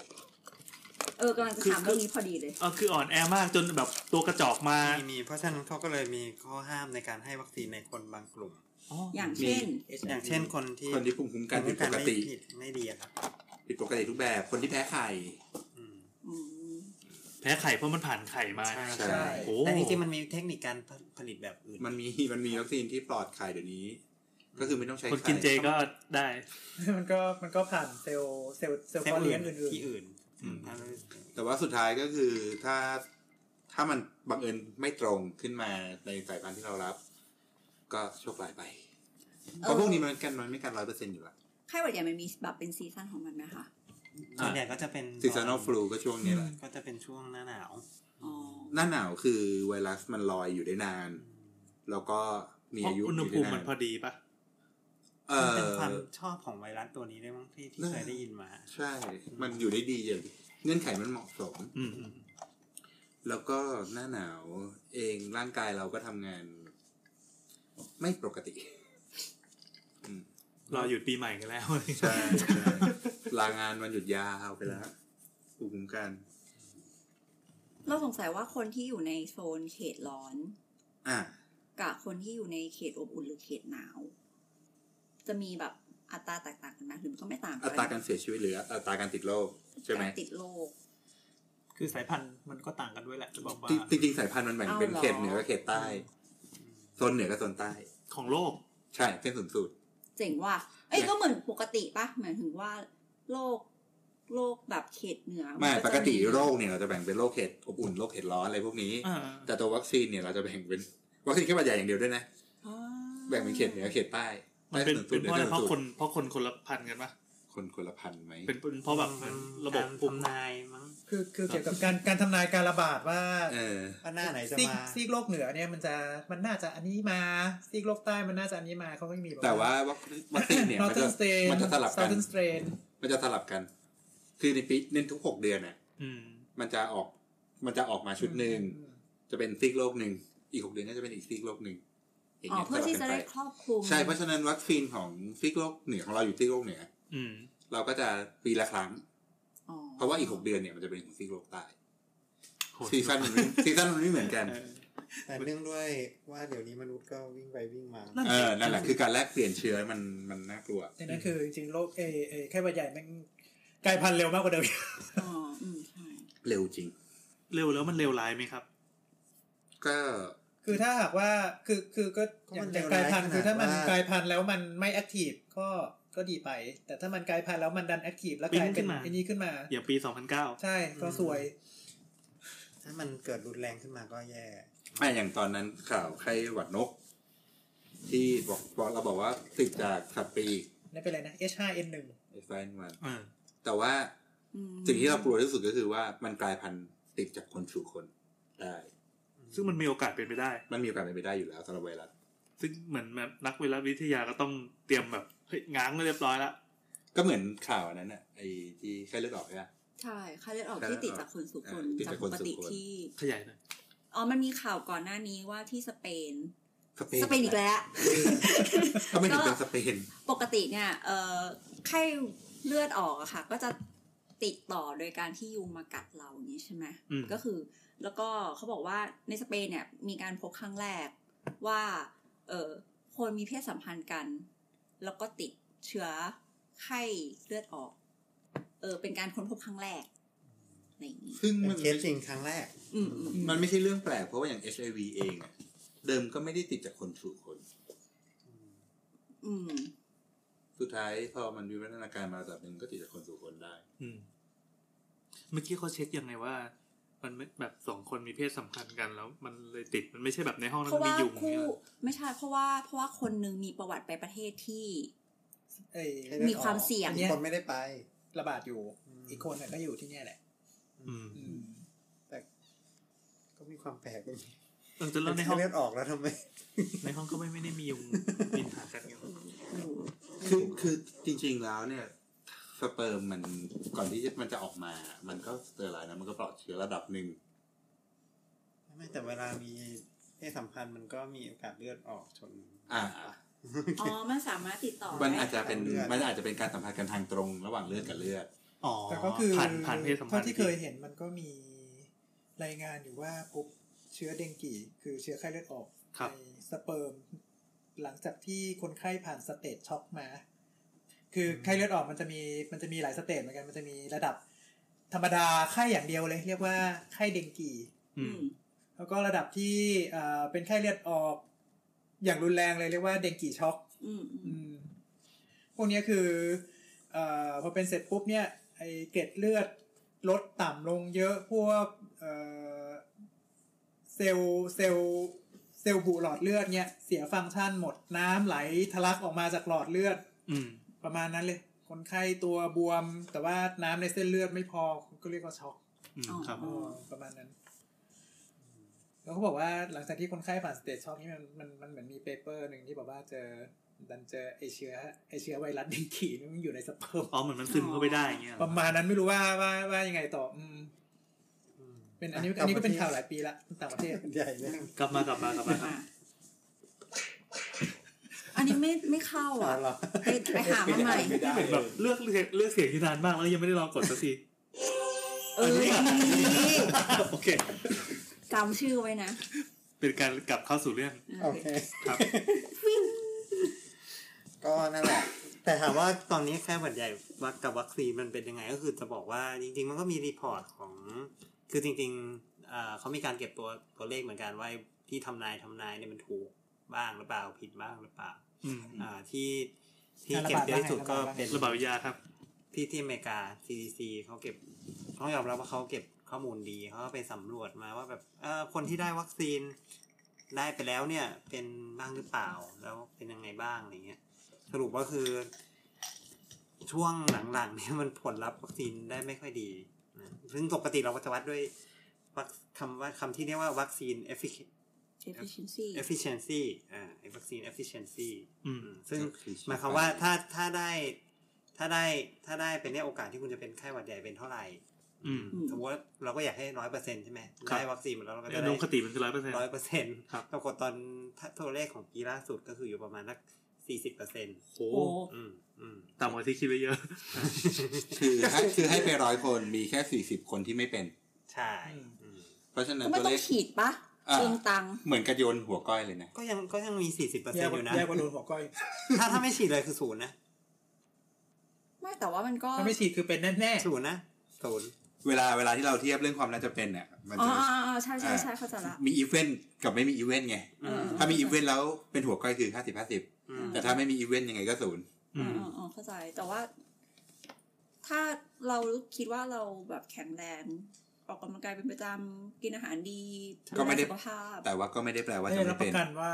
เออกำลังจะถามเรื่องนี้พอดีเลย เออคืออ่อนแอมากจนแบบตัวกระจอกมา มีมีเพราะฉะนั้นเขาก็เลยมีข้อห้ามในการให้วัคซีนในคนบางกลุ่ม อ๋อ อย่างเช่น อย่างเช่นคนที่ คนที่ภูมิคุ้มกันผิดปกติ ผิดไม่ดีอะครับ ผิดปกติทุกแบบ คนที่แพ้ไข่ อืม อืม แพ้ไข่เพราะมันผ่านไข่มา ใช่ ใช่ โอ้ แต่จริงๆมันมีเทคนิคการผลิตแบบอื่น มันมีมันมีวัคซีนที่ปลอดไข่เดี๋ยวนี้ ก็คือไม่ต้องใช้ คน ไข่ กินเจก็ได้ มันก็มันก็ผ่านเซลล์เซลล์เซลล์ เส้น เพาะเลี้ อื่นยงอื่น ที่ ๆ อื่น แต่ว่าสุดท้ายก็คือถ้าถ้ามันบังเอิญไม่ตรงขึ้นมาในสายพันธุ์ที่เรารับ ก็โชคร้ายไป เพราะพวกนี้มันกันมันไม่กันร้อยเปอร์เซ็นต์อยู่ละ ไข้หวัดใหญ่มันมีแบบเป็นซีซั่นของมันไหมคะ ส่วนใหญ่ก็จะเป็น ซีซันอลฟลูก็ช่วงนี้แหละ ก็จะเป็นช่วงหน้าหนาว อ๋อ หน้าหนาวคือไวรัสมันลอยอยู่ได้นาน แล้วก็มี เพราะ อายุ อุณห อยู่ ภูมิมันได้าน พอดีปะ เอ มัน อ เป็นความชอบของไวรัสตัวนี้ได้วยมั้งที่ที่เคยได้ยินมา ใช่ มันอยู่ได้ดีอย่างเงื่อนไขมันเหมาะสม อืมอืม แล้วก็หน้าหนาวเองร่างกายเราก็ทำงาน ไม่ปกติ รอหยุดปีใหม่กั นแล้ว ใช่ลางานวันหยุดยาวไปแล้วภูมิคุ้มกัน เราสงสัยว่าคนที่อยู่ในโซนเขตร้อน อ่ะ กับคนที่อยู่ในเขตอบอุ่นหรือเขตหนาว จะมีแบบอัตราแตกต่างกันไหมหรือมันก็ไม่ต่างกั อัตราการเสียชีวิตหรืออัตราการติดโรคใช่ไหม การติดโรค คือสายพันธุ์มันก็ต่างกันด้วยแหละจะบอกว่า จริงจริงๆสายพันธุ์มันแบ่งเป็น เอาเหรอ เขตเหนือกับเขตใต้โซนเหนือกับโซนใต้ ของโลก ใช่เส้นศูนย์สูตร เจ๋งว่ะเอ้ย เนี่ย ก็เหมือนปกติปะหมายถึงว่าโรคโรคแบบเขตเหนือ ไม่ น ป จะ กติโรคเนี่ยเราจะแบ่งเป็นโรคเขตอบอุ่นโรคเขตร้อนอะไรพวกนี้ อ่า แต่ตัววัคซีนเนี่ยเราจะแบ่งเป็น วัคซีนแค่บาดใหญ่อย่างเดียวด้วยนะ อ่า แบ่งเป็นเขตเหนือเขตใต้ มัน ใต้ เป็น ส้สู เป็น ตรห เพราะอะไร ส้ เพราะ สูต คนเพราะคนคนละพันกันปะ คนคนละพันธุ์ไหม เป็นเป็นเพราะแบบเหมือนระบบภู ภู มิ มินายมั้ง คือคือเกี่ยวกับการการทำนายการระบาดว่า เออ ว่าหน้าไหนจะ ซีก มา ซีกโลกเหนือเนี่ยมันจะมันน่าจะอันนี้มาซีกโลกใต้มันน่าจะอันนี้มาเขาก็ยังมี แต่ว่าวัควัคซีน เนี่ยมันจะ สเตน มันจะสลับกัน นสเตน มันจะสลับกัน คือในปีเน้นทุกหกเดือนน่ะ อืม มันจะออก มันจะออกมาชุดหนึ่ง จะเป็นซีกโลกหนึ่ง อีกหกเดือนก็จะเป็นอีกซีกโลกหนึ่งอย่าง อ๋อ เงี้ย เพื่อที่ ส จะ ลับ ได้ กัน ค ไป รอบคลุม ใช่ เพราะฉะนั้นวัคซีนของซีกโลกเหนือของเราอยู่ซีกโลกเหนือ อืม เราก็จะปีละครั้ง อ๋อ เพราะว่าอีกหกเดือนเนี่ยมันจะเป็นของซีกโลกใต้ โหด ซีซั่นมั นไม่ซีซั่นมันไม่เหมือนกัน แต่เนื่องด้วยว่าเดี๋ยวนี้มนุษย์ก็วิ่งไปวิ่งมา เออ นั่นแหละคือการแลกเปลี่ยนเชื้อมันมันน่ากลัว ดังนั้นคือจริงๆโรคเอเอแค่บาดใหญ่แมันกลายพันธุ์เร็วมากกว่าเดิม อ๋ออืมใช่ เร็วจริง เร็วแล้วมันเร็วร้ายไหมครับ ก็ คือถ้าหากว่าคือคือก็ ก็ อย่าง มัน อย่างกลายพันธุ์คือถ้ามัน เลวร้ายขนาดว่าก ลายพันธุ์แล้วมันไม่แอคทีฟก็ก็ดีไป แต่ถ้ามันกลายพันธุ์แล้วมันดันแอคทีฟแล้วกลายเป็น ปิ๊งขึ้นมา ไอ้นี้ขึ้นมา อย่างปี 2009 ใช่ก็ อืม สวย ถ้ามันเกิดรุนแรงขึ้นมาก็แย่ อ่ะอย่างตอนนั้นข่าวไข้หวัดนก ที่บอกบอกเราบอกว่าติดจากสัตว์ปีก นั่นเป็นอะไรนะ H5N1 ไอ้ไฟนมัน เออ แต่ว่า อืม สิ่งที่เรากลัวที่สุดก็คือว่ามันกลายพันธุ์ติดจากคนสู่คนได้ ซึ่งมันมีโอกาสเป็นไปได้ มันมีโอกาสเป็นไปได้อยู่แล้วสำหรับไวรัส ซึ่งเหมือนแบบนักไวรัสวิทยาก็ต้องเตรียมแบบเฮ้ยง้างไว้เรียบร้อยละ ก็เหมือนข่าวอันนั้นน่ะไอ้ที่ไข้เลือดออกใช่ไหม ใช่ไข้เลือดออกที่ติดจากคนสู่คน ติด จาก จากค ป น ก สู่ ติ คน ที่ ขยายหน่อย อ๋อมันมีข่าวก่อนหน้านี้ว่าที่สเปน สเปน สเปนอีกแล้ว ก็ไม่ถึงเป็นสเปน ปกติเนี่ยเอ่อไข้เลือดออกอะค่ะ ก็จะติดต่อโดยการที่ยุงมากัดเราอย่างนี้ใช่ไหม อืม ก็คือ แล้วก็เขาบอกว่าในสเปนเนี่ยมีการพบครั้งแรกว่าเอ่อคนมีเพศสัมพันธ์กัน แล้วก็ติดเชื้อไข้เลือดออก เออเป็นการค้นพบครั้งแรกอะไรอย่างนี้ ซึ่ง เป็ มัน น เคสจริงครั้งแรก อืมอืม มันไม่ใช่เรื่องแปลกเพราะว่าอย่าง HIV เองอะเดิมก็ไม่ได้ติดจากคนสู่คน อืม สุดท้ายพอมันวิวัฒนาการมาระดับหนึ่งก็ติดจากคนสู่คนได้ อืมเมื่อกี้เขาเช็คยังไงว่า มันไม่แบบสองคนมีเพศสัมพันธ์กันแล้ว มันเลยติดมันไม่ใช่แบบในห้องนั้ เพ น ราะ มี ว่า ยุง คู่ เนี่ย ไม่ใช่เพราะว่าเพราะว่าคนหนึงมีประวัติไปประเทศที่ เอ้ย ไข้เลือดออก มีความเสี่ยง อันเนี้ย คนไม่ได้ไป ระบาดอยู่ อืม อีกคนน่ะก็อยู่ที่เนี่ยแหละ อืม อืม ก็มีความแปลกตรงนี้ เออจะเล่าใน ไข้ ห้อง เลือดออกแล้วทำไม ในห้องก็ไม่ไม่ได้มียุงบินหากันอยู่ ไม่รู้ คือคือจริงๆแล้วเนี่ยสเปิร์มมันก่อนที่มันจะออกมา มันก็สเตอร์ไลน์นะมันก็ปลอดเชื้อระดับหนึ่ง ไม่แต่เวลามีเพศสัมพันธ์มันก็มีโอกาสเลือดออกชน อ่า อ๋อ มันสามารถติดต่อ มันอาจจะเป็น เลือด มันอาจจะเป็นการสัมผัสกันทางตรงระหว่างเลือดกับเลือด อ๋อ แต่ก็คือ ผ่านผ่านเพศสัมพันธ์ เท่าที่เคยเห็นมันก็มีรายงานอยู่ว่าพบเชื้อเดงกีคือเชื้อไข้เลือดออก ครับ ในสเปิร์มหลังจากที่คนไข้ผ่านสเตจช็อกมา คือไข้เลือดออกมันจะมีมันจะมีหลายสเตจเหมือนกันมันจะมีระดับ ธรรมดาไข้อย่างเดียวเลย เรียกว่าไข้เดงกี อื อื ม ม แล้วก็ระดับที่เอ่อเป็นไข้เลือดออก อย่างรุนแรงเลยเรียกว่าเดงกีช็อก อืมอื อื ม มพวกเนี้ยคือเอ่อพอเป็นเสร็จปุ๊บเนี่ยไอเกล็ดเลือดลดต่ำลงเยอะพวกเอ่อเซลล์เซลล์เซลล์บุหลอดเลือดเนี่ยเสียฟังก์ชันหมดน้ำไหลทะลักออกมาจากหลอดเลือด อืม ประมาณนั้นเลย คนไข้ตัวบวม แต่ว่าน้ำในเส้นเลือดไม่พอก็เรียกว่าช็อก อืมครับ เออประมาณนั้น แล้วเขาบอกว่าหลังจากที่คนไข้ผ่านสเตจช็อกนี่มันมันมันเหมือนมีเปเปอร์หนึ่งที่บอกว่าเจอดันเจอไอเชื้อไอเชื้อไวรัสเดงกีนี่มันอยู่ในสเปิร์ม อ๋อเหมือนมันซึมเข้าไปได้อย่างเงี้ยเห ป รอ ระมาณนั้นไม่รู้ว่าว่าว่ายังไงต่ออืมเป็นอันนี้อันนี้ก็เป็นข่าวหลายปีละต่างประเทศ ใหญ่เลย กลับมากลับมากลับมาครับ อ่ะอันนี้ไม่ไม่เข้าอ่ะ เรา ไปไปหามาใหม่ ที่เป็นแบบเลือกเลือกเลือกเสียงที่นานมากแล้วยังไม่ได้ลองกดสักที เออนี่ โอเค จำชื่อไว้นะ เป็นการกลับเข้าสู่เรื่อง โอเค ครับ ก็นั่นแหละ แต่ถามว่าตอนนี้แค่หวัดใหญ่วัคกับวัคซีนมันเป็นยังไง ก็คือจะบอกว่าจริง ๆ มันก็มีรีพอร์ตของ คือจริงๆอ่าเขามีการเก็บตัวตัวเลขเหมือนกันว่าที่ทำนายทำนายเนี่ยมันถูกบ้างหรือเปล่าผิดบ้างหรือเปล่า อืม อ่าที่ที่ การเก็บบระาด เยอะที่สุดก็ ระบาด เป็น ระบาดวิทยาครับ ที่ที่อเมริกา CDC เขาเก็บเขายอมรับว่าเขาเก็บข้อมูลดีเขาก็ไปสำรวจมาว่าแบบเออคนที่ได้วัคซีนได้ไปแล้วเนี่ย เป็นบ้างหรือเปล่าแล้วเป็นยังไงบ้างอะไรเงี้ยสรุปก็คือ ช่วงหลังๆเนี่ยมันผลลัพธ์วัคซีนได้ไม่ค่อยดีนะซึ่งปกติเราก็จะวัดด้วยวัคคำว่าคำที่เรียกว่าวัคซีน effic- เ f ฟ i c i e n c y efficiency อ่าไอ้วัคซีน efficiency อืม อืมซึ่ง หมายความว่าถ้าถ้าได้ถ้าได้ถ้าได้เป็นเนี่ยโอกาสที่คุณจะเป็นไข้หวัดใหญ่เป็นเท่าไหร่ อืม สมมติว่าเราก็อยากให้ร้อยเปอร์เซ็นต์ใช่ไหม ครับ ได้วัคซีนมาแล้วเราก็จะ อุ ได้ ดมคติมันคือร้อยเปอร์เซ็นต์ ร้อยเปอร์เซ็นต์ ครับ ปรากฏตอนถ้าตัวเลขของปีล่าสุดก็คืออยู่ประมาณสักสี่สิบเปอร์เซ็นต์ โอ้ โอ้ อืมอืม ต่ำกว่าที่คิดไว้เยอะ คือให้คือให้ไปร้อยคนมีแค่สี่สิบคนที่ไม่เป็น ใช่อืม เพราะฉะนั้ ก็ น ไม่ ตัว ต้อ เล ง ข ฉีดปะ อ่า เปลืองตังค์ เหมือนกระโยนหัวก้อยเลยนะ ก็ยังก็ยังมีสี่สิบเปอร์เซ็ แย น ก ต์อยู่นะ แยกว่าโดนหัวก้อย ถ้าถ้าไม่ฉีดเลยคือศูนย์นะ ไม่แต่ว่ามันก็ ถ้าไม่ฉีดคือเป็นแน่ ศูนย์นะศูนย์ เวลาเวลาที่เราเทียบเรื่องความน่าจะเป็นเนี่ยมัน อ๋อ จะ อ๋ออ๋อใช่ใช่ใช่เข้าใจละ มีอีเวนต์กับไม่มีอีเวนต์ไง เออ ถ้ามีอีเวนต์แล้วเป็นหัวก้อยคือห้าสิบห้าสิบแต่ถ้าไม่มีอีเวนต์ยังไงก็ศูนย์ อ๋ออ๋ออ๋อเข้าใจแต่ว่า ถ้าเราคิดว่าเราแบบแข็งแรงออกกำลังกายเป็นประจำกินอาหารดีดูแลสุขภาพ แต่ว่าก็ไม่ได้แปลว่าจะ ได้ไม่รับป เป็น ระกันว่า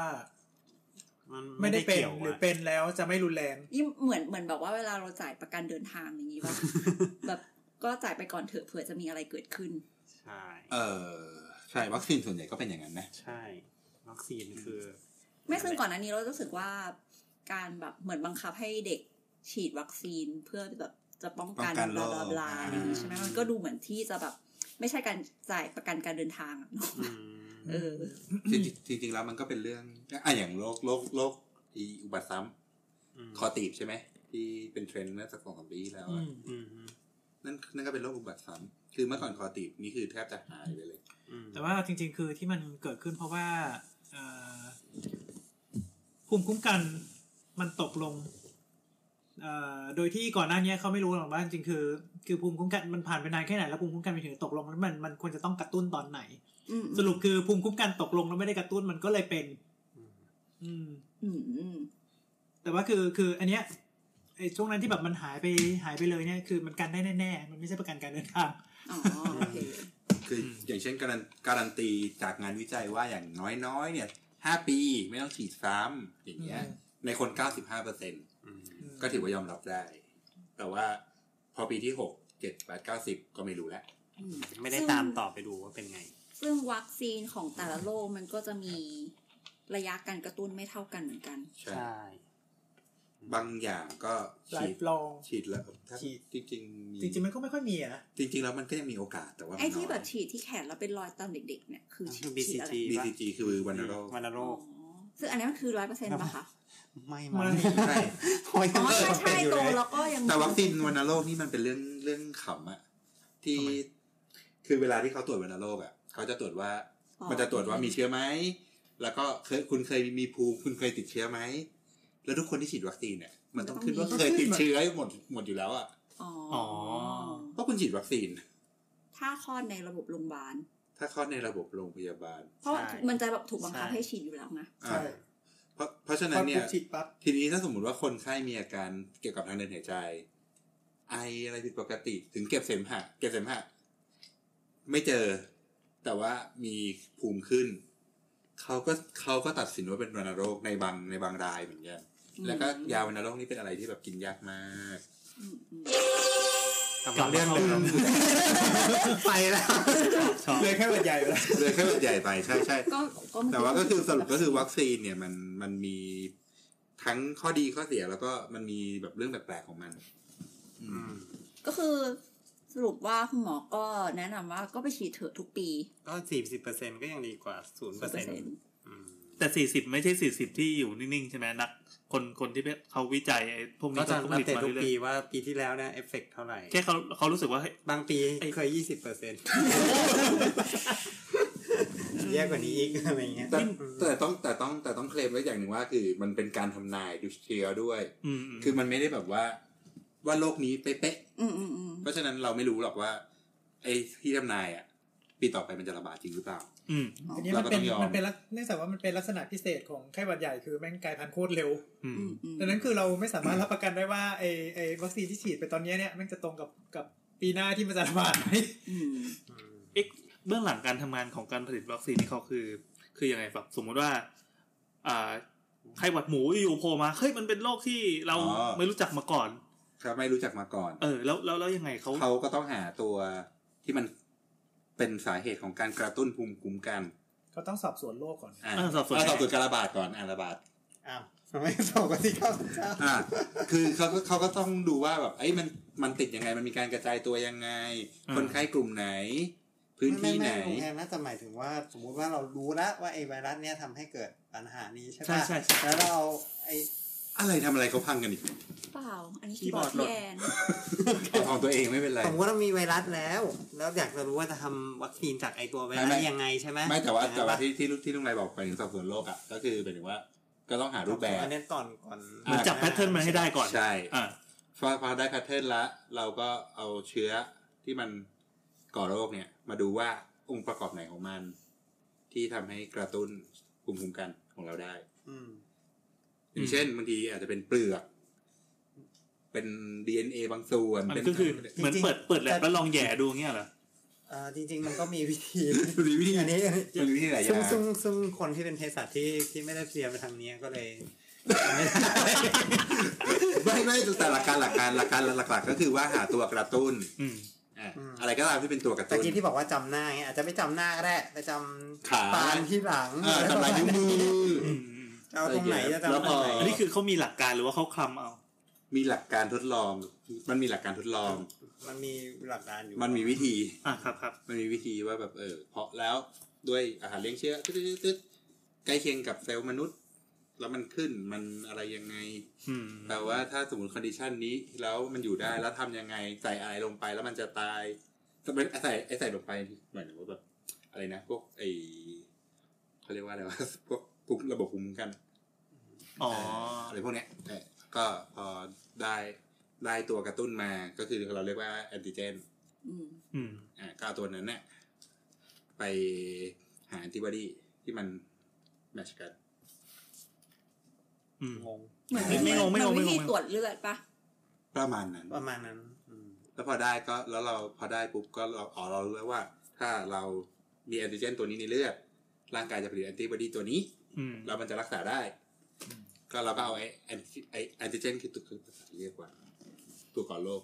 มัน ไม่ได้เป็น กี่ยว หรือะ เป็นแล้วจะไม่รุนแรง ยิ่งเหมือนเหมือนแบบว่าเวลาเราจ่ายประกันเดินทางอย่างนี้ว่า แบบก็จ่ายไปก่อนเถอะเผื่อจะมีอะไรเกิดขึ้น ใช่ เออใช่วัคซีนส่วนใหญ่ก็เป็นอย่างนั้นนะ ใช่ วัคซีนคือ ไม่ซึ่งก่อนอันนี้เรารู้สึกว่าการแบบเหมือนบังคับให้เด็กฉีดวัคซีนเพื่อแบบจะป้องกัน ป้องกับลานโรค บลาบลา อ่า อย่างนี้ใช่ไหมมันก็ดูเหมือนที่จะแบบ ไม่ใช่การจ่ายประกันการเดินทางอะเนอะ อืม เออ จริงจริงๆแล้วมันก็เป็นเรื่องอ่ะอย่างโรคโรคโรคอีอุบัติซ้ ม ำคอตีบใช่ไหมที่เป็นเทรนด์เมื่อสักสองสามปีที่แล้วอะ อืม นั่นนั่นก็เป็นโรคอุบัติซ้ำคือเมื่อก่อนคอตีบนี่คือแทบจะหายไปเลย อืม แต่ว่าจริง ๆ คือที่มันเกิดขึ้นเพราะว่าเอ่อภูมิคุ้มกันมันตกลงเอ่อโดยที่ก่อนหน้าเนี้ยเขาไม่รู้หรอกว่าจริงๆคือ คือภูมิคุ้มกันมันผ่านไปนานแค่ไหนแล้วภูมิคุ้มกันไปถึงตกลงแล้วมันมันควรจะต้องกระตุ้นตอนไหน อืม สรุปคือภูมิคุ้มกันตกลงแล้วไม่ได้กระตุ้นมันก็เลยเป็น อืม อืมอืม แต่ว่าคือคืออันเนี้ยไอ้ช่วงนั้นที่แบบมันหายไปหายไปเลยเนี่ยคือมันกันได้แน่ๆมันไม่ใช่ประกันการเดินทาง อ๋อโอเค คือออย่างเช่นการันการันตีจากงานวิจัยว่าอย่างน้อยๆ เนี่ยห้าปีไม่ต้องฉีดซ้ำอย่างเงี้ย อืม ในคน 95เปอร์เซ็น อืม ก็ถือว่ายอมรับได้ แต่ว่าพอปีที่หกเจ็ดแปดเก้าสิบก็ไม่รู้แล้ว อืม ไม่ได้ตามต่อไปดูว่าเป็นไง ซึ่งวัคซีนของแต่ละโรคมันก็จะมีระยะการกระตุ้นไม่เท่ากันเหมือนกัน ใช่ บางอย่างก็ หลา ฉี ย ด ลอง ฉีดแล้วถ้า ฉีด จริงๆมี จริงๆมันก็ไม่ค่อยมีอะนะ จริงๆ แล้วมันก็ยังมีโอกาสแต่ว่า ไอ้ที่ มันน้ย แบบฉีดที่แขนแล้วเป็นรอยตอนเด็กๆ เนี่ยคือฉีด คือ BCG ฉีดอะไร BCG คือวันโรค วัณโร อ๋อ ค ซึ่งอันนี้มันคือร้อยเปอร์เซ็นต์ป่ะคะ ไม่ ไม่ ไม่ ใช่ โอ้ย อ๋อ ยัง ใช่ เป็ ใช่ นอยู่ โต เลย แล้วก็ยัง แต่วัคซีนวันโรคนี่มันเป็นเรื่องเรื่องขำอะที่คือเวลาที่เขาตรวจวันโรคอะเขาจะตรวจว่า มันจะตรวจว่ามีเชื้อไหม แล้วก็เคยคุณเคยมีภูมิคุณเคยติดเชื้อไหม แล้วทุกคนที่ฉีดวัคซีนเนี่ย มันต้องขึ้นว่าเคยติดเชื้อหมดหมดอยู่แล้วอ่ะ อ๋ออ๋อ๋อ อ เพราะคุณฉีดวัคซีน ถ้าคลอดในระบบโรงพยาบาล ถ้าคลอดในระบบโรงพยาบาล เพราะว่ามันจะแบบถูกบังคับให้ฉีดอยู่แล้วนะ อ่าเพราะเพราะฉะนั้นเนี่ย ฉีดปั๊บ ทีนี้ถ้าสมมติว่าคนไข้มีอาการเกี่ยวกับทางเดินหายใจ ไออะไรผิดปกติ ถึงเก็บเสมหะเก็บเสมหะไม่เจอ แต่ว่ามีภูมิขึ้น เขาก็เขาก็ตัดสินว่าเป็นวัณโรคในบางในบางรายเหมือนกัน แล้วก็ยาวัณโรคนี่เป็นอะไรที่แบบกินยากมาก อืมอืม กลับเรื่องเดิมไปแล้วชอบ เลยแค่บรรยายเลยแค่บรรยายไปใช่ใช่ ก็ก็มัน แต่ว่าก็คือสรุปก็คือวัคซีนเนี่ยมันมันมีทั้งข้อดีข้อเสียแล้วก็มันมีแบบเรื่องแปลกๆของมัน อืม ก็คือสรุปว่าคุณหมอก็แนะนำว่าก็ไปฉีดเถอะทุกปี ก็สี่สิบเปอร์เซ็นก็ยังดีกว่าศูนย์เปอร์เซ็น 10% แต่สี่สิบไม่ใช่สี่สิบที่อยู่นิ่งๆใช่ไหมนัก คนคนที่เขาวิจัยไอ้พวก ก็ นี้ จะ เขาผ อัป ลิต เดต มา ทุก เรื่ ปี อย ว่าปีที่แล้วเนี่ยเอฟเฟกเท่าไหร่ ๆแค่เขาเขารู้สึกว่า บางปีเคยยี่สิบเปอร์เซ็นแย่กว่านี้อีก อะไรเงี้ย แต่แต่ต้องแต่ต้องแต่ต้องเคลมไว้อย่างหนึ่งว่าคือมันเป็นการทำนายดูเชื้อด้วย อืม คือมันไม่ได้แบบว่า ว่าโลกนี้เป๊ะ อืมอืมอืม ๆเพราะฉะนั้นเราไม่รู้หรอกว่า ไอ้ที่ทำนายอ่ะปีต่อไปมันจะระบาดจริงหรือเปล่า อืม อันนี้มันเป็น เราก็ต้องยอม มันเป็นลักษเนื่องจากว่ามันเป็นลักษณะพิเศษของไข้หวัดใหญ่คือแม่งกลายพันธุ์โคตรเร็ว อืม อืมอืม ดังนั้นคือเราไม่สามารถรับประกันได้ว่าไอไอวัคซีนที่ฉีดไปตอนเนี้ยเนี่ยแม่งจะตรงกับกับปีหน้าที่มันจะระบาดไหม อืม เอ๊ะเบื้องหลังการทำงานของการผลิตวัคซีนนี่เขาคือ คือยังไงแบบสมมุติว่า อ่าไข้หวัดหมูอยู่โผล่มาเฮ้ยมันเป็นโรคที่เรา อ๋อ ไม่รู้จักมาก่อน ถ้าไม่รู้จักมาก่อน เออ แล้วแล้วแล้วยังไงเขา เขาก็ต้องหาตัวที่มันเป็นสาเหตุของการกระตุ้นภูมิคุ้มกัน เขาต้องสอบสวนโรคก่อน อ่ะ อ่าสอบสวน อ่ะสอบสวนการระบาดก่อนอ่าระบาด อ้าวทำไมสองกับที่เก้าสิบเก้า อ่าคือเขาก็เขาก็ต้องดูว่าแบบ เอ้ยมันมันติดยังไง มันมีการกระจายตัวยังไง คนไข้กลุ่มไหน พื้นที่ไหน ไม่ไม่ไม่โรงแรมน่าจะหมายถึงว่า สมมุติว่าเรารู้แล้วว่าไอ้ไวรัสเนี้ยทำให้เกิดปัญหานี้ใช่ ใช่ ปะ ใช่ใช่ แล้วเราเอาไอ้ อะไรทำอะไรเขาพังกันอีก เปล่า อันนี้คีย์บอร์ดพี่แอน เอาของตัวเองไม่เป็นไร สมมติว่ามีไวรัสแล้ว แล้วอยากจะรู้ว่าจะทำวัคซีนจากไอตัวไว ไม่ รั ไม่ สยังไงใช่ไหม ไม่แต่ว่า อย่งนั้แต่น ว่า ปะ ที่ที่ที่ลุงไรบอกไปถึงสอบสวนโลกอ่ะก็คือเป็นถึงว่า ก็ต้องหารูปแบบ อันนี้ก่อนก่อน อ่ะ มันจับแพทเทิร์นมันให้ได้ก่อน ใช่ อ่า พอพอได้แพทเทิร์นละ เราก็เอาเชื้อที่มัน ก่อโรคเนี่ย มาดูว่าองค์ประกอบไหนของมัน ที่ทำให้กระตุ้นภูมิคุ้มกันของเราได้ อืม อย่างเช่นบางทีอาจจะเป็นเปลือก เป็น DNA บางส่วน มัน เป็น ก็คือเหมือน จริงๆ เปิดเปิดแลบแล้วลองแหย่ดูเงี้ยเหรอ เอ่อจริง ๆ มันก็มีวิธี มีวิธี อันนี้อันนี้ มันมีวิธีหลายอ ซึ่ง ย่าง ซึ่งซึ่งคนที่เป็นเภสัชที่ที่ไม่ได้เรียนไปทางเนี้ยก็ เลยไม่ได้ ไม่ไม่แต่หลักการหลักการหลักการหลักๆก็คือว่าหาตัวกระตุ้น อืม อ่ะ อืม อะไรก็ตามที่เป็นตัวกระ ตะ ตุ้น กี้ที่บอกว่าจำหน้าไงอาจจะไม่จำหน้าก็ได้แต่จำ ขา ปานที่หลัง เออทำลายนิ้วมือ อืมอืม จะเอาตรงไหนจะจำตรงไหน แล้วพ อันนี้คือเขามีหลักการหรือว่าเขาคลำเอา มีหลักการทดลอง มันมีหลักการทดลอง มันมีหลักการอยู่ มันมีวิธี อ่ะครับครับ มันมีวิธีว่าแบบเออเพาะแล้วด้วยอาหารเลี้ยงเชื้อตึ๊ดตึ๊ดตึ๊ดใกล้เคียงกับเซลล์มนุษย์ แล้วมันขึ้นมันอะไรยังไง อืม แปลว่าถ้าสมมติคอนดิชันนี้ แล้วมันอยู่ได้แล้วทำยังไงใส่อะไรลงไปแล้วมันจะตายแต่เป็นใส่ไอใส่ลงไปหมายถึงว่าแบบอะไรนะพวกไอเขาเรียกว่าอะไรว ะ พวกพวกระบบภูมิคุ้มกัน อ๋อ อะไรพวกเนี้ยเออก็พอได้ได้ตัวกระตุ้นมาก็คือเราเรียกว่าแอนติเจน อืม อืม อ่าก็เอาตัวนั้นเนี่ยไปหาแอนติบอดีที่มันแมชกัน อืม งง เหมือน ไม่ไม่งงไม่งง เหอนวิธี ไม่งง ตรวจเลือดปะ ประมาณนั้น ประมาณนั้นอืม แล้วพอได้ก็แล้วเราพอได้ปุ๊บก็เราอ๋อเรารู้แล้วว่า ถ้าเรามีแอนติเจนตัวนี้ในเลือดร่างกายจะผลิตแอนติบอดีตัวนี้ อืม แล้วมันจะรักษาได้ ก็เราก็เอาไอแอนติไอแอนติเจนคือตัวคือภาษาเรียกว่า ตัวก่อโรค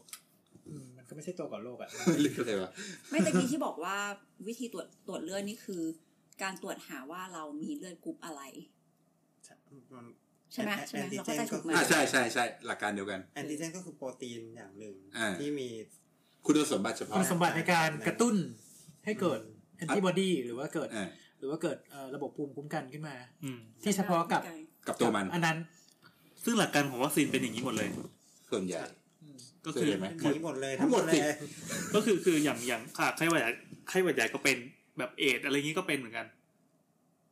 อืมมันก็ไม่ใช่ตัวก่อโรคอะ เรียกอะไรวะ ไม่แต่กี้ที่บอกว่าวิธีตรวจตรวจเลือดนี่คือ การตรวจหาว่าเรามีเลือดกรุ๊ปอะไร มัน ใช่ไหมใช่ไหม แอนติ เรา เจน เข้าใจถูกไหม ก็ อ่าใช่ใช่ใช่หลักการเดียวกัน แอนติเจนก็คือโปรตีนอย่างหนึ่ง อ่า ที่มี คุณสมบัติเฉ คุ พาะ ณสมบัติในการกระตุ้นให้เกิด อืม แอนติบอดีหรือว่าเกิด อ่า หรือว่าเกิดเอ่อระบบภูมิคุ้มกันขึ้นมา อืม ที่เฉพาะกับ กับตัวมัน อันนั้น ซึ่งหลักการของวัคซีนเป็นอย่างนี้หมดเลย ส่วนใหญ่ อืม ก็คือ เคยเห็นไหม หมดหมดเลย ทั้งหมด เล สิ ย ก็คือคืออย่างอย่างค่ะไข้หวัดใหญ่ไข้หวัดใหญ่ก็เป็นแบบเอดส์อะไรอย่างนี้ก็เป็นเหมือนกัน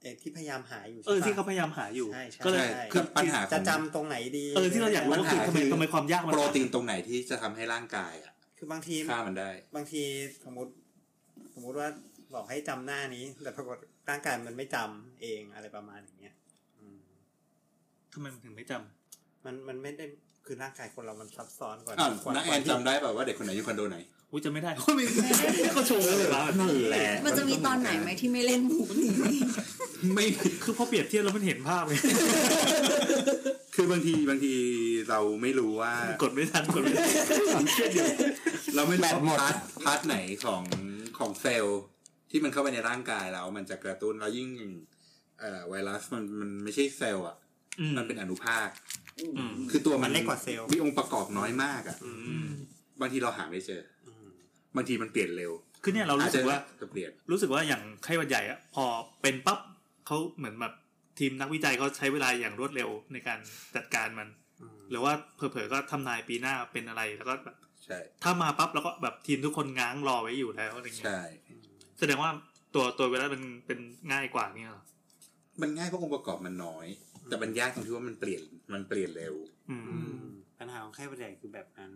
เอกที่พยายามหาอยู่ เออ ใช่ปะ ที่เขาพยายามหาอยู่ ใช่ใช่ ก็เลย ใช่ คื คือ อ ปัญหาข จะ อง จำตรงไหนดี เออที่เราอยากรู้ก็คือทำไม ปัญหาคือ ทำไมความยากมัน โปรตีนตรงไหนที่จะทำให้ร่างกายอ่ะ คือบางที ฆ่ามันได้ บางทีสมมติสมมติว่าบอกให้จำหน้านี้ แต่ปรากฏร่างกายมันไม่จำเองอะไรประมาณอย่างเงี้ยอืม ทำไมมันถึงไม่จำ มันมันไม่ได้คือร่างกายคนเรามันซับซ้อนกว่า อ้าว กว่า นักแอนจำได้เปล่าว่าเด็กคนไหนอยู่คอนโดไหน อุ้ยจะไม่ได้ เขาไม่ได้เขาโชว์เลยว่า นั่นแหละ มันจะมีตอนไหนไหมที่ไม่เล่นหูหนี ไม่ คือพอเปรียบเทียบแล้วมันเห็นภาพไง คือบางทีบางทีเราไม่รู้ว่า กดไม่ทันกดไม่ทัน เราไม่รู้ว่าพาร์ทพาร์ทไหนของของเซลล์ที่มันเข้าไปในร่างกายเรา มันจะกระตุ้นแล้วยิ่งเอ่อไวรัสมันมันไม่ใช่เซลล์อ่ะ อืม มันเป็นอนุภาค อืม คือตัว มั มัน นเล็กกว่าเซลล์ มีองค์ประกอบน้อยมากอ่ะ อืม บางทีเราหาไม่เจอ อืม บางทีมันเปลี่ยนเร็ว คือเนี่ยเรารู้สึกว่า อจจะเปลี่ยน รู้สึกว่าอย่างไข้หวัดใหญ่อะพอเป็นปั๊บเขาเหมือนแบบทีมนักวิจัยเขาใช้เวลาอย่างรวดเร็วในการจัดการมัน อืม หรือว่าเผลอๆก็ทำนายปีหน้าเป็นอะไรแล้วก็แบบ ใช่ ถ้ามาปั๊บแล้วก็แบบทีมทุกคนง้างรอไว้อยู่แล้วอะไรเงี้ย ใช่ แสดงว่าตัวตัวเวลามันเป็นง่ายกว่าเงี้ยเหรอ มันง่ายเพราะองค์ประกอบมันน้อย แต่มันยากตรงที่ว่ามันเปลี่ยนมันเปลี่ยนเร็ว อืม อืม ปัญหาของไข้หวัดใหญ่คือแบบนั้น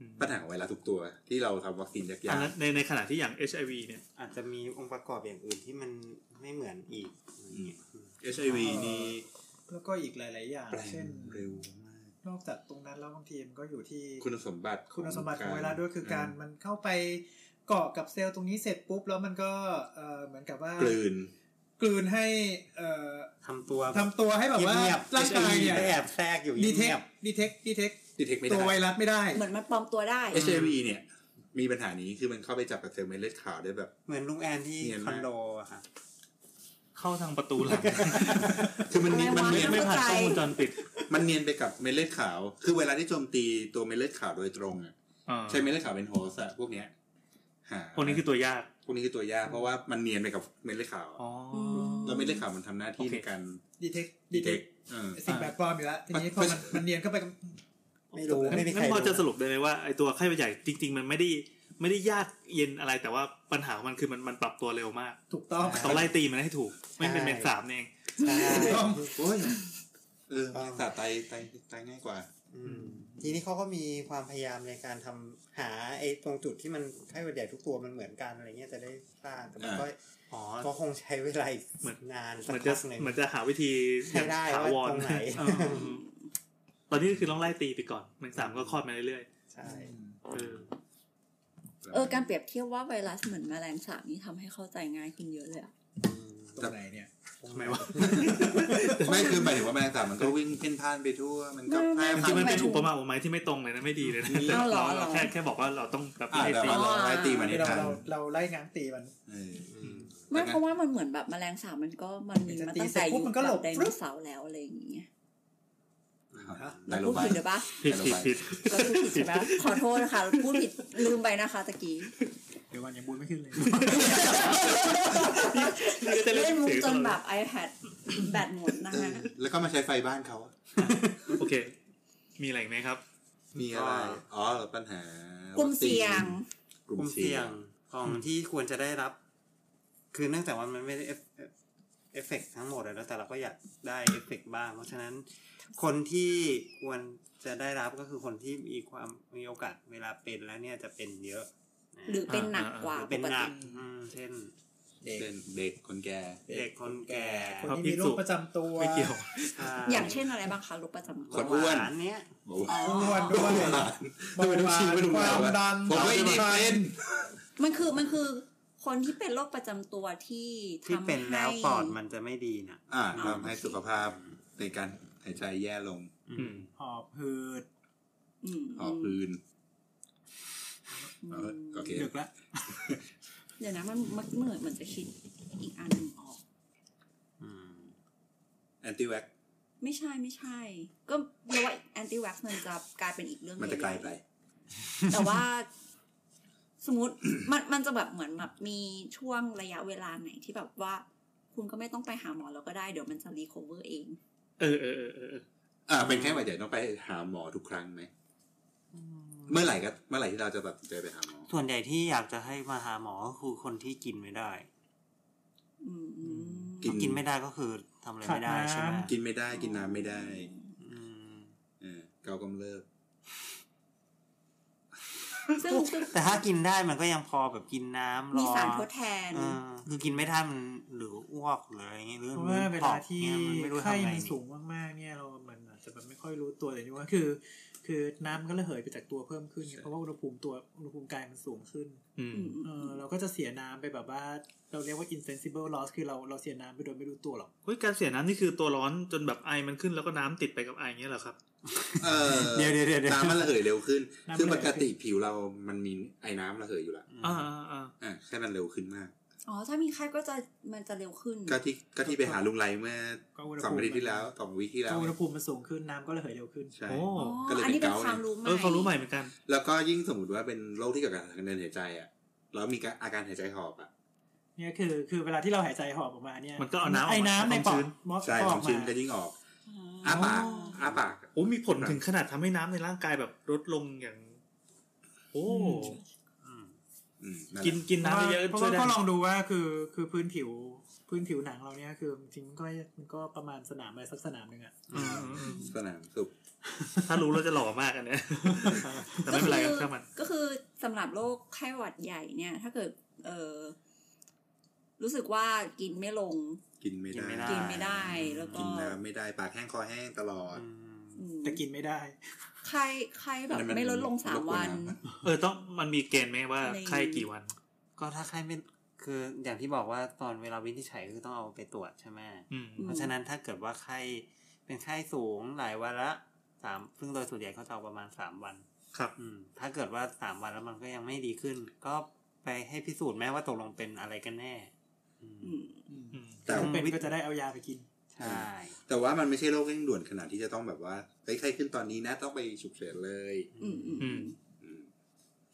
อืม ปัญหาของไวรัสทุกตัวที่เราทำวัคซีนยา อัน ก นั้นในในขณะที่อย่าง HIV เนี่ย อาจจะมีองค์ประกอบอย่างอื่นที่มันไม่เหมือนอีกอะไรอย่างเงี้ย ๆ HIV นี่ แล้วก็อีกหลาย ๆ อย่าง แปลง เช่น เร็วมาก นอกจากตรงนั้นแล้วบางทีมันก็อยู่ที่ คุณสมบัติ คุณสมบัติของไวรัสด้วยคือการ ม มันเข้าไปเกาะกับเซลล์ตรงนี้เสร็จปุ๊บแล้วมันก็เอ่อเหมือนกับว่าก ก ลืน กลืนให้เอ่อ ทำตัว ทำตัวให้แบบว่า เงียบ ร่างกายเนี่ย ไปแอบแทรกอยู่ ดีเท เงี ค ยบ ดีเทคดีเทค ดีเทคไม่ ตั ได้ วไวรัสไม่ได้ เหมือนมันปลอมตัวได้ HIV เนี่ย มีปัญหานี้คือมันเข้าไปจับกับเซลล์เม็ดเลือดขาวได้แบบ ๆเหมือนลุงแอนที่ เนียน ค มาอกนโดอะค่ะ เข้าทางประตูหลัง คือมันเนียน อะไรวะ มันเนียน ไม่ผ่านกล้องวงจรปิด มันเนียนไปกับเม็ดเลือดขาว คือเวลาที่โจมตีตัวเม็ดเลือดขาวโดยตรงอะ อ่า ใช้เม็ดเลือดขาวเป็นโฮสต์อะพวกเนี้ยหา คนนี้คือตัวยาก พวกนี้คือตัวยากเพราะว่ามันเนียนไปกับเม็ดเลือดขาว อ๋ออ ม แล้วเม็ดเลือดขาวมันทำหน้าที่ โอเค ในการ ดีเทค ดีเทคเออ สิ่งแบบปลอมอยู่แล้วทีนี้พอมันมันเรียนเข้าไปกับ ไม่รู้ไม่มีใคร งั้นพอ รู้ จะสรุปได้ไหมว่าไอตัวไข้หวัดใหญ่จริง ๆ มันไม่ได้ไม่ได้ยากเย็นอะไรแต่ว่าปัญหาของมันคือมันมันปรับตัวเร็วมาก ถูกต้อง ต้องไล่ตีมันให้ถูก ไม่เป็น ใช่ เมนสามเอง ใช่ โอ้ยเออ ต้อง สาไตไตไตง่ายกว่า อืม ทีนี้เขาก็มีความพยายามในการทำหาไอ้ตรงจุดที่มันไข้หวัดใหญ่ทุกตัวมันเหมือนกันอะไรเงี้ยจะได้สร้างแต่มันก็ อ๋อ ก็คงใช้เวลาอีก เหมือน นาน เห สัก มือนจะ พักหนึ่ง เหมือนจะหาวิธี ใช้ได้ ถา ว่าว ร ตรงไหน เออตอนนี้คือต้องไล่ตีไปก่อนแมงสามก็คลอดมาเรื่อย ใช่ ๆเออ เออการเปรียบเทียบว่าไวรัสเหมือนแมลงสาบนี่ทำให้เข้าใจง่ายขึ้นเยอะเลยอะ ตรงไหนเนี่ย ทำไมวะ ไม่คือหมายถึงว่าแมลงสาบมันก็วิ่งเพ่นพ่านไปทั่วมันก็แพร่ จ พั ริงๆมัน ธุ์ เป็นอุปมาอุปไมยที่ไม่ตรงเลยนะไม่ดีเลยนะแต่ าวเหรอ เราแค่แค่บอกว่าเราต้องแบบ อ่า ไล่ เดี๋ยว ตี เราลองไล่ตีมันให้ เรา ทัน เราเราไล่ง้างตีมัน เออ ไม่เพราะว่ามันเหมือนแบบแมลงสาบมันก็มันมีมาตั้งแต่ มันจะตีเสร็จปุ๊ ยุ บ ค มันก็หลบ แบบไดโนเสาร์แล้วอะไรอย่างเงี้ย ได้ เรา ล พู ง ด มา ผิดหรือปะ ผิดผิดผิด เราพูดผิดใช่ปะขอโทษนะคะเราพูดผิดลืมไปนะคะตะกี้ เดี๋ยววันยังบูนไม่ ขึ้นเลยนี่ ก็จะเล่ เล่ น นมุก เสียง จ ต น ลอแบบด iPad แบตหมดนะ เออ คะ แล้วก็มาใช้ไฟบ้านเขา โอเค มีอะไรอีกไหมครับ มีอะไร อ๋อ ปัญหาก ลุ่มเสี่ยง กลุ่ ก ม ลุ่ม เสี่ เสี่ ย ย ง งของที่ควรจะได้รับ คือเนื่องจากว่ามันไม่ได้เอฟเอฟเฟกต์ทั้งหมดอะแล้วแต่เราก็อยากได้เอฟเฟกต์บ้าง เพราะฉะนั้น คนที่ควรจะได้รับก็คือคนที่มีความมีโอกาสเวลาเป็นแล้วเนี่ยจะเป็นเยอะนะ หรือเป็นหนักกว่า หรือ ป เป็น ก หนั ติ กอืมเช่น เด็ก เป็นเด็กคนแก่ เด็กคนแก่ คนที่มีโรคประจำตัว ไม่เกี่ยว อย่างเช่นอะไรบ้างคะโรคประจำตั ค วน อ้วน หาเนี้ย บอกว่า อ้วนด้วย ทำไมต้องชี้ไปดูเรา ความ วะ ดัน ผมไม่ได้เป็น มันคือมันคือคนที่เป็นโรคประจำตัวที่ ที่ ทำ เป็นแล้ว ให้ ปอดมันจะไม่ดีนะ อ่าทำให้สุขภาพในการหายใจแย่ลง อืม หอบหืด อืม หอบพืน อื เอา ม ละโอเค ดึกแล้ว เดี๋ยวนะมันมันเหมือนเหมือนจะคิดอีกอันหนึ่งออก อืม แอนติแว็ก ไม่ใช่ไม่ใช่ ก็เราว่าแอนติวัคมันจะกลายเป็นอีกเรื่อง มันจะไกลไป แต่ว่า สมมติ มันมันจะแบบเหมือนแบบมีช่วงระยะเวลาไหนที่แบบว่า คุณก็ไม่ต้องไปหาหมอแล้วก็ได้เดี๋ยวมันจะรีคอเวอร์เอง เออเออเออเออเออ อ่า เป็นแค่หวัดใหญ่ต้องไปหาหมอทุกครั้งไหม เมื่อไหร่ก็เมื่อไหร่ที่เราจะตัดสินใจไปหาหมอ ส่วนใหญ่ที่อยากจะให้มาหาหมอก็คือคนที่กินไม่ได้ อืม กิน กินไม่ได้ก็คือทำอะไรไม่ได้ใช่ไหม กินไม่ได้กินน้ำไม่ได้ อืม เออเกากำเริบ ซึ่งซึ่ง แต่ถ้ากินได้มันก็ยังพอแบบกินน้ำรอ มีสารทดแทน เออคือกินไม่ได้มันหรืออ้วกหรืออะไรเงี้ยหรือ เพราะว่าเวลาที่ เนี่ยมันไม่รู้ทำ ไข้ ไง มันสูงมากๆเนี่ยเราเหมือนอาจจะแบบไม่ค่อยรู้ตัวแต่ที่ว่าคือ คือน้ำมันก็ระเหยไปจากตัวเพิ่มขึ้นไงเพราะว่าอุณหภูมิตัวอุณหภูมิกายมันสูงขึ้น อืม อืมอืม เออเราก็จะเสียน้ำไปแบบว่า เราเรียกว่า insensible loss คือเราเราเสียน้ำไปโดยไม่รู้ตัวหรอก เฮ้ยการเสียน้ำนี่คือตัวร้อนจนแบบไอมันขึ้นแล้วก็น้ำติดไปกับไออย่างเงี้ยเหรอครับ เออ เดี๋ยวเดี๋ยวเดี๋ยวเดี๋ยว น้ำมันระเหยเร็วขึ้น น้ำมันระเหย ซึ่งปกติผิวเรามันมีไอ้น้ำระเหยอยู่แล้ว อ่าอ่าอ่า อ่ะแค่มันเร็วขึ้นมาก อ๋อ ถ้ามีไข้ก็จะมันจะเร็วขึ้น ก็ที่ก็ที่ไปหาลุงไรเมื่อ ก็อุณห สอง ภูมิ อาทิตย์ที่แล้วสองวิที่แล้ ก็ ว อุณหภูมิมันสูงขึ้นน้ำก็ระเหยเร็วขึ้น ใช่ โอ้ อ๋อ ก็เลย อัน เป็น นี้เป็น เกาต์ ความรู้ใหม่ เออเขารู้ใหม่เหมือนกัน แล้วก็ยิ่งสมมติว่าเป็นโรคที่เกี่ยวกับทางเดินหายใจอ่ะ แล้วมีอาการหายใจหอบอ่ะ เนี่ยคือคือเวลาที่เราหายใจหอบออกมาเนี่ย มันก็เอาน้ำออกมา ไอ้น้ำในปคอวามชื้ ด น มอส ใช่ ก็ ค อ วา อ ม ก ชื้น มา ก็ยิ่งออก อ๋ อ้าปาก อ๋ออ้ อ้าปาก โอ้มีผลถึงขนาดทำให้น้ำในร่างกายแบบลดลงอย่าง โอ้ อืม อืมนั่นแหละ กินกิน เพราะว่า น้ำเยอะช่วได้เพราะว่ายก็ลองดูว่าคือคือพื้นผิวพื้นผิวหนังเราเนี่ยคือจริงๆมันก็มันก็ประมาณสนามอะไรสักสนามหนึ่งอะ อืมอืมอืม สนามสุข ถ้ารู้เราจะหล่อมากอันเนี้ยแต่ ก็คืไม่เป็นไร อ ครับช่างมัน ก็คือสำหรับโรคไข้หวัดใหญ่เนี่ย ถ้าเกิด เออรู้สึกว่ากินไม่ลง กินไม่ กิน ได้ ไม่ได้ กินไม่ได้แล้วก็ กินน้ำไม่ได้ปากแห้งคอแห้งตลอด อืม อืม แต่กินไม่ได้ ไข้ไข้แบบ มันมัน ไม่ลดลงสามวัน ลดลงนะ เออต้องมันมีเกณฑ์ไหมว่า ใน ไข้กี่วัน ก็ถ้าไข้ไม่คืออย่างที่บอกว่าตอนเวลาวินิจฉัยคือต้องเอาไปตรวจใช่ไหม อืม เพราะฉะนั้นถ้าเกิดว่าไข้เป็นไข้สูงหลายวันละสามซึ่งโดยส่วนใหญ่เขาจะเอาประมาณสามวัน ครับ อืมถ้าเกิดว่าสามวันแล้วมันก็ยังไม่ดีขึ้น ก็ไปให้พิสูจน์แม่ว่าตกลงเป็นอะไรกันแน่ อืม อืม อืม อืม แต่ ถ้า ว่า เป็นก็จะได้เอายาไปกิน ใช่ แต่ว่ามันไม่ใช่โรคเร่งด่วนขนาดที่จะต้องแบบว่าเฮ้ยไข้ขึ้นตอนนี้นะต้องไปฉุกเฉินเลย อืมอืม อืม อืม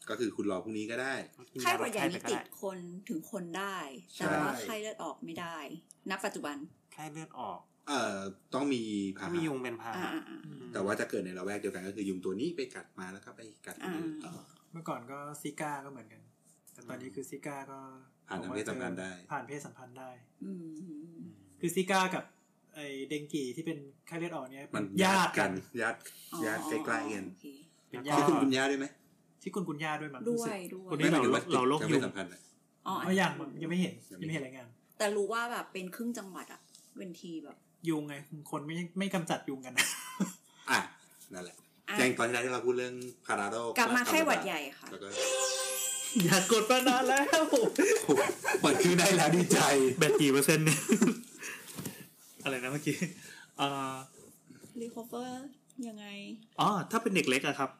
ก็คือคุณรอพรุ่งนี้ก็ได้ ไข้หวัดใหญ่นี่ติด ไ คนถึงคนได้ ใช่ แต่ว่าไข้เลือดออกไม่ได้ณปัจจุบัน ไข้เลือดออก เอ่อต้องมีผ่า ถ้ามียุงเป็นพาหะ อ่าอ่าอ่า แต่ว่าจะเกิดในระแวกเดียวกันก็คือยุงตัวนี้ไปกัดมาแล้วก็ไปกัดคนอื่นต่อ เมื่อก่อนก็ซิก้าก็เหมือนกัน แต่ตอนนี้คือซิก้าก็ ผ่านทางเพศสัมพันธ์ได้ ผ่านเพศสัมพันธ์ได้ อืม คือซิก้ากับ ไอเดงกีที่เป็นไข้เลือดออกเนี่ย มัน ญาติกัน ญาติ อ๋อ ญาติใกล้ๆกัน โอเค เป็น ชื่อญาติคุณคุณญาติได้ไหม ที่คุณคุณย่าด้วยมั้ง ด้ รู้ ว สึก ยด้วย คนนี้ ไม่หมายถึงว่า เราโรค ยัง ยุ ไม่ ง สัมพันธ์อะ อ๋ออัน เอาอย่างมั้ง นี้ ยังไม่เห็น ยังไม่ ยังไม่เห็นรายงาน แต่รู้ว่าแบบเป็นครึ่งจังหวัดอะเวนทีแบบ ยุงไงคนไม่ไม่กำจัดยุงกันนะ อ่ะนั่นแหละ อ่ะ แจ้งตอนที่แล้วที่เราพูดเรื่องพาราโด กลับมาไข้หวัดใหญ่ค่ะ แล้วก็ อยากกดมานานแล้ว เปิดชื่อได้แล้วดีใจ แบตกี่เปอร์เซ็นต์เนี่ย อะไรนะเมื่อกี้อ่า รีคอเวอร์ยังไง อ๋อ ถ้าเป็นเด็กเล็กอะครับ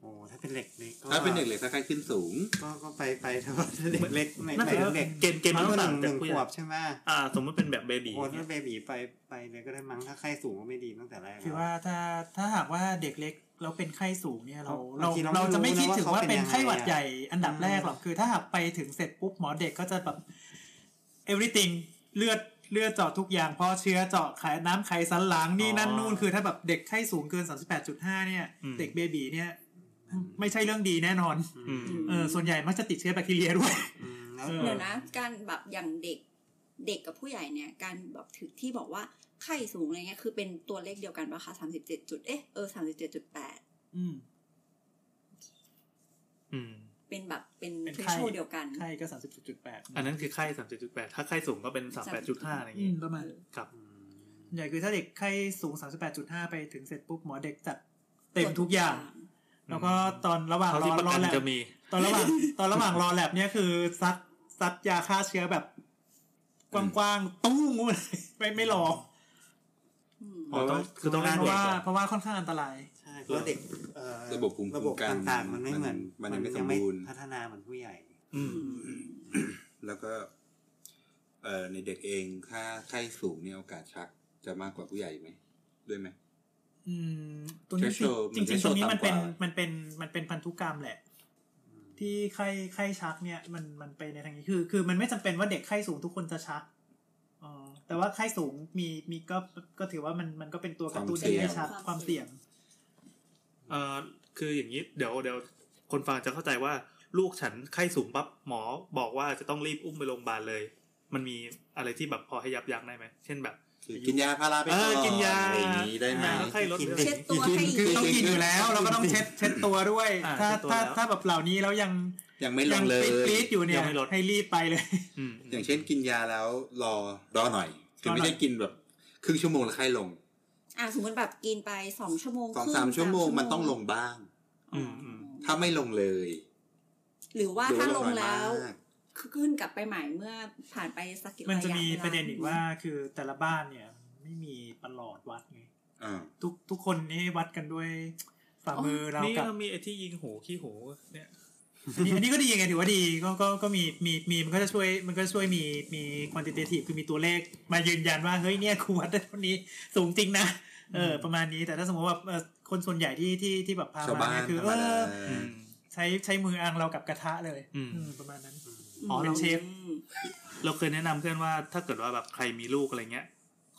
โอ้ถ้าเป็นเหล็กนี่ก็ ถ้าเป็นเด็กเล็กถ้าใครขึ้นสูง ก็ก็ไปไปเถอะเด็กเล็กใน นั่น ใน แหละ เด็ก เกณฑ์เกณฑ์ มัน ต้อง ห ต่า นึ่งหนึ่งงจากผู้ ข ให ว ญ่ บใช่ไหม อ่า สมมติเป็นแบบเบบี โอ้ถ้าเบบีไปไปเลยก็ได้มั้งถ้าไข้สูงก็ไม่ดีตั้งแต่แรก คือว่าถ้าถ้าหากว่าเด็กเล็กเราเป็นไข้สูงเนี่ยเรา บา เรา งทีเรา เราจะไม่คิดถึงว่าเป็นไข้หวัด ไม่รู้นะว่าเขาเป็นยังไงอะ ใหญ่อันดับแรก อืม หรอกคือถ้าหากไปถึงเสร็จปุ๊บหมอเด็กก็จะแบบ everything เลือดเลือดเจาะทุกอย่างเพราะเชื้อเจาะไขน้ำไขสันหลังนี่นั่นนู่นคือถ้าแบบเด็กไข้สูงเกิน 38.5 เนี่ย เด็กเบบีเนี่ย ไม่ใช่เรื่องดีแน่นอน อืม เออส่วนใหญ่มักจะติดเชื้อแบคทีเรียด้วย อืมแล้ว เออ เดี๋ยวนะ การแบบอย่างเด็กเด็กกับผู้ใหญ่เนี่ย การแบบถือที่บอกว่าไข้สูงอะไรเงี้ยคือเป็นตัวเลขเดียวกันปะคะสามสิบเจ็ดจุดเอ๊ะเออสามสิบเจ็ดจุดแปด อืม อืม เป็นแบบเป็น เป็น เทร ไข้ ชเดียวกัน ไข้ก็ 37.8 อันนั้นคือไข้สามจุดแปดถ้าไข้สูงก็เป็นสามแปดจุดห้าอะไรอย่าง อื งี้ มประมาณ ครับ ใหญ่คือถ้าเด็กไข้สูง 38.5 ไปถึงเสร็จปุ๊บหมอเด็กจัดเต็มทุกอย่าง แล้วก็ตอนระหว่าง เท่าร ที่ อ ประ รอ กัน แลบ จะมี ตอนระหว่างตอนระหว่างรอแลบเนี่ยคือซัดซัดยาฆ่าเชื้อแบบ กว้างๆตู้งูเลยไม่ ไม่รอ อืม อ๋อต้อง คือต้อง เพราะว่า เด็กเหรอ เพราะว่าค่อนข้างอันตราย ใช่แล้วเด็กเอ่อ ระบบภูมิคุ้ ระ ม บบ กัน ต่างๆ มันไม่เหมือน มันยังไม่สมบูรณ์ พัฒนาเหมือนผู้ใหญ่ อืม แล้วก็ เอ่อในเด็กเองถ้าไข้สูงเนี่ยโอกาสชักจะมากกว่าผู้ใหญ่ไหมด้วยไหม อืมตัวนี้คือ Threshold จริงมัๆตัวน นี้ threshold มันเป็น ต่ำกว่า มันเป็นมันเป็นพันธุกรรมแหละ ที่ไข้ไข้ชักเนี่ย มันมันไปในทางนี้คือ คือมันไม่จำเป็นว่าเด็กไข้สูงทุกคนจะชักเออแต่ว่าไข้สูงมีมีก็ก็ถือว่ามันมันก็เป็นตัวกระตุ้นให้ชักความเสี่ยง เอ่อคืออย่างนี้เดี๋ยวเดี๋ยวคนฟังจะเข้าใจว่าลูกฉันไข้สูงปั๊บหมอบอกว่าจะต้องรีบอุ้มไปโรงพยาบาลเลย มันมีอะไรที่แบบพอให้ยับยั้งได้ไหมเช่นแบบ คือกินยาพาราไป เออกินยา อะไรอย่างนี้ได้ไหม ยาแล้วไข้ลด กิน เลย เช็ดตัวให้ คื คือต้อต้ อ องง กิ กิ นอนอยู่ยู่ แล้ แล้ว วเราก็ต้องเช็ดเช็ดตัวด้วย อ่า ถ้า เช็ดตัว ถ้า แล้ว ถ้าแบบเหล่านี้แล้วยัง ยังไม่ล ยังง เล ป ย รี๊ดปรี๊ดอยู่เนี่ ยั ย งไม่ลด ให้รีบไปเลย อืม อย่างเช่นกินยาแล้วรอรอหน่อย คือไม่ รอหน่อย ได้กินแบบครึ่งชั่วโมงแล้วไข้ลง อ่ะสมมติแบบกินไปสองชั่วโมง สอง ครึ่ สามชั่วโมงมันต้องลงบ้าง อืมอืม ถ้าไม่ลงเลย หรือว่า หรือ ถ้าล น้ ง อย แล้ว มาก ขึ้นกลับไปใหม่เมื่อผ่านไปสักกี่ มันจะ รย มี วลา ประเด็นอีกว่าคือแต่ละบ้านเนี่ย ไม่มีประหลอดวัดไง อ่า ทุกทุกคนนี่วัดกันด้วยฝ่ามือเรา นี่ กับ เรามีไอ้ที่ยิงหูขี้หูเนี่ย อันนี้อันนี้ก็ดีไงถือว่าดีก็ก็ก็มีมีมีมันก็จะช่วยมันก็จะช่วยมีมีควอนติเททีฟคือมีตัวเลขมายืนยันว่าเฮ้ยเนี่ยกูวัดได้เท่านี้สูงจริงนะเอออ ม ประมาณนี้แต่ถ้าสมมติว่าเอ่อคนส่วนใหญ่ที่ที่ที่แบบพา ชาว มา บ้า เนี่ น ยคือ ธรรเอมดา อ ใช้ใช้มืออังเรากับกระทะเลย อืม อืมประมาณนั้น ม อ๋อเป็นเชฟ ม เราเคยแนะนำเพื่อนว่าถ้าเกิดว่าแบบใครมีลูกอะไรเงี้ย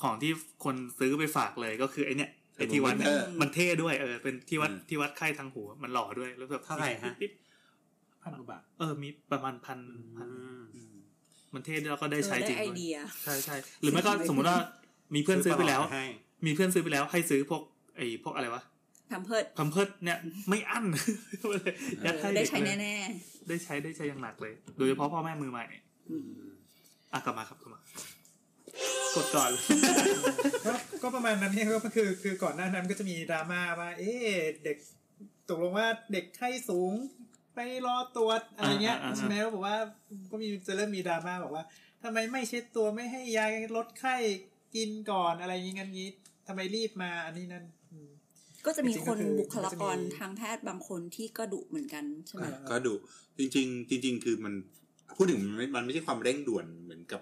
ของที่คนซื้อไปฝากเลยก็คือไอเนี่ยไอที่วัดเนี่ย เออ มันเท่ด้วยเออเป็นที่วัด อืม ที่วัดไข้ทางหูมันหล่อด้วยแล้วแบบ เท่าไหร่ฮะ ปิ๊บปิ๊บ พันกว่าบาท เออมีประมาณพันพันมันเท่ด้วยแล้วก็ได้ เออ ใช้จริง ไอ ด้วย เดีย ใช่ใช่หรือไม่ก็สมมติว่ามีเพื่อนซื้อไปแล้ว ให้ มีเพื่อนซื้อไปแล้วให้ซื้อพวกไอพวกอะไรวะ ทำเพิด พัมเพิร์ดเนี่ยไม่อั้น ยัดให้ ได้ เก ใช้ เลย แน่ ได้ใช้ได้ใช้อย่างหนักเลย โดยเฉพาะพ่อแม่มือใหม่ ๆอืม อ่ะกลับมาครับกลับมากดก่อน ก็ก็ประมาณนั้นเนี่ยก็คือคือก่อนหน้านั้นก็จะมีดราม่าว่า เอ๊ะเด็กตกลงว่าเด็กไข้สูงไปรอตรวจอะไรเงี้ย อ่าอ่าอ่า ใช่ไหมแล้วบอกว่าก็มีจะเริ่มมีดราม่าบอกว่าทำไมไม่เช็ดตัวไม่ให้ยาลดไข้กินก่อนอะไรอย่างงี้งั้นงี้ทำไมรีบมาอันนี้นั่นอืม ก็จะมีคน จริงๆก็คือ บุคลากร มันจะมี ทางแพทย์บางคนที่ก็ดุเหมือนกันใช่ไหม อ่ะก็ดูจริง ๆ จริง ๆ คือมันพูดถึงมันไม่มันไม่ใช่ความเร่งด่วนเหมือนกับ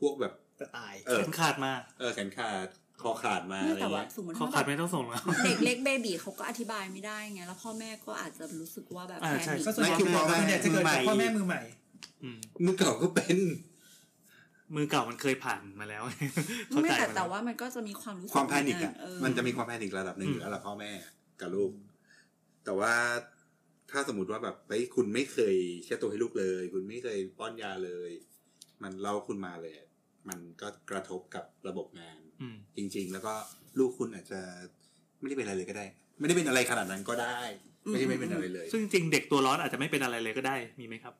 พวกแบบ จะตาย เออ เข็มขาดมา เออแขนขาดคอขาดมา ไม่ อะไร แต่ว่า เงี้ย สมมติ เขา ว่า ขาด แบบ ไม่ต้องส่งแล้ว เด็กเล็กเบบีเขาก็อธิบายไม่ได้ไงแล้วพ่อแม่ก็อาจจะรู้สึกว่าแบบ อ่า แพ ใช่ นิค ก็ส่วนใหญ่คือส่วนใหญ่จะเกิดจากพ่อแม่มือใหม่ อืม มือเก่าก็เป็น มือเก่ามันเคยผ่านมาแล้ว เข้า ไม่ ใจ แต่ น แต่ว่ามันก็จะมีความรู้สึก ความแพนิคอ่ะ เ มันจะมีความแพนิคระดับหนึ่งอยู่แล้วล่ะพ่อแม่กับลูก แต่ว่าถ้าสมมติว่าแบบไปคุณไม่เคยเช็ดตัวให้ลูกเลย คุณไม่เคยป้อนยาเลย มันเล่าคุณมาเลย มันก็กระทบกับระบบงาน อืม จริง ๆ แล้วก็ลูกคุณอาจจะไม่ได้เป็นอะไรเลยก็ได้ ไม่ได้เป็นอะไรขนาดนั้นก็ได้ ไม่ใช่ไม่เป็นอะไรเลย ซึ่งจริงๆเด็กตัวร้อนอาจจะไม่เป็นอะไรเลยก็ได้มีไหมครับ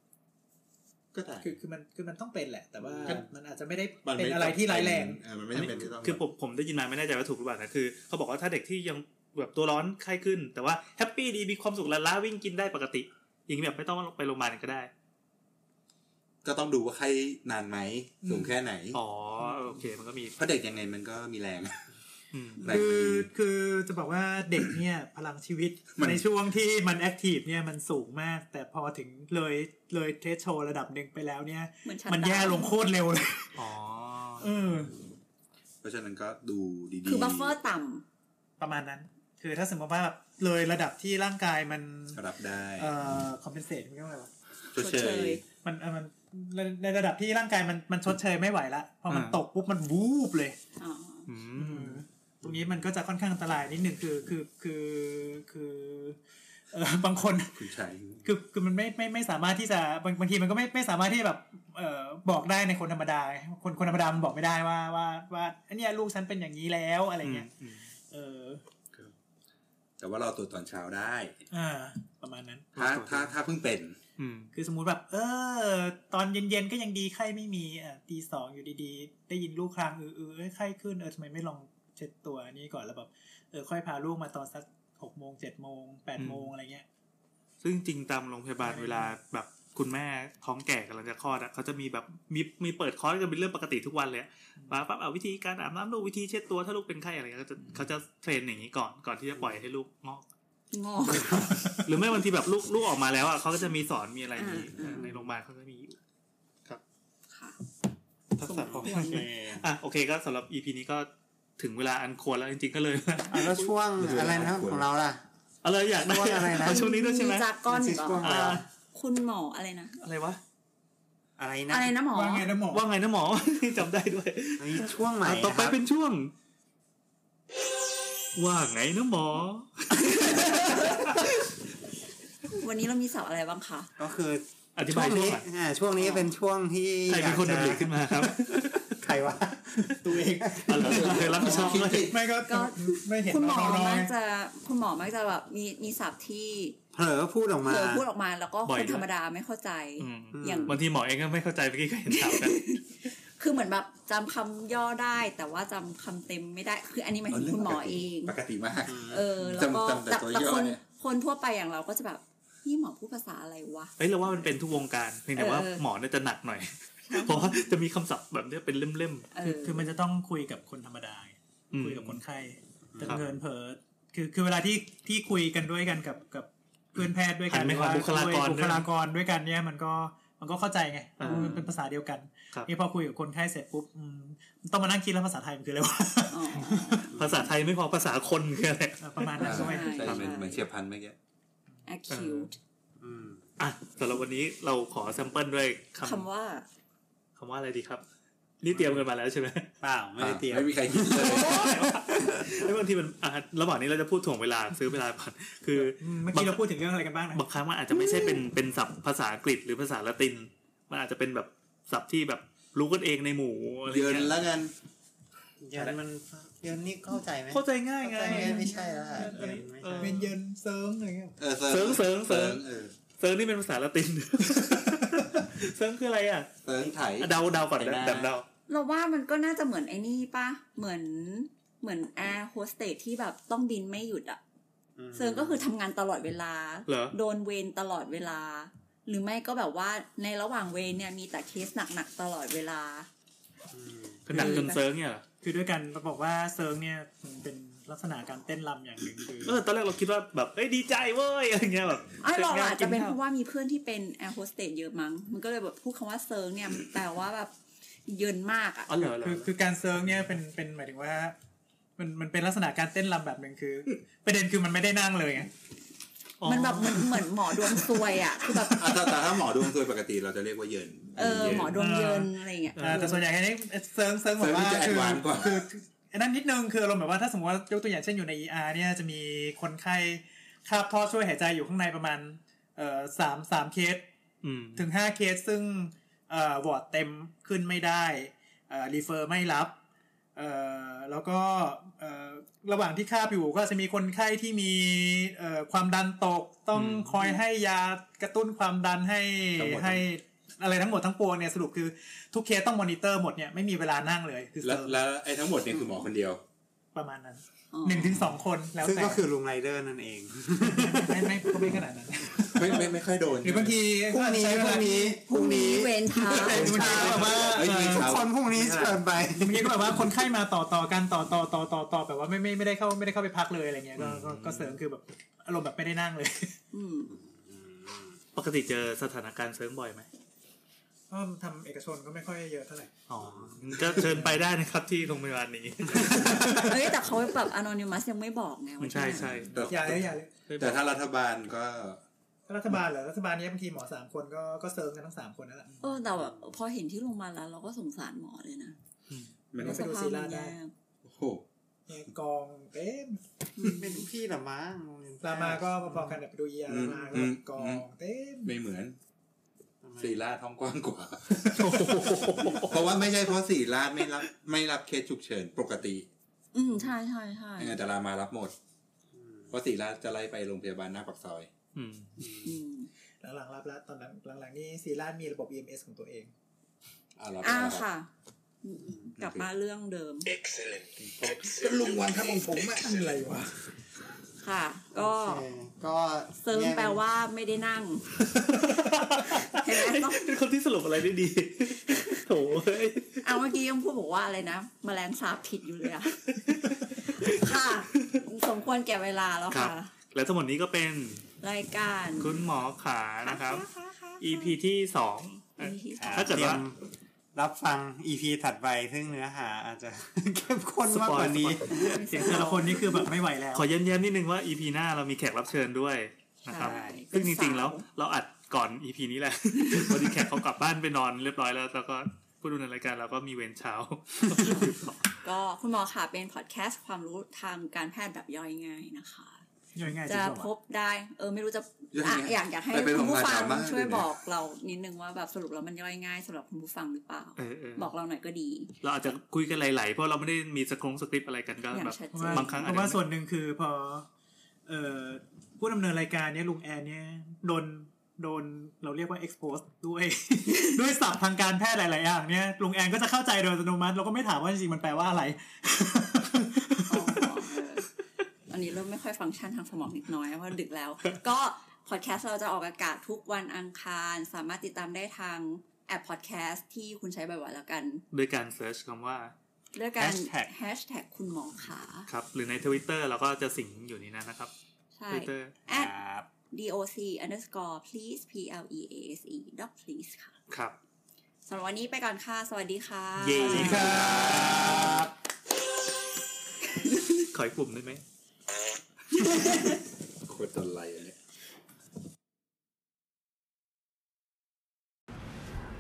ก็ได้ คือคือมันคือมันต้องเป็นแหละ แต่ว่า ก็ มันอาจจะไม่ได้ มัน เป็ ม่ นอะไรที่ร้ายแรง เออมันไม่จำเป็นที่ต้อง คือผมผมได้ยินมาไม่แน่ใจว่าถูกหรือเปล่านะคือเขาบอกว่าถ้าเด็กที่ยังแบบตัวร้อนไข้ขึ้น แต่ว่าแฮปปี้ดีมีความสุขละล้าวิ่งกินได้ปกติอย่างนี้แบบไม่ต้องไปโรงพยาบาลก็ได้ ก็ต้องดูว่าใครนานไหมสูงแค่ไหน อ๋อโอเคมันก็มี เพราะเด็กยังไงมันก็มีแรง อืม แต่ คือคือจะบอกว่าเด็กเนี่ย พลังชีวิต มัน ในช่วงที่มันแอคทีฟเนี่ยมันสูงมาก แต่พอถึงเลยเลยเทสโชระดับหนึ่งไปแล้วเนี่ย เหมือนชัด มันแย่ ดาวน์ ลงโคตรเร็วเลย อ๋อ เออ เพราะฉะนั้นก็ดูดีๆ คือบัฟเฟอร์ต่ำ ประมาณนั้น คือถ้าสมมติว่าแบบเลยระดับที่ร่างกายมัน รับได้ เอ่อคอมเพนเซตมันก็อะไรวะ ชดเชย มันเอ่อมันในในระดับที่ร่างกายมันมันชดเชยไม่ไหวละพอมัน อ่า ตกปุ๊บมันวูบเลย อ๋อ อืม ตรงนี้มันก็จะค่อนข้างอันตรายนิดหนึ่งคือคือคือคือเออบางคน คุณชัย คือคือมันไม่ไม่ไม่สามารถที่จะบางบางทีมันก็ไม่ไม่สามารถที่แบบเออบอกได้ในคนธรรมดาไงคนคนธรรมดามันบอกไม่ได้ว่าว่าว่าอันเนี้ยลูกฉันเป็นอย่างนี้แล้วอะไรเงี้ย อืม เออ แต่ว่าเราตรวจตอนเช้าได้ อ่าประมาณนั้น ถ้าถ้าถ้าเพิ่งเป็น อืม คือสมมติแบบ เออ ตอนเย็นๆก็ยังดีไข้ไม่มีอ่ะตีสองอยู่ดีๆ ได้ยินลูกครางเออเออเอ้ยไข้ขึ้นเออทำไมไม่ลองเช็ดตัวนี้ก่อนแล้วแบบเออค่อยพาลูกมาตอนสักหกโมงเจ็ดโมงแปดโมงอะไรเงี้ย ซึ่งจริงตามโรงพยาบาลเวลาแบบคุณแม่ท้องแก่กำลังจะคลอดอะเขาจะมีแบบมีมีเปิดคอร์สกันเป็นเรื่องปกติทุกวันเลยอะมาปั๊บเอาวิธีการอาบน้ำลูกวิธีเช็ดตัวถ้าลูกเป็นไข้อะไรเงี้ยเขาจะเขาจะเทรนอย่างนี้ก่อนก่อนที่จะปล่อยให้ลูกงอก งอก หรือไม่บางทีแบบลูกลูกออกมาแล้วอ่ะเขาก็จะมีสอนมีอะไรอย่างนี้ อ่า ในโรงพยาบาลเขาก็มีอยู่ ค่ะ ทักษะของ สมควร อ่ะโอเคก็สำหรับ EP นี้ก็ถึงเวลาอันควรแล้วจริงๆก็เลย อ่ะแล้วช่วงอะไรนะของเราล่ะ เอาเลยอยากได้ ว่าอะไรนะ เอาช่วงนี้ด้วยใช่ไหม จากก้อน ซิส ก่ ก อ ว้านงอะไรวะ คุณหมออะไรนะ อะไรวะ อะไรนะ อะไรนะหมอ ว่าไงนะหมอ ว่าไงนะหมอ จำได้ด้วย เฮ้ยช่วงใหม่ อ่ะต่อ นะค ไป รับ เป็นช่วง ว่าไงนะหมอ วันนี้เรามีสาวอะไรบ้างคะ ก็คือ อธิ ช่ บา วย ง ช่วง นี้ หน่อย อ่าช่วงนี้เป็นช่วงที่ ใครเป็นคน อยาก ดำริ จะ ขึ้นมาครับ ใครวะ ตัวเอง เอาเหรอเคยรับผิดชอบ คิด เลย ผิด ไม่ก็ ก็ ไม่เห็น คุณหมอ น้องๆ มัก ไง จะคุณหมอมักจะแบบมีมีศัพท์ที่ เผลอพูดออก เผ มา ลอพูดออกมาแล้วก็คนธรรมดาไม่เข้าใจ อืม อย่าง บางทีหมอเองก็ไม่เข้าใจเมื่อกี้ก็เห็นข่าวกัน คือเหมือนแบบจำคำย่อได้ แต่ว่าจำคำเต็มไม่ได้ คืออันนี้หมายถึงคุณหมอเอง ปกติมาก เออ แล้วก็ จำจำแต่ แต่ ตัว แต่ ย่อ คน เนี่ย คนทั่วไปอย่างเราก็จะแบบนี่หมอพูดภาษาอะไรวะ เฮ้ยเราว่ามันเป็นทุกวงการเพียงแต่ว่า เออ หมอเนี่ยจะหนักหน่อย เพราะว่าจะมีคำศัพท์แบบเนี้ยเป็นเล่ม เอ คือ อ คือมันจะต้องคุยกับคนธรรมดาไง ๆอืม คุยกับคนไข้แต่ ครับ เงินเผลอคือคือเวลาที่ที่คุยกันด้วยกันกับกับเพื่อนแพทย์ด้วยกั หั น นไปหา ว่า บุคลากร บุคลากรด้วยกันเนี่ยมันก็มันก็เข้าใจไง อ่ามั มันเป็นภาษาเดียวกัน ครับ นี่พอคุยกับคนไข้เสร็จปุ๊บอืมต้องมานั่งคิดแล้วภาษาไทยมั นคืออะไรวะ อ๋อ ภาษาไทยไม่พอภาษาคนคืออะไร ประมาณนั้น ใช่ ใช่ไหม ใช่เหมือนเหมือนเชียร์พันธุ์เมื่อกี้ acute อ่ะสำหรับวันนี้เราขอแซมเปิลด้วยค คำว่า ำคำว่าอะไรดีครับ นี่เตรียมกันมาแล้วใช่ไหม เปล่าไม่ได้เตรียม ไม่มีใครคิดเลย แล้วบางทีมันอ่ะระหว่างนี้เราจะพูดถ่วงเวลาซื้อเวลาก่อนคือ อืมเมื่อกี้เราพูดถึงเรื่องอะไรกันบ้างนะ บางครั้งมันอาจจะไม่ใช่เป็นเป็นศัพท์ภาษาอังกฤษหรือภาษาละติน มันอาจจะเป็นแบบศัพท์ที่แบบรู้กันเองในหมู่อะไร เยิน เงี้ย แล้วกัน เดี๋ยวมันเดี๋ยวนี้เข้าใจไหม เข้าใจง่ายไง เข้าใจไม่ใช่ละเดี๋ยวไม่ เอ ใช่ อ เป็นเยินเซิร์งอะไรเงี้ย เออ เซิร์งเซิร์งเซิ เซิ ร์ ร์ ง งเออ เซิร์งนี่เป็นภาษาละติน เซิร์งคืออะไรอ่ะ เซิร์งไถ เดาเดาก่อน ไปหน้า แบบเดา เราว่ามันก็น่าจะเหมือนไอ้นี่ปะเหมือนเหมือนแอร์โฮสเตสที่แบบต้องบินไม่หยุดอะเซิร์นก็คือทำงานตลอดเวลา เหรอ โดนเวรตลอดเวลา หรือไม่ก็แบบว่าในระหว่างเวรเนี่ยมีแต่เคสหนักๆตลอดเวลา เป็นหนักจนเซิร์งเนี่ยเหรอ คือด้วยกันเราบอกว่าเซิร์งเนี่ยมันเป็นลักษณะการเต้นรำอย่างหนึ่งคือ เออตอนแรกเราคิดว่าแบบเอ้ยดีใจเว้ยอะไรเงี้ยแบบ ไอ้ยเรา สจงน อาจจะเป็น กิ เพ ข้ว ราะว่ามีเพื่อนที่เป็นแอร์โฮสเตสเยอะมั้ง มันก็เลยแบบพูดคำว่าเซิร์งเนี่ยมันแปลว่าแบบเยินมากอะ อ๋อเหรอเหรอ คือคือการเซิร์งเนี่ยเป็นเป็นหมายถึงว่า มันมันเป็นลักษณะการเต้นรำแบบหนึ่งคือ ประเด็นคือมันไม่ได้นั่งเลยไง อ๋อ มันแบบเหมือนเหมือนหมอดวงซวยอะคือแบบ อ่ะแต่แต่ถ้าหมอดวงโดยปกติเราจะเรียกว่าเยิน เออหมอดวงเยินอะไรเงี้ย อ่าแต่ส่วนใหญ่ให้เซิร์งเซิร์งแบ เซิร์งบว่า นี่จะแอ คื ด อ วานซ์กว่า อันนั้นนิดนึงคืออารมณ์แบบว่าถ้าสมมติว่ายกตัวอย่างเช่นอยู่ใน ER เนี่ยจะมีคนไข้คาบท่อช่วยหายใจอยู่ข้างในประมาณเอ่อสามสามเคส อืม ถึงห้าเคสซึ่งเอ่อวอร์ดเต็มขึ้นไม่ได้ เอ่อรีเฟอร์ไม่รับเอ่อแล้วก็เอ่อระหว่างที่คาบอยู่ก็จะมีคนไข้ที่มีเอ่อความดันตกต้อง อืม คอยให้ยากระตุ้นความดันให้ ทั้งหมด ให้อะไรทั้งหมดทั้งปวงเนี่ยสรุปคือทุกเคสต้องมอนิเตอร์หมดเนี่ยไม่มีเวลานั่งเลยคือ แล้ว เซิร์ฟ แล้วไอ้ทั้งหมดเนี่ยคือหมอคนเดียว ประมาณนั้น อ๋อ หนึ่งถึงสองคนแล้ว ซึ่ง แต่ ก็คือลุงไรเดอร์นั่นเอง ไม่ไม่ก็ไม่ขนาดนั้น ไม่ไม่ไม่ค่อยโดน หรือบางที พรุ่งนี้ ใช้ พ เว รุ่ ลาง นี้พ พรุ่ รุ่ ง ง นี้ นี้ เวรเช้า บางทีก็แบบว่า เอ้ยไม่ ทุก เช้า คนพรุ่งนี้เชิญไป บางทีก็แบบว่าคนไข้มาต่อต่อกันต่อต่อต่อต่อต่อแบบว่าไม่ไม่ไม่ได้เข้าไม่ได้เข้าไปพักเลยอะไรเงี้ยก็ก็ก็เสริมคือแบบอารมณ์แบบไม่ได้นั่งเลย อืม ปกติเจอสถานการณ์เซิร์งบ่อยไหม ก็ทำเอกชนก็ไม่ค่อยเยอะเท่าไหร่ อ๋อก็เชิญไปได้นะครับที่โรงพยาบาลนี้ เอ้ยแต่เขาแบบอนอนิมัสยังไม่บอกไงว่า ใช่ใช่ แต่ อย่าเลยอย่าเลย แต่ถ้ารัฐบาลก็ รัฐบาลเหรอรัฐบาลเนี้ยบางทีหมอสามคนก็ก็เสริมกันทั้งสามคนนั่นแหละ เออแต่แบบพอเห็นที่โรงพยาบาลแล้วเราก็สงสารหมอเลยนะ มัน ก็ไปดูซีรีส์ได้ โอ้โห เนี่ยกองเต็ม เป็นพี่ละมั้ง รามาก็พอๆกันแบบดูเยียรามาก็กองเต็ม ไม่เหมือนสีราดท้องกว้างกว่า เพราะว่าไม่ใช่เพราะสีราดไม่รับไม่รับเคสฉุกเฉินปกติ อืมใช่ใช่ใช่ เออแต่รามารับหมด เพราะสีราดจะไล่ไปโรงพยาบาลหน้าปากซอย อืม อืม หลังๆรับแล้วตอนหลังหลังๆนี่ซีร่ามีระบบ EMS ของตัวเอง อ่ารับ อ่า รับ ค่ะ กลับมาเรื่องเดิม ก็ลุงวันครับของผมอะ อะไรวะ ค่ะ ก็ ก็ เซิร์งแปลว่าไม่ได้นั่ง เห็นไหมต้อง เป็นคนที่สรุปอะไรได้ดี โถเอ้ย เอาเมื่อกี้ยังพูดบอกว่าอะไรนะ แมลงสาบผิดอยู่ เลยอะค่ะ สมควรแก่เวลาแล้ว ครับ ค่ะ และทั้งหมดนี้ก็เป็น รายการ คุณหมอขานะครับ ค่ะค่ะ EP ที่สองเอ่อ EP ที่สอง ถ้าเกิด เตรีย ว่า มรับฟัง EP ถัดไปซึ่งเนื้อหาอาจจะ เข้มข้นมากกว่านี้ เสียงแต่ละคนนี่คือแบบไม่ไหวแล้ว ขอเย้มๆนิดนึงว่า EP หน้าเรามีแขกรับเชิญด้วยนะครับ ใช่ ซึ่งจริงๆแล้วเราอัดก่อน EP นี้ แหละ พอดีแขกเขากลับบ้านไปนอนเรียบร้อยแล้วแล้วก็ผู้ดูในรายการเราก็มีเวรเช้า ก็คุณหมอค่ะเป็นพอดแคสต์ความรู้ทางการแพทย์แบบย่อยง่ายนะคะ ย่อยง่ายจริ จะ งๆ พบได้ เออไม่รู้จะ ยัง อ่ะ ไง อยากอยากให้ ไปไป คุณผู้ฟัง โรงพยาบาล ช่วยบบ้างอกเรานิดนึงว่าแบบสรุปแล้วมันย่อยง่ายสำหรับคุณผู้ฟังหรือเปล่า เออเออ บอกเราหน่อยก็ดี เราอาจจะคุยกันหลายๆ เพราะเราไม่ได้มีสครงสคริปต์อะไรกันก็ อย่าง แบบ ชัด เพราะ เจ ว่าน บางครั้ง เพ อาจจะ ราะว่าส่วนหนึ่งคือพอ เอ่อผู้ดำเนินรายการเนี่ยลุงแอนเนี่ยโดนโดนเราเรียกว่า expose ด้วย ด้วยศัพท์ทางการแพทย์หลาย ๆ อย่างเนี่ยลุงแอนก็จะเข้าใจโดยอัตโนมัติเราก็ไม่ถามว่าจริง ๆ มันแปลว่าอะไร อ๋อเอออันนี้เริ่มไม่ค่อยฟังก์ชันทางสมองนิดน้อยเพราะดึกแล้ว ก็พอดแคสต์เราจะออกอากาศทุกวันอังคาร สามารถติดตามได้ทางแอปพอดแคสต์ที่คุณใช้บ่อยๆแล้วกัน โดยการเซิร์ชคำว่า เรื่องการ Hashtag แฮชแท็กคุณหมอขา ครับ หรือในทวิตเตอร์เราก็จะสิงอยู่ในนั้นนะครับ ใช่ ทวิตเตอร์ at doc underscore please p l e a s e doc please ค่ะ ครับ สำหรับวันนี้ไปก่อนค่ะ สวัสดีค่ะ เย้บขออีกปุ่มได้ไหม โคตรจะไรอันเนี้ย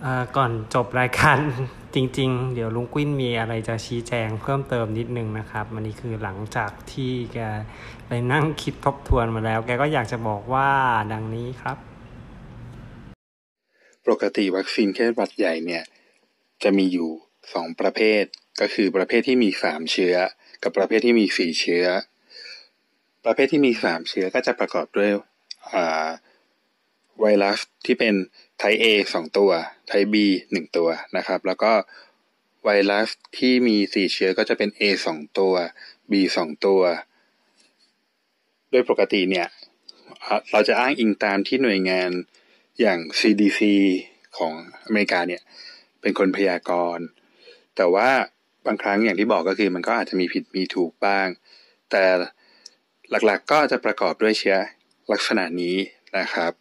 อ่าก่อนจบรายการ จริง ๆ เดี๋ยวลุงกุ้นมีอะไรจะชี้แจงเพิ่มเติมนิดนึงนะครับอันนี้คือหลังจากที่แกไปนั่งคิดทบทวนมาแล้ว แกก็อยากจะบอกว่าดังนี้ครับ ปกติวัคซีนแค่หวัดใหญ่เนี่ย จะมีอยู่สองประเภท ก็คือประเภทที่มีสามเชื้อ กับประเภทที่มีสี่เชื้อ ประเภทที่มีสามเชื้อก็จะประกอบด้วยอ่าไวรัสที่เป็นไทป์ A สองตัว ไทป์ B หนึ่งตัวนะครับ แล้วก็ไวรัสที่มีสี่เชื้อก็จะเป็น A สองตัว B สองตัว โดยปกติเนี่ย อ่ะเราจะอ้างอิงตามที่หน่วยงานอย่าง CDC ของอเมริกาเนี่ยเป็นคนพยากรณ์ แต่ว่าบางครั้งอย่างที่บอกก็คือมันก็อาจจะมีผิดมีถูกบ้าง แต่หลักๆก็จะประกอบด้วยเชื้อลักษณะนี้นะครับ